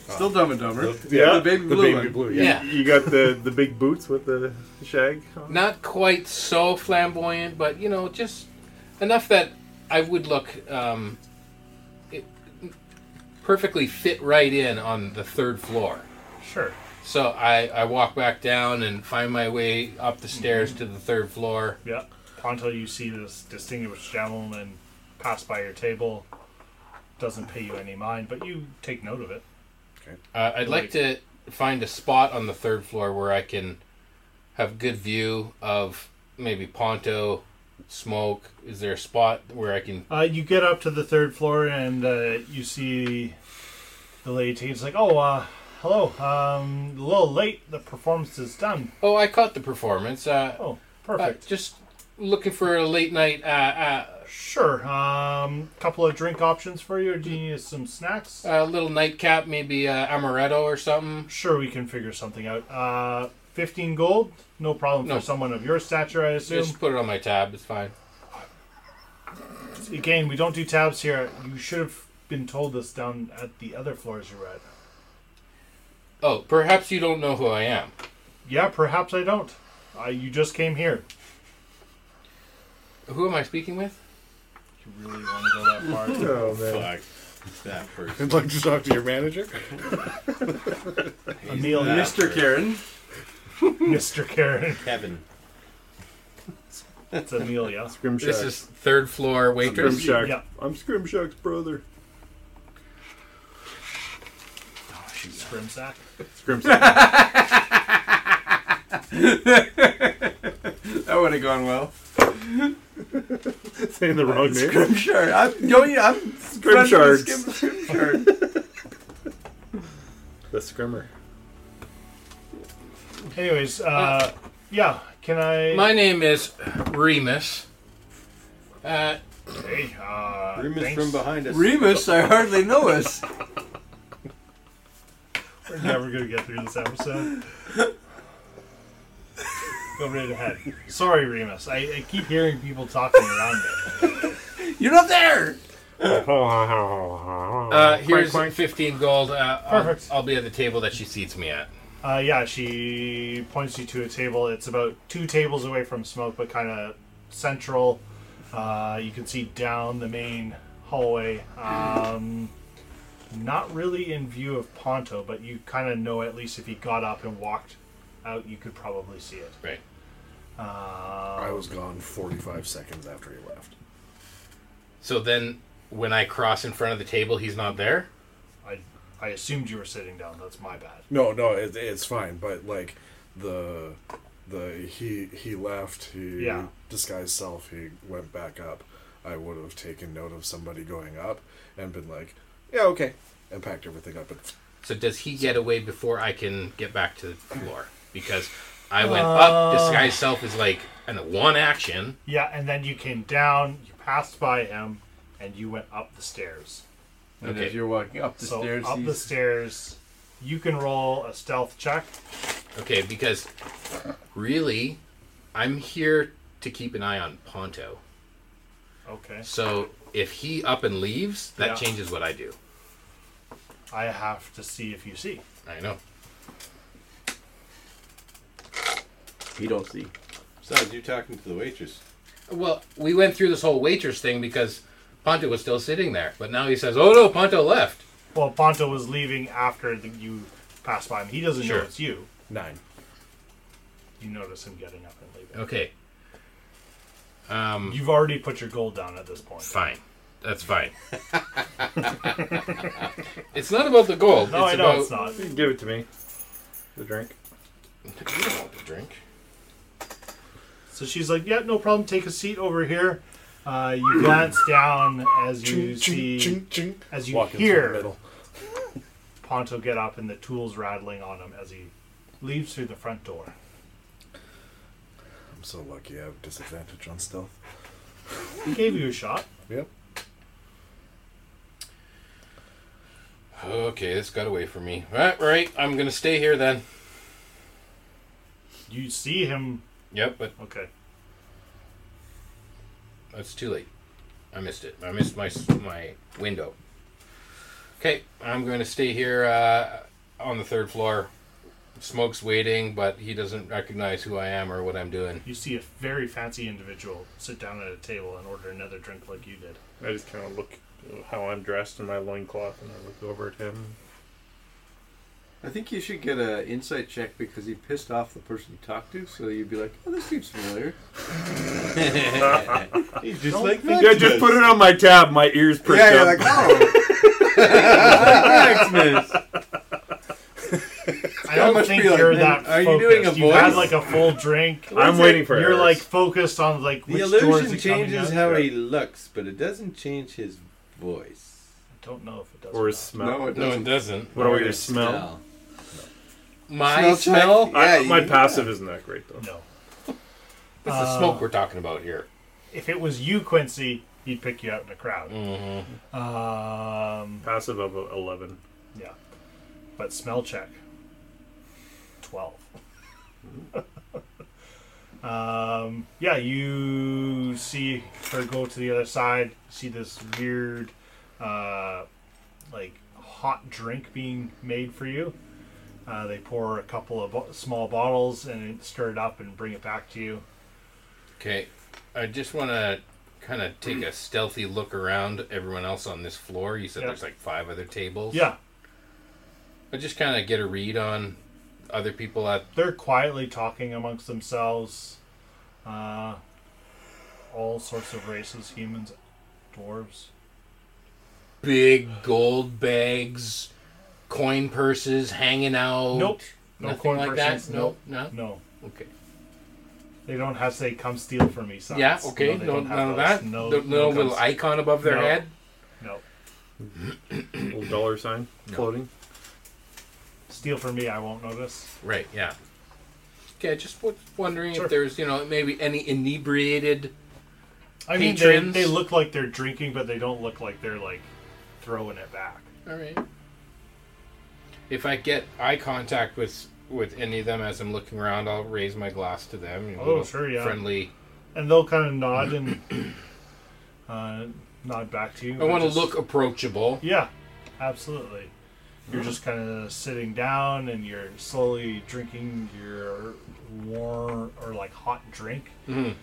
Still Dumb and Dumber. Yeah, the baby blue one. Yeah. You, you got the the big boots with the shag. on? Not quite so flamboyant, but you know, just enough that I would look um, it, perfectly fit right in on the third floor. Sure. So I, I walk back down and find my way up the stairs to the third floor. Yeah. Ponto, you see this distinguished gentleman pass by your table. Doesn't pay you any mind, but you take note of it. Okay. Uh, I'd like to find a spot on the third floor where I can have good view of maybe Ponto, Smoke. Is there a spot where I can? Uh, you get up to the third floor and uh, you see the lady. It's like, oh, uh, hello. Um, a little late. The performance is done. Oh, I caught the performance. Uh, oh, perfect. uh, just looking for a late night. Uh, uh, sure. Um, couple of drink options for you. Or do you need some snacks? A little nightcap, maybe uh, amaretto or something. Sure, we can figure something out. Uh, fifteen gold, no problem No. for someone of your stature, I assume. Just put it on my tab. It's fine. Again, we don't do tabs here. You should have been told this down at the other floors you were at. Oh, perhaps you don't know who I am. Yeah, perhaps I don't. I, you just came here. Who am I speaking with? You really want to go that far? Oh, man. Fuck. That person. I'd like to talk to your manager. Emil, Mr. Karen. Mr. Karen. Kevin. It's Amelia. Scrimshaw. This is third floor waitress. Scrimshaw. Yeah. I'm Scrimshock's brother. Ah, Scrimsack. Scrimsack. That would have gone well. Saying the wrong name. Grimshard. I'm, yo, yeah, I'm friends with Skim- Grimshard. the scrimmer. Anyways, uh, yeah. Can I? My name is Remus. Uh, Hey, uh, Remus thanks. from behind us. Remus, I hardly know us. We're never gonna get through this episode. Go right ahead. Sorry, Remus. I, I keep hearing people talking around me. You're not there. uh, here's 15 gold. Uh, I'll- Perfect. I'll, be at the table that she seats me at. Uh, yeah, she points you to a table. It's about two tables away from smoke, but kind of central. Uh, you can see down the main hallway. Um, not really in view of Ponto, but you kind of know at least if he got up and walked out, you could probably see it. Um, Right. I was gone 45 seconds after he left. So then, when I cross in front of the table, he's not there. I I assumed you were sitting down. That's my bad. No, no, it, it's fine. But like the the he he left. He Yeah. disguised self. He went back up. I would have taken note of somebody going up and been like, yeah, okay, and packed everything up. And So does he get away before I can get back to the floor? Because I went up. Uh. This guy's self is like an one action. Yeah, and then you came down. You passed by him, and you went up the stairs. And Okay. as you're walking up the so stairs, up the he's- stairs, you can roll a stealth check. Okay, because really, I'm here to keep an eye on Ponto. Okay. So if he up and leaves, that Yeah. changes what I do. I have to see if you see. I know. You don't see. Besides, you're talking to the waitress. Well, we went through this whole waitress thing because Ponto was still sitting there, but now he says, "Oh no, Ponto left." Well, Ponto was leaving after the, you passed by him. He doesn't Sure. know it's you. nine. You notice him getting up and leaving. Okay. Um, You've already put your gold down at this point. fine. That's fine. it's not about the gold. No, it's I know about it's not. You can give it to me. The drink. You don't want the drink. So she's like, "Yeah, no problem. Take a seat over here." Uh, you glance down as you see as you Walking through the hear middle. Ponto get up and the tools rattling on him as he leaves through the front door. I'm so lucky. I have disadvantage on stealth. He gave you a shot. Yep. Okay, this got away from me. Right, right. I'm gonna stay here then. You see him. Yep, but Okay. It's too late. I missed it. I missed my my window. Okay, I'm going to stay here uh, on the third floor. Smoke's waiting, but he doesn't recognize who I am or what I'm doing. You see a very fancy individual sit down at a table and order another drink like you did. I just kind of look how I'm dressed in my loincloth and I look over at him. I think you should get an insight check because he pissed off the person you talked to, so you'd be like, oh, this seems familiar. He's just like that. Yeah, just put it on my tab. My ears pricked yeah, up. you're like, oh. Maximus. I don't must think be like, you're "Man, that are focused. you doing a have had voice?" like a full drink. I'm waiting for You're hers. like focused on like The which door is illusion he coming changes out? how he looks, but it doesn't change his voice. I don't know if it "Ah." does. Or Or his not. smell. it No, it doesn't. what are we gonna smell? My smell. Smell check? I, Yeah, my you- passive isn't that great though. No. This is smoke we're talking about here. If it was you, Quincy, he'd pick you out in a Mm. crowd. Um, Passive of a- eleven. yeah. But smell check. Twelve. um, yeah, you see her go to the other side. See this weird uh, like hot drink being made for you. Uh, they pour a couple of bo- small bottles and stir it up and bring it back to you. Okay, I just want to kind of take a stealthy look around everyone else on this floor. You said Yeah. there's like five other tables. Yeah. I just kind of get a read on other people at. They're quietly talking amongst themselves. Uh, all sorts of races, humans, dwarves. Big gold bags, coin purses hanging out. Nope. No Nothing coin like purses, that. nope. No. No. Okay. They don't have to say come steal from me signs. Yeah. Okay. they No, don't have none of those. that. No, no, little comes- icon above their No. head. No. Little dollar sign No. floating. Steal from me, I won't notice. Right. Yeah. Okay. Just was wondering if there's you know maybe any inebriated. I mean, they, patrons. they look like they're drinking, but they don't look like they're like throwing it back. All right. If I get eye contact with with any of them as I'm looking around, I'll raise my glass to them. you know, Oh, little sure, yeah. Friendly. And they'll kind of nod and uh, nod back to you. I but want to just- look approachable. Yeah, absolutely. You're just kind of sitting down and you're slowly drinking your warm or like hot drink. Mhm.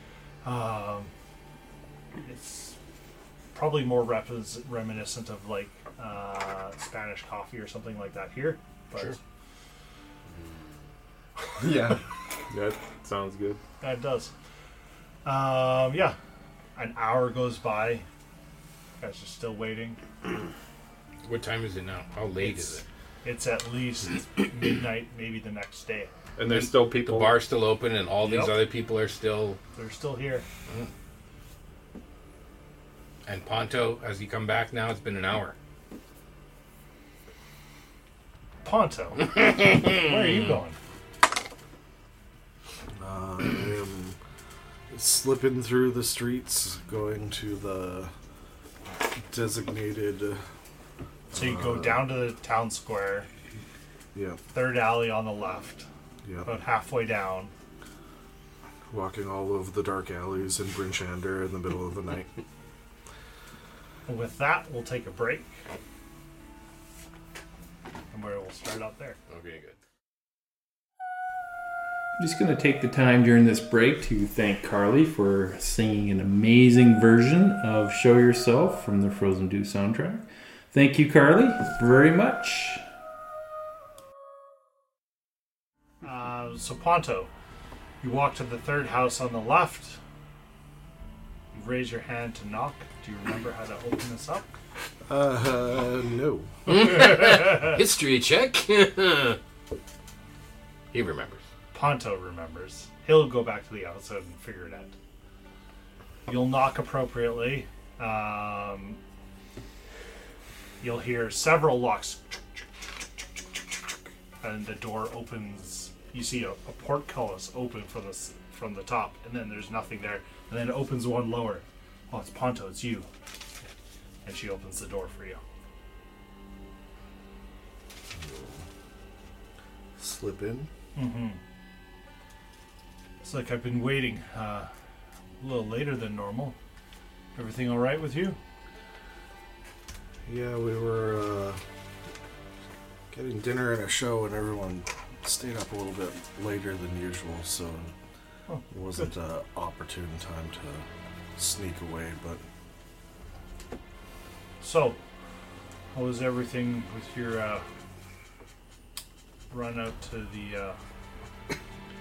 Um, it's probably more repis reminiscent of like uh, Spanish coffee or something like that here. But Sure. Yeah. that sounds good. That does. Um, yeah. An hour goes by. You guys are still waiting. What time is it now? How late It's- is it? It's at least midnight, maybe the next day. And there's still people. The bar's still open, and all Yep. these other people are still. They're still here. And Ponto, as you come back now, it's been an hour. Ponto, where are you going? Uh, I am slipping through the streets, going to the designated. So you go uh, down to the town square, Yeah, third alley on the left, yeah. about halfway down. Walking all over the dark alleys in Brinchander in the middle of the night. And with that, we'll take a break. And where we'll start out there. Okay, good. I'm just going to take the time during this break to thank Carly for singing an amazing version of Show Yourself from the Frozen 2 soundtrack. Thank you, Carly, very much. Uh, so Ponto, you walk to the third house on the left. You raise your hand to knock. Do you remember how to open this up? Uh, no. History check. he remembers. Ponto remembers. He'll go back to the episode and figure it out. You'll knock appropriately. Um, you'll hear several locks, and the door opens. You see a, a portcullis open from the s- from the top, and then there's nothing there. And then it opens one lower. Oh, it's Ponto. It's you. And she opens the door for you. Slip in. Mm-hmm. It's like I've been waiting. Uh, a little later than normal. Everything all right with you? Yeah, we were uh, getting dinner and a show, and everyone stayed up a little bit later than usual, so Oh, it wasn't an opportune time to sneak away. But So, how was everything with your uh, run out to the uh,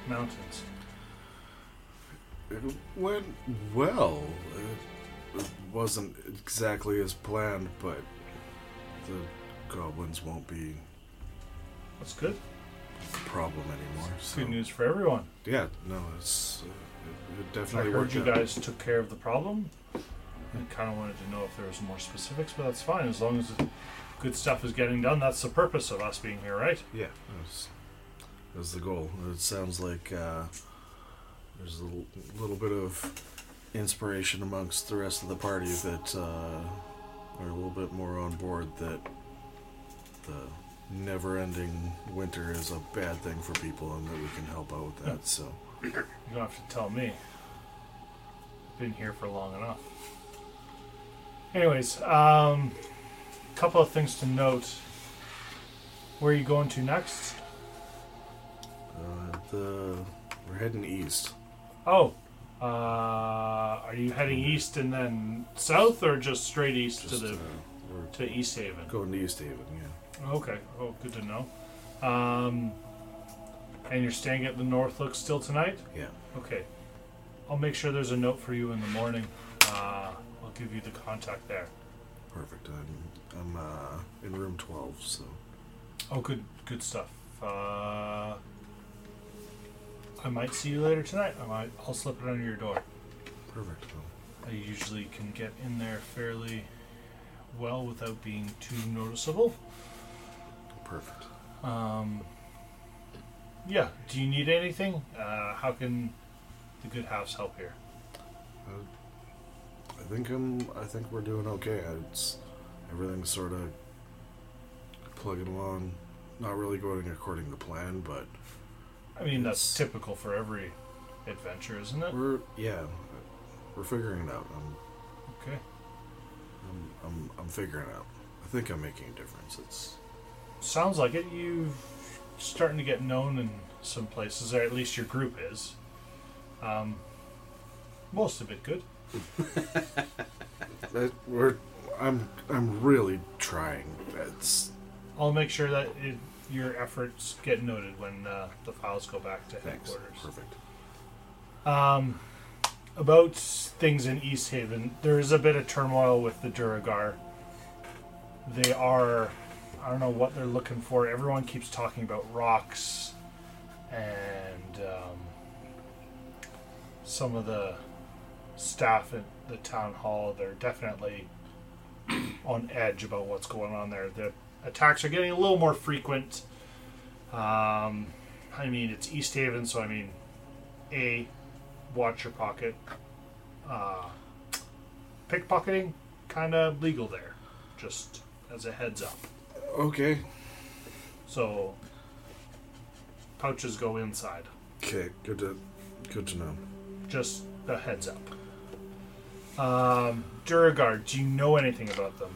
mountains? it went well. It, it wasn't exactly as planned, but the goblins won't be That's good. a problem anymore. So Good news for everyone. yeah, no, it's uh, it, it I definitely heard worked you out. guys took care of the problem. I kind of wanted to know if there was more specifics, but that's fine. As long as good stuff is getting done, that's the purpose of us being here, right? Yeah, that's, that's the goal. It sounds like uh, there's a little, little bit of inspiration amongst the rest of the party that uh, are a little bit more on board that the never ending winter is a bad thing for people and that we can help out with that. So, You don't have to tell me. I've been here for long enough. Anyways, um, couple of things to note. Where are you going to next? Uh, the we're heading east. Oh, uh, are you heading east and then south, or just straight east to the to East Haven? uh, Going to East Haven, yeah. Okay. Oh, good to know. Um, and you're staying at the North Look still tonight? Yeah. Okay. I'll make sure there's a note for you in the morning. Uh, I'll give you the contact there. Perfect. I'm I'm uh, in room twelve, so Oh, good, good stuff. Uh, I might see you later tonight. I might. I'll slip it under your door. perfect. I usually can get in there fairly well without being too noticeable. Perfect. Um, yeah. Do you need anything? Uh, how can the good house help here? I think I'm. I think we're doing okay. It's everything's sort of plugging along. Not really going according to plan, but I mean, that's typical for every adventure, isn't it? we're yeah, we're figuring it out. I'm Okay. I'm I'm, I'm figuring it out. I think I'm making a difference. It's Sounds like it. You're starting to get known in some places, or at least your group is. Um, most of it good. that we're I'm I'm really trying. That's I'll make sure that it, your efforts get noted when uh, the files go back to headquarters. Perfect. Um, about things in East Haven, there is a bit of turmoil with the Duragar. They are, I don't know what they're looking for. Everyone keeps talking about rocks and um, some of the staff at the town hall. They're definitely on edge about what's going on there. The attacks are getting a little more frequent. Um, I mean, it's East Haven, so I mean, a watch your pocket uh, pickpocketing kind of legal there just as a heads up okay. so pouches go inside Okay, good to good to know. just a heads up um duragard do you know anything about them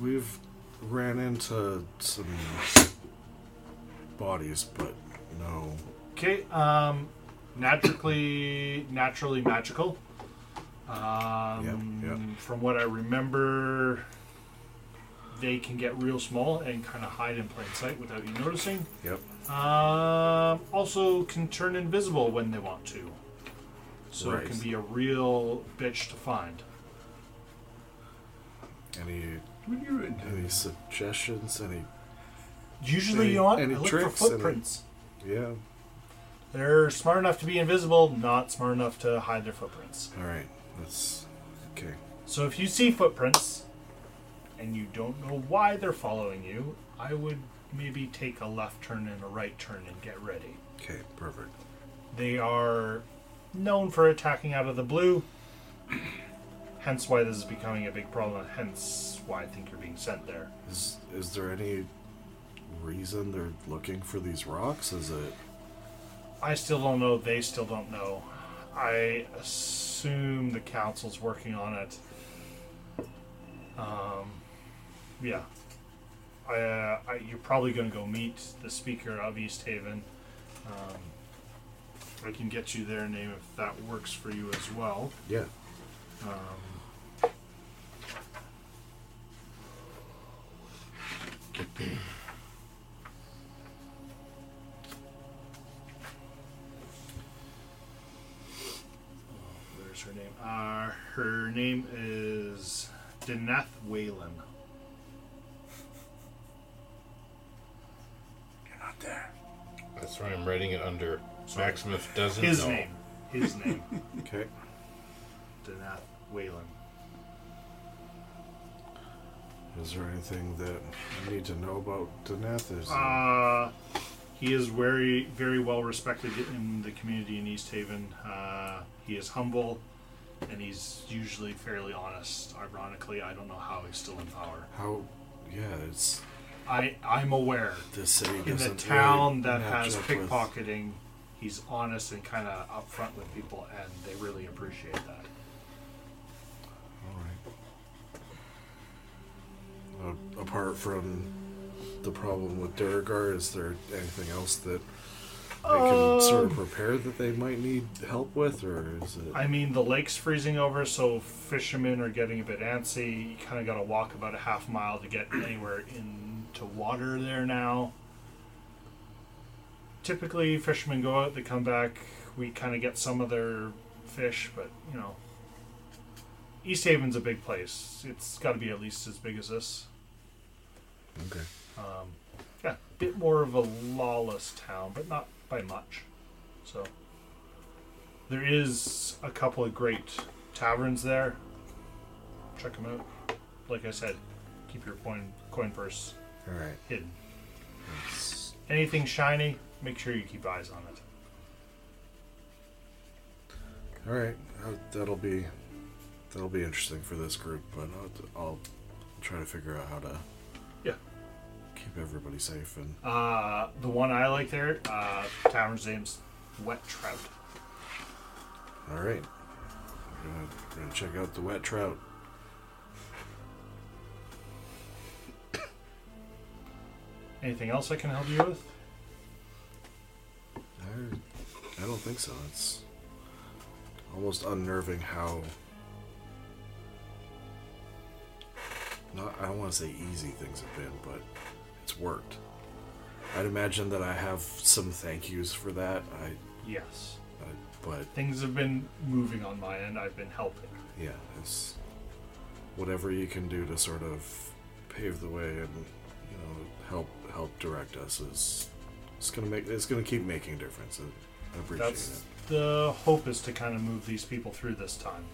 We've ran into some bodies, but no. okay um naturally naturally magical um from what i remember they can get real small and kind of hide in plain sight without you noticing Yep. Um, also can turn invisible when they want to. So Right. it can be a real bitch to find. Any What are you in? any suggestions? Any Usually, any, you know what? I Any look for tricks? Any- footprints. yeah. They're smart enough to be invisible, not smart enough to hide their footprints. All right. That's okay. So if you see footprints and you don't know why they're following you, I would maybe take a left turn and a right turn and get ready. Okay. Perfect. They are known for attacking out of the blue, hence why this is becoming a big problem, hence why I think you're being sent there. Is is there any reason they're looking for these rocks? Is it I still don't know, they still don't know. I assume the council's working on it. Um, yeah. I, uh, I, you're probably going to go meet the speaker of East Haven. Um, I can get you their name if that works for you as well. yeah? Um, there's her name. Uh, her name is Deneth Whalen. You're not there. That's why I'm writing it under. Maximus doesn't His know. name. His name. Okay. Deneth Whalen. Is there anything that you need to know about Daneth? Is Uh, he is very, very well respected in the community in East Haven. Uh, he is humble, and he's usually fairly honest. Ironically, I don't know how he's still in power. how? Yeah. It's I, I'm aware. This city in the doesn't town really that match has up with- pickpocketing, he's honest and kind of upfront with people, and they really appreciate that. all right. A, a apart from the problem with Duragar, is there anything else that they Um, can sort of prepare that they might need help with, or is it? I mean, the lake's freezing over, so fishermen are getting a bit antsy. You kind of got to walk about a half mile to get anywhere into water there now. Typically, fishermen go out, they come back. We kind of get some of their fish, but you know, East Haven's a big place. It's got to be at least as big as this. Okay. Um, yeah, bit more of a lawless town, but not by much. So there is a couple of great taverns there. Check them out. Like I said, keep your coin coin purse All right. hidden. Anything shiny, make sure you keep eyes on it. All right, uh, that'll be that'll be interesting for this group, but I'll, I'll try to figure out how to Yeah. keep everybody safe and Uh, the one I like there, uh, tavern's name's Wet Trout. all right. We're gonna, we're gonna check out the wet trout. Anything else I can help you with? I, I don't think so. It's almost unnerving how. Not, I don't want to say easy things have been, but it's worked. I'd imagine that I have some thank yous for that. I, Yes. I but Things have been moving on my end. I've been helping. yeah, it's whatever you can do to sort of pave the way and you know help help direct us is it's gonna make it's gonna keep making difference. I, I appreciate it. That's the hope is to kind of move these people through this time.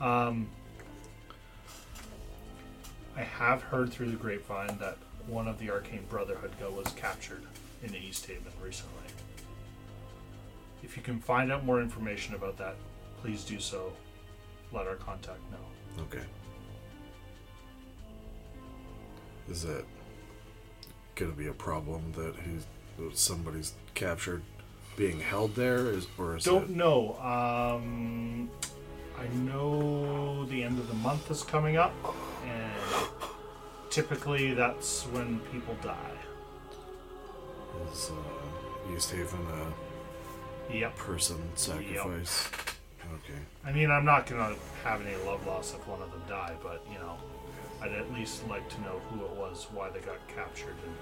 Um, I have heard through the grapevine that one of the Arcane Brotherhood go was captured in the East Haven recently. If you can find out more information about that, please do so. Let our contact know. Okay. Is that gonna be a problem that he's that somebody's captured, being held there, is or is Don't it? know. Um, I know the end of the month is coming up, and typically that's when people die. Is uh, East Haven a Yep. person sacrifice? Okay. I mean, I'm not gonna have any love loss if one of them die, but you know, I'd at least like to know who it was, why they got captured, and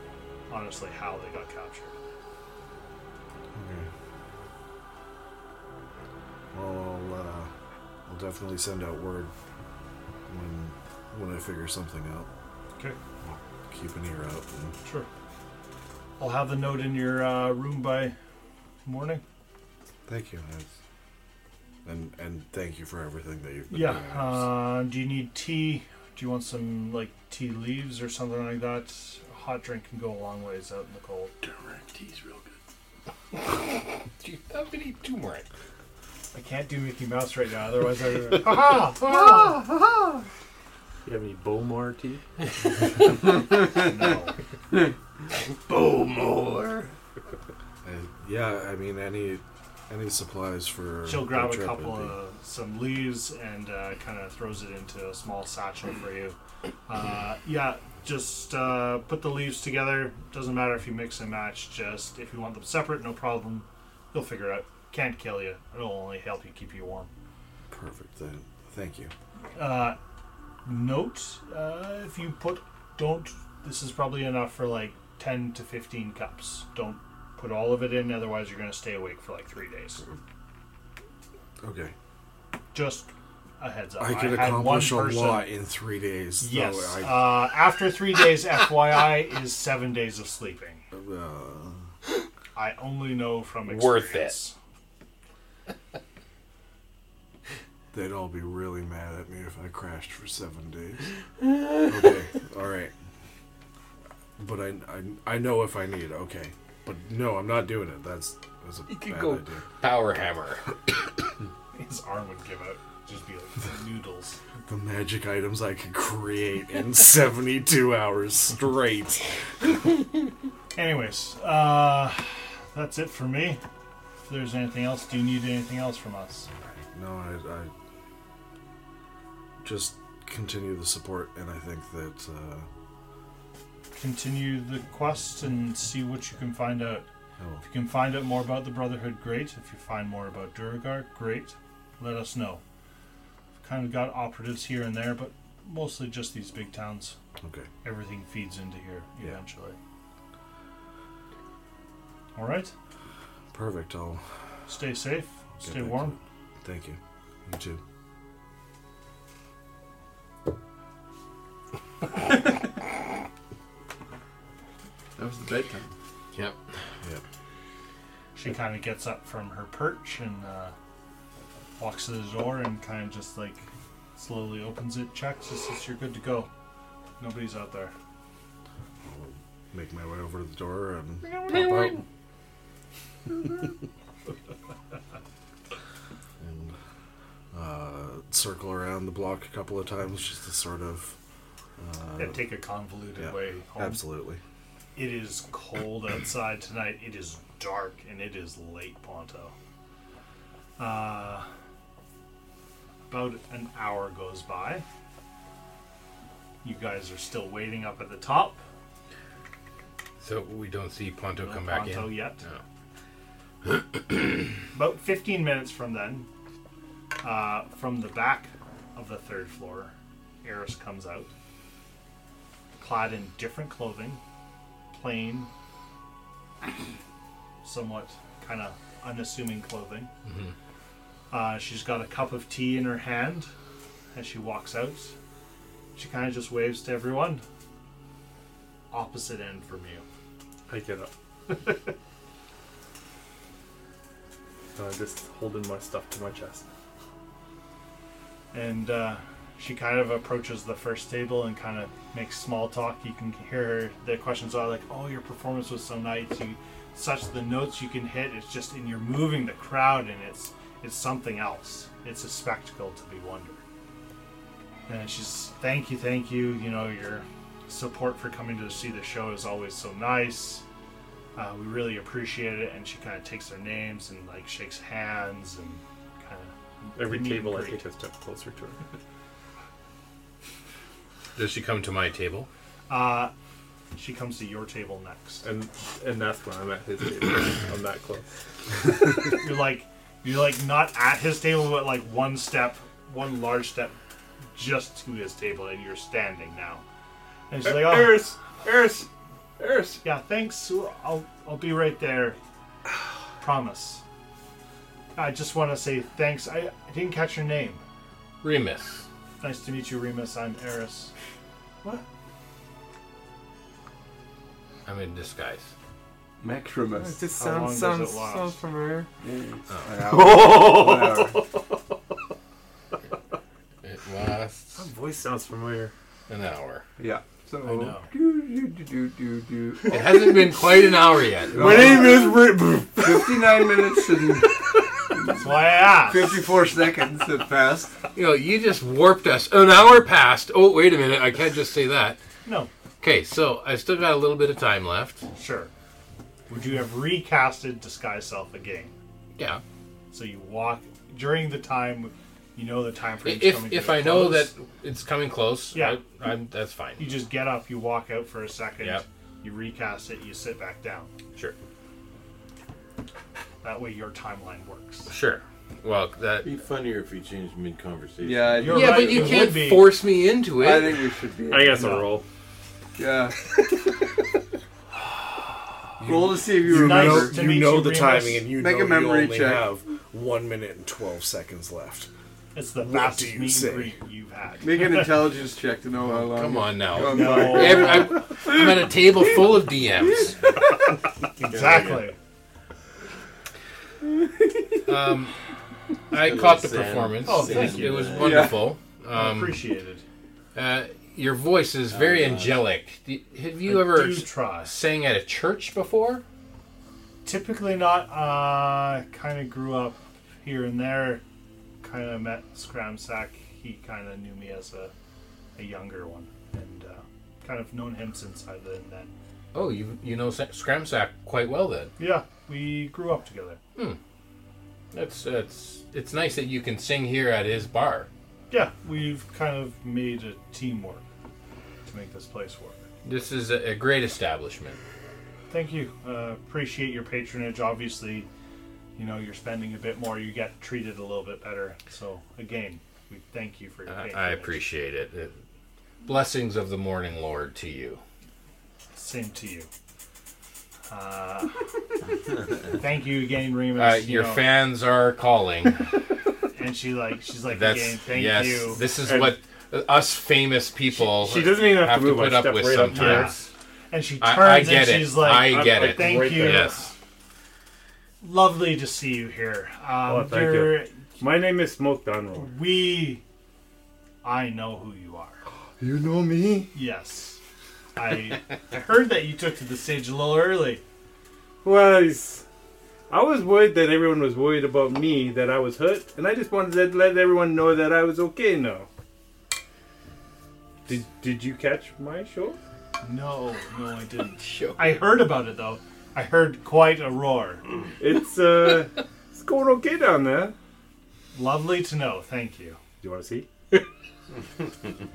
honestly, how they got captured. Okay. Well, I'll, uh, I'll definitely send out word when when I figure something out. Okay. I'll keep an ear out. And, Sure. I'll have the note in your uh, room by morning. Thank you. I- And and thank you for everything that you've been Yeah. doing. Uh, do you need tea? Do you want some like tea leaves or something like that? A hot drink can go a long ways out in the cold. Turmeric tea's real good. do you have any turmeric? I can't do Mickey Mouse right now, otherwise I would. Ha ha! ha! You have any Bowmore tea? no. Bowmore. yeah, I mean any any supplies for She'll grab the a trip couple would be- of some leaves and uh, kind of throws it into a small satchel for you. Uh, yeah, just uh, put the leaves together. Doesn't matter if you mix and match. Just if you want them separate, no problem. You'll figure it out. Can't kill you. It'll only help you keep you warm. Perfect. Then thank you. Uh, note uh, if you put don't. This is probably enough for like ten to fifteen cups. Don't put all of it in, otherwise you're gonna stay awake for like three days. Okay. Just a heads up. I could had one accomplish a person- lot in three days. though. Yes. I- Uh, after three days, FYI, is seven days of sleeping. uh, I only know from Worth experience. They'd all be really mad at me if I crashed for seven days. okay, all right. But I, I, I know if I need. it, Okay, but no, I'm not doing it. That's that's a You could bad go idea. power hammer. His arm would give out. Just be like noodles. The magic items I could create in 72 hours straight. Anyways, uh, that's it for me. If there's anything else, do you need anything else from us? No, I, I just continue the support, and I think that uh, continue the quest and see what you can find out. Oh. If you can find out more about the Brotherhood, great. If you find more about Duragar, great. Let us know. We've kind of got operatives here and there, but mostly just these big towns. Okay. Everything feeds into here eventually. All right. Perfect. I'll Stay safe. get Stay back to warm. it. Thank you. You too. That was the bedtime. Yep. Yep. She kind of gets up from her perch and uh, walks to the door and kind of just like slowly opens it, checks, just says, You're good to go. Nobody's out there. Make my way over to the door and pop out. and uh, circle around the block a couple of times just to sort of uh, Yeah, take a convoluted yeah, way home. Absolutely. It is cold outside tonight. It is dark and it is late, Ponto. Uh, about an hour goes by. You guys are still waiting up at the top. So we don't see Ponto No come back Ponto in yet. No. About 15 minutes from then, uh, from the back of the third floor, Eris comes out, clad in different clothing, plain, somewhat kind of unassuming clothing. Mm-hmm. Mhm. Uh, she's got a cup of tea in her hand as she walks out. She kind of just waves to everyone. Opposite end from you. I get up. Uh, just holding my stuff to my chest. and uh, she kind of approaches the first table and kind of makes small talk. You can hear her, the questions are like, "Oh, your performance was so nice. You, such the notes you can hit. It's just, and you're moving the crowd, and it's it's something else. It's a spectacle to be wondered." And she's, "Thank you, thank you. You know, your support for coming to see the show is always so nice." Uh, we really appreciate it, and she kind of takes their names and like shakes hands and kind of Every table I take a step closer to her. Does she come to my table? Uh, she comes to your table next, and and that's when I'm at his table. I'm that close. you're like you're like not at his table, but like one step, one large step, just to his table, and you're standing now. And she's like, "Oh, Eris, Eris, Eris." Yeah, thanks. I'll I'll be right there. Promise. I just want to say thanks. I, I didn't catch your name. Remus. Nice to meet you, Remus. I'm Eris. What? I'm in disguise. Maximus. This How sounds- long does it sounds last? so familiar. It lasts. My voice sounds familiar. An hour. Yeah. So I know. Do, do, do, do, do. It hasn't been quite an hour yet. No. My name is Fifty-nine minutes and That's why I asked. fifty-four seconds have passed. You know, you just warped us. An hour passed. Oh, wait a minute. I can't just say that. No. Okay, so I still got a little bit of time left. Sure. Would you have recasted disguise self again? Yeah. So you walk during the time. You know the time frame. If if I know that it's coming close, Yeah. I, I'm, that's fine. You just get up, you walk out for a second, Yep. you recast it, you sit back down. Sure. That way your timeline works. Sure. Well, that It'd be funnier if we changed mid conversation. Yeah, I You're Yeah, right, but you it can't would be. force me into it. I think we should be. I guess I'll roll. Yeah. roll to see if you You remember. know, you know the timing, and you make know a memory you only check. have one minute and twelve seconds left. It's the what fastest do you meet say? and greet you've had. Oh, Make an intelligence check to know how long. Oh, Come on now. gone No. by. Every- I'm, I'm at a table full of DMs. Exactly. Um, I Good caught the little Sam. performance. Oh, it thank was, you. it was Yeah. wonderful. I Um, appreciate it. Uh, your voice is Oh, very angelic. Do, have you ever do s- try. sang at a church before? Typically not. Uh, kind of grew up here and there. Kind of met Scramsack. He kind of knew me as a, a younger one, and uh, kind of known him since I then. then. Oh, you you know Sa- Scramsack quite well then. Yeah, we grew up together. Hmm. That's that's it's nice that you can sing here at his bar. Yeah, we've kind of made a teamwork to make this place work. This is a, a great establishment. Thank you. Uh, appreciate your patronage. Obviously, you know you're spending a bit more. You get treated a little bit better. So again, we thank you for your Uh, I, patronage. I appreciate it. it. Blessings of the morning, Lord, to you. Same to you. Uh, thank you again, Remus. Uh, you your know. fans are calling. And she like she's like That's again, thank yes. you. This is And- what us famous people she doesn't even have to move. I put up step with right up to her. sometimes. And she I- I turns get and it. she's like, I get I'm like, it. Thank Right you. there. Yes. Lovely to see you here. Um, Oh, thank you. you're- My name is Smoke Donroy. We, I know who you are. You know me? Yes, I I heard that you took to the stage a little early. Well, it's- I was worried that everyone was worried about me, that I was hurt, and I just wanted to let everyone know that I was okay now. Did, did you catch my show? No, no, I didn't. I heard about it though. I heard quite a roar. It's uh, it's going okay down there. Lovely to know. Thank you. You want to see?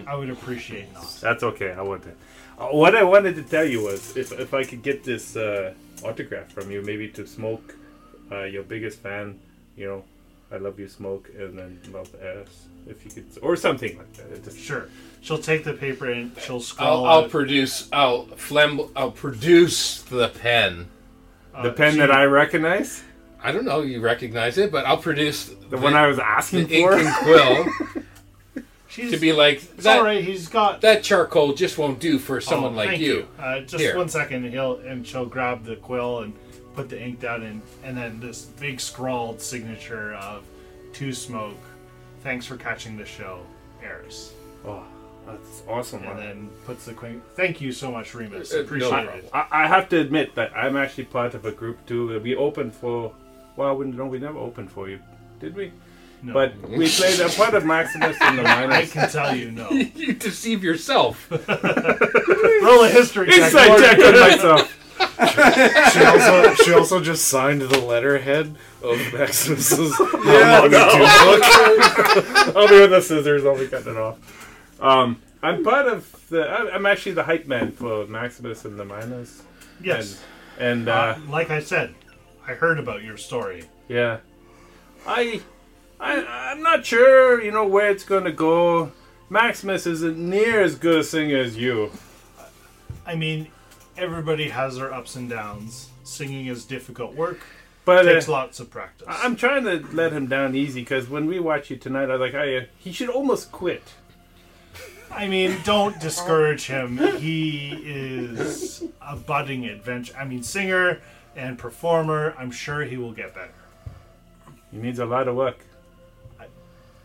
I would appreciate not. That's okay. I want that. Uh, what I wanted to tell you was if, if I could get this uh, autograph from you, maybe to Smoke, uh, your biggest fan, you know, I love you, Smoke, and then love S, if you could, or something like that. It just- Sure. She'll take the paper and she'll I'll, scroll. I'll out. produce. I'll flamb. I'll produce the pen. Uh, The pen that I recognize. I don't know. You recognize it, but I'll produce the, one I was asking the ink for? and quill. to be like It's that. all right. He's got That charcoal just won't do for someone Oh, like thank you. Uh, just Here. one second. He'll and she'll grab the quill and put the ink down, and and then this big scrawled signature of "To Smoke." Thanks for catching the show, Eris. Oh, that's awesome. And then puts the quill. Thank you so much, Remus. Uh, Appreciate it. I, I have to admit that I'm actually part of a group too. We opened for, well, we, no, we never opened for you, did we? No. But we played a part of Maximus and the Miners. I can tell you no. you deceive yourself. Roll a history check. Inside Lord. check on myself. she, also, she also just signed the letterhead of Maximus's How Yeah, Long no. You Do Look. I'll be with the scissors. I'll be cutting it off. Um, I'm part of the. I- I'm actually the hype man for Maximus and the Miners. Yes. And, and uh, Uh, like I said, I heard about your story. Yeah. I, I, I'm not sure. You know where it's gonna go. Maximus isn't near as good a singer as you. I mean, everybody has their ups and downs. Singing is difficult work. But, uh, takes lots of practice. I- I'm trying to let him down easy because when we watch you tonight, I was like, I, uh, he should almost quit. I mean, don't discourage him. He is a budding adventure. I mean, singer and performer. I'm sure he will get better. He needs a lot of work.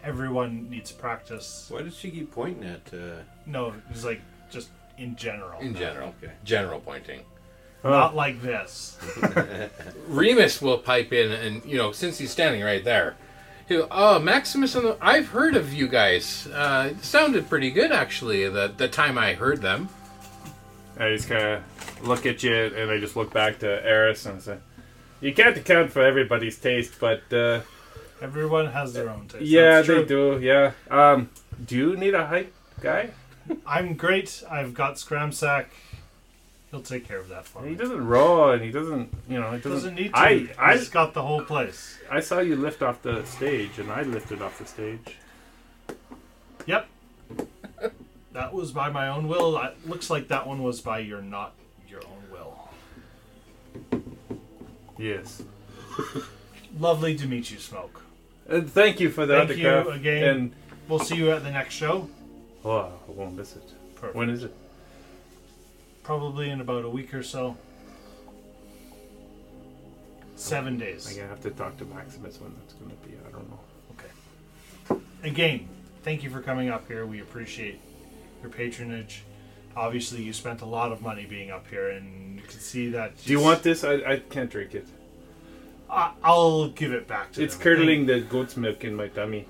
Everyone needs practice. Why did she keep pointing at? Uh... No, it's like just in general. In general, general pointing. Oh. Not like this. Remus will pipe in, and you know, since he's standing right there, he'll, oh, Maximus, and the, I've heard of you guys. Uh, it sounded pretty good, actually. The the time I heard them. I just kind of look at you, and I just look back to Eris and say, "You can't account for everybody's taste, but uh, Everyone has their own taste. yeah, That's they true. do. Yeah. Um, do you need a hype guy? I'm great. I've got Scramsack. He'll take care of that for me. He doesn't roar, and he doesn't, you know, he doesn't, Doesn't need to. I, I He's got the whole place. I saw you lift off the stage, and I lifted off the stage. Yep. That was by my own will. I, looks like that one was by your not your own will. Yes. Lovely to meet you, Smoke. And thank you for the Thank autograph. you again. And we'll see you at the next show. oh, I won't miss it. Perfect. When is it? Probably in about a week or so. Seven days. I'm gonna have to talk to Maximus when that's gonna be. I don't know. Okay. Again, thank you for coming up here. We appreciate your patronage. Obviously, you spent a lot of money being up here, and you can see that. Do you want this? I, I can't drink it. I, I'll give it back to It's them. curdling the goat's milk in my tummy.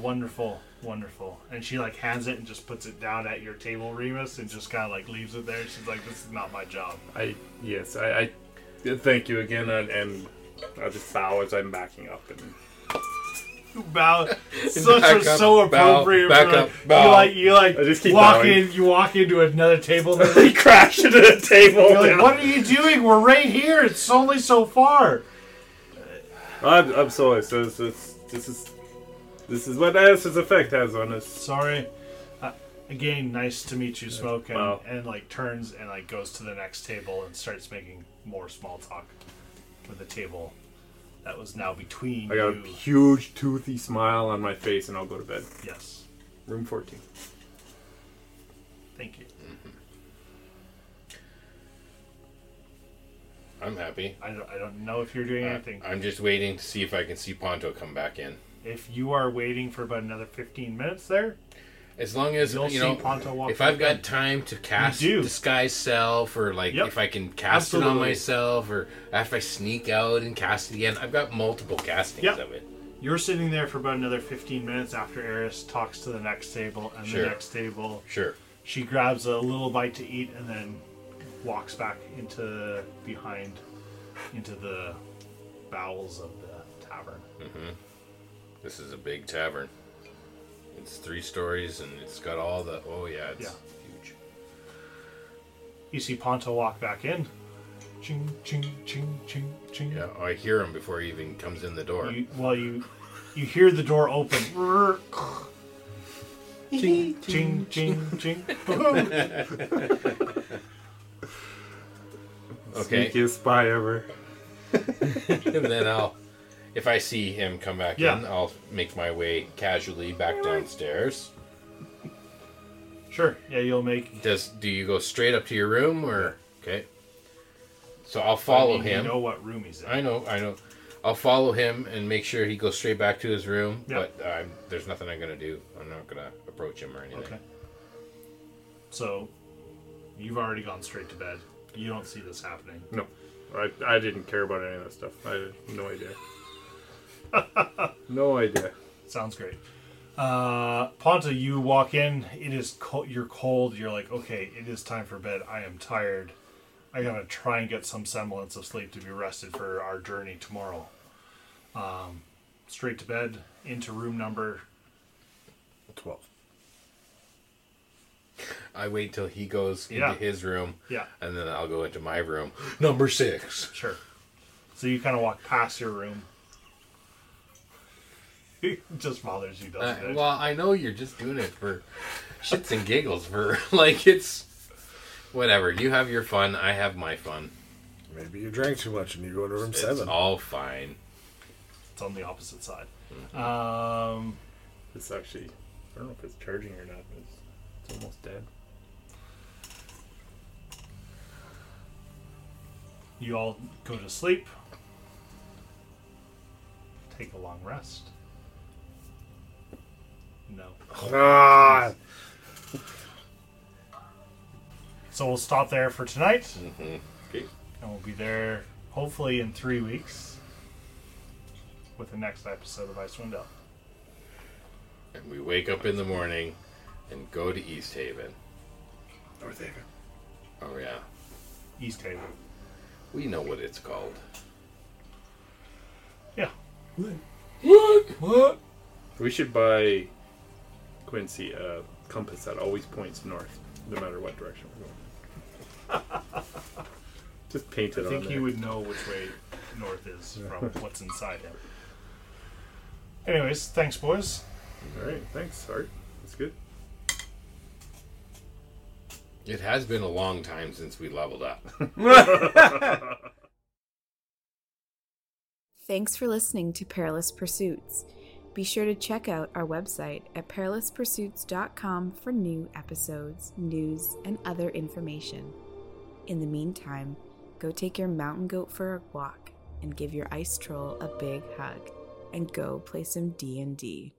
Wonderful, wonderful. And she like hands it and just puts it down at your table, Remus, and just kind of like leaves it there. She's like, "This is not my job." I yes. I, I thank you again, and, and I just bow as I'm backing up. And you bow And such back a up, so bow, appropriate. back for, like, up, bow. You like you like I just keep walk bowing. in. You walk into another table. And you crash into the table. You're like, now. what are you doing? We're right here. It's only so far. I'm, I'm sorry. So this is this is this is what Alice's effect has on us. Sorry. Uh, again, nice to meet you, Smoke. And, and like turns and like goes to the next table and starts making more small talk with the table that was now between I got a you. huge toothy smile on my face, and I'll go to bed. Yes. Room 14. Thank you. I'm happy. I don't, I don't know if you're doing Uh, anything. I'm just waiting to see if I can see Ponto come back in. If you are waiting for about another 15 minutes there, As long as You'll see you know, Ponto walk if I've back in. got time to cast disguise self, or like if I can cast it on Absolutely. myself, or if I sneak out and cast it again, I've got multiple castings Yep. of it. you're sitting there for about another 15 minutes after Eris talks to the next table and Sure. the next table. Sure. She grabs a little bite to eat and then walks back into behind, into the bowels of the tavern. hmm This is a big tavern. It's three stories and it's got all the. Oh yeah, it's huge. You see Ponto walk back in. Ching, ching, ching, ching, ching. Yeah, oh, I hear him before he even comes in the door. You, well, you you hear the door open. ching, ching, ching, ching. Okay. Sneakiest spy ever. and then I'll, if I see him come back Yeah. in, I'll make my way casually back downstairs. Sure. Yeah, you'll make. Does do you go straight up to your room or okay? So I'll follow I mean, him. You know what room he's in. I know, I know. I'll follow him and make sure he goes straight back to his room. Yeah. But i there's nothing I'm gonna do. I'm not gonna approach him or anything. Okay. So, you've already gone straight to bed. You don't see this happening. No, I, I didn't care about any of that stuff. I had no idea. no idea. Sounds great. Uh, Ponta, you walk in. It is cold. You're cold. You're like, okay, it is time for bed. I am tired. I gotta try and get some semblance of sleep to be rested for our journey tomorrow. Um, straight to bed, into room number 12. I wait till he goes into Yeah. his room. Yeah. And then I'll go into my room. Number six. Sure. So you kind of walk past your room. it just bothers you, Uh, doesn't it? well, I know you're just doing it for shits and giggles. For like, it's whatever. You have your fun. I have my fun. Maybe you drank too much and you go into room It's seven. all fine. It's on the opposite side. Um, it's actually, I don't know if it's charging or not. but It's, it's almost dead. You all go to sleep. Take a long rest. No. Ah. So we'll stop there for tonight. Mm-hmm. Okay. And we'll be there hopefully in three weeks with the next episode of Icewind Dale. And we wake up in the morning and go to East Haven. North Haven. Oh yeah, East Haven. we know what it's called. Yeah. What? What? We should buy Quincy a compass that always points north, no matter what direction we're going. Just paint it I on think there. he would know which way north is from what's inside him. Anyways, thanks, boys. All right, thanks, Art. That's good. It has been a long time since we leveled up. Thanks for listening to Perilous Pursuits. Be sure to check out our website at perilouspursuits.com for new episodes, news, and other information. In the meantime, go take your mountain goat for a walk and give your ice troll a big hug and go play some D&D.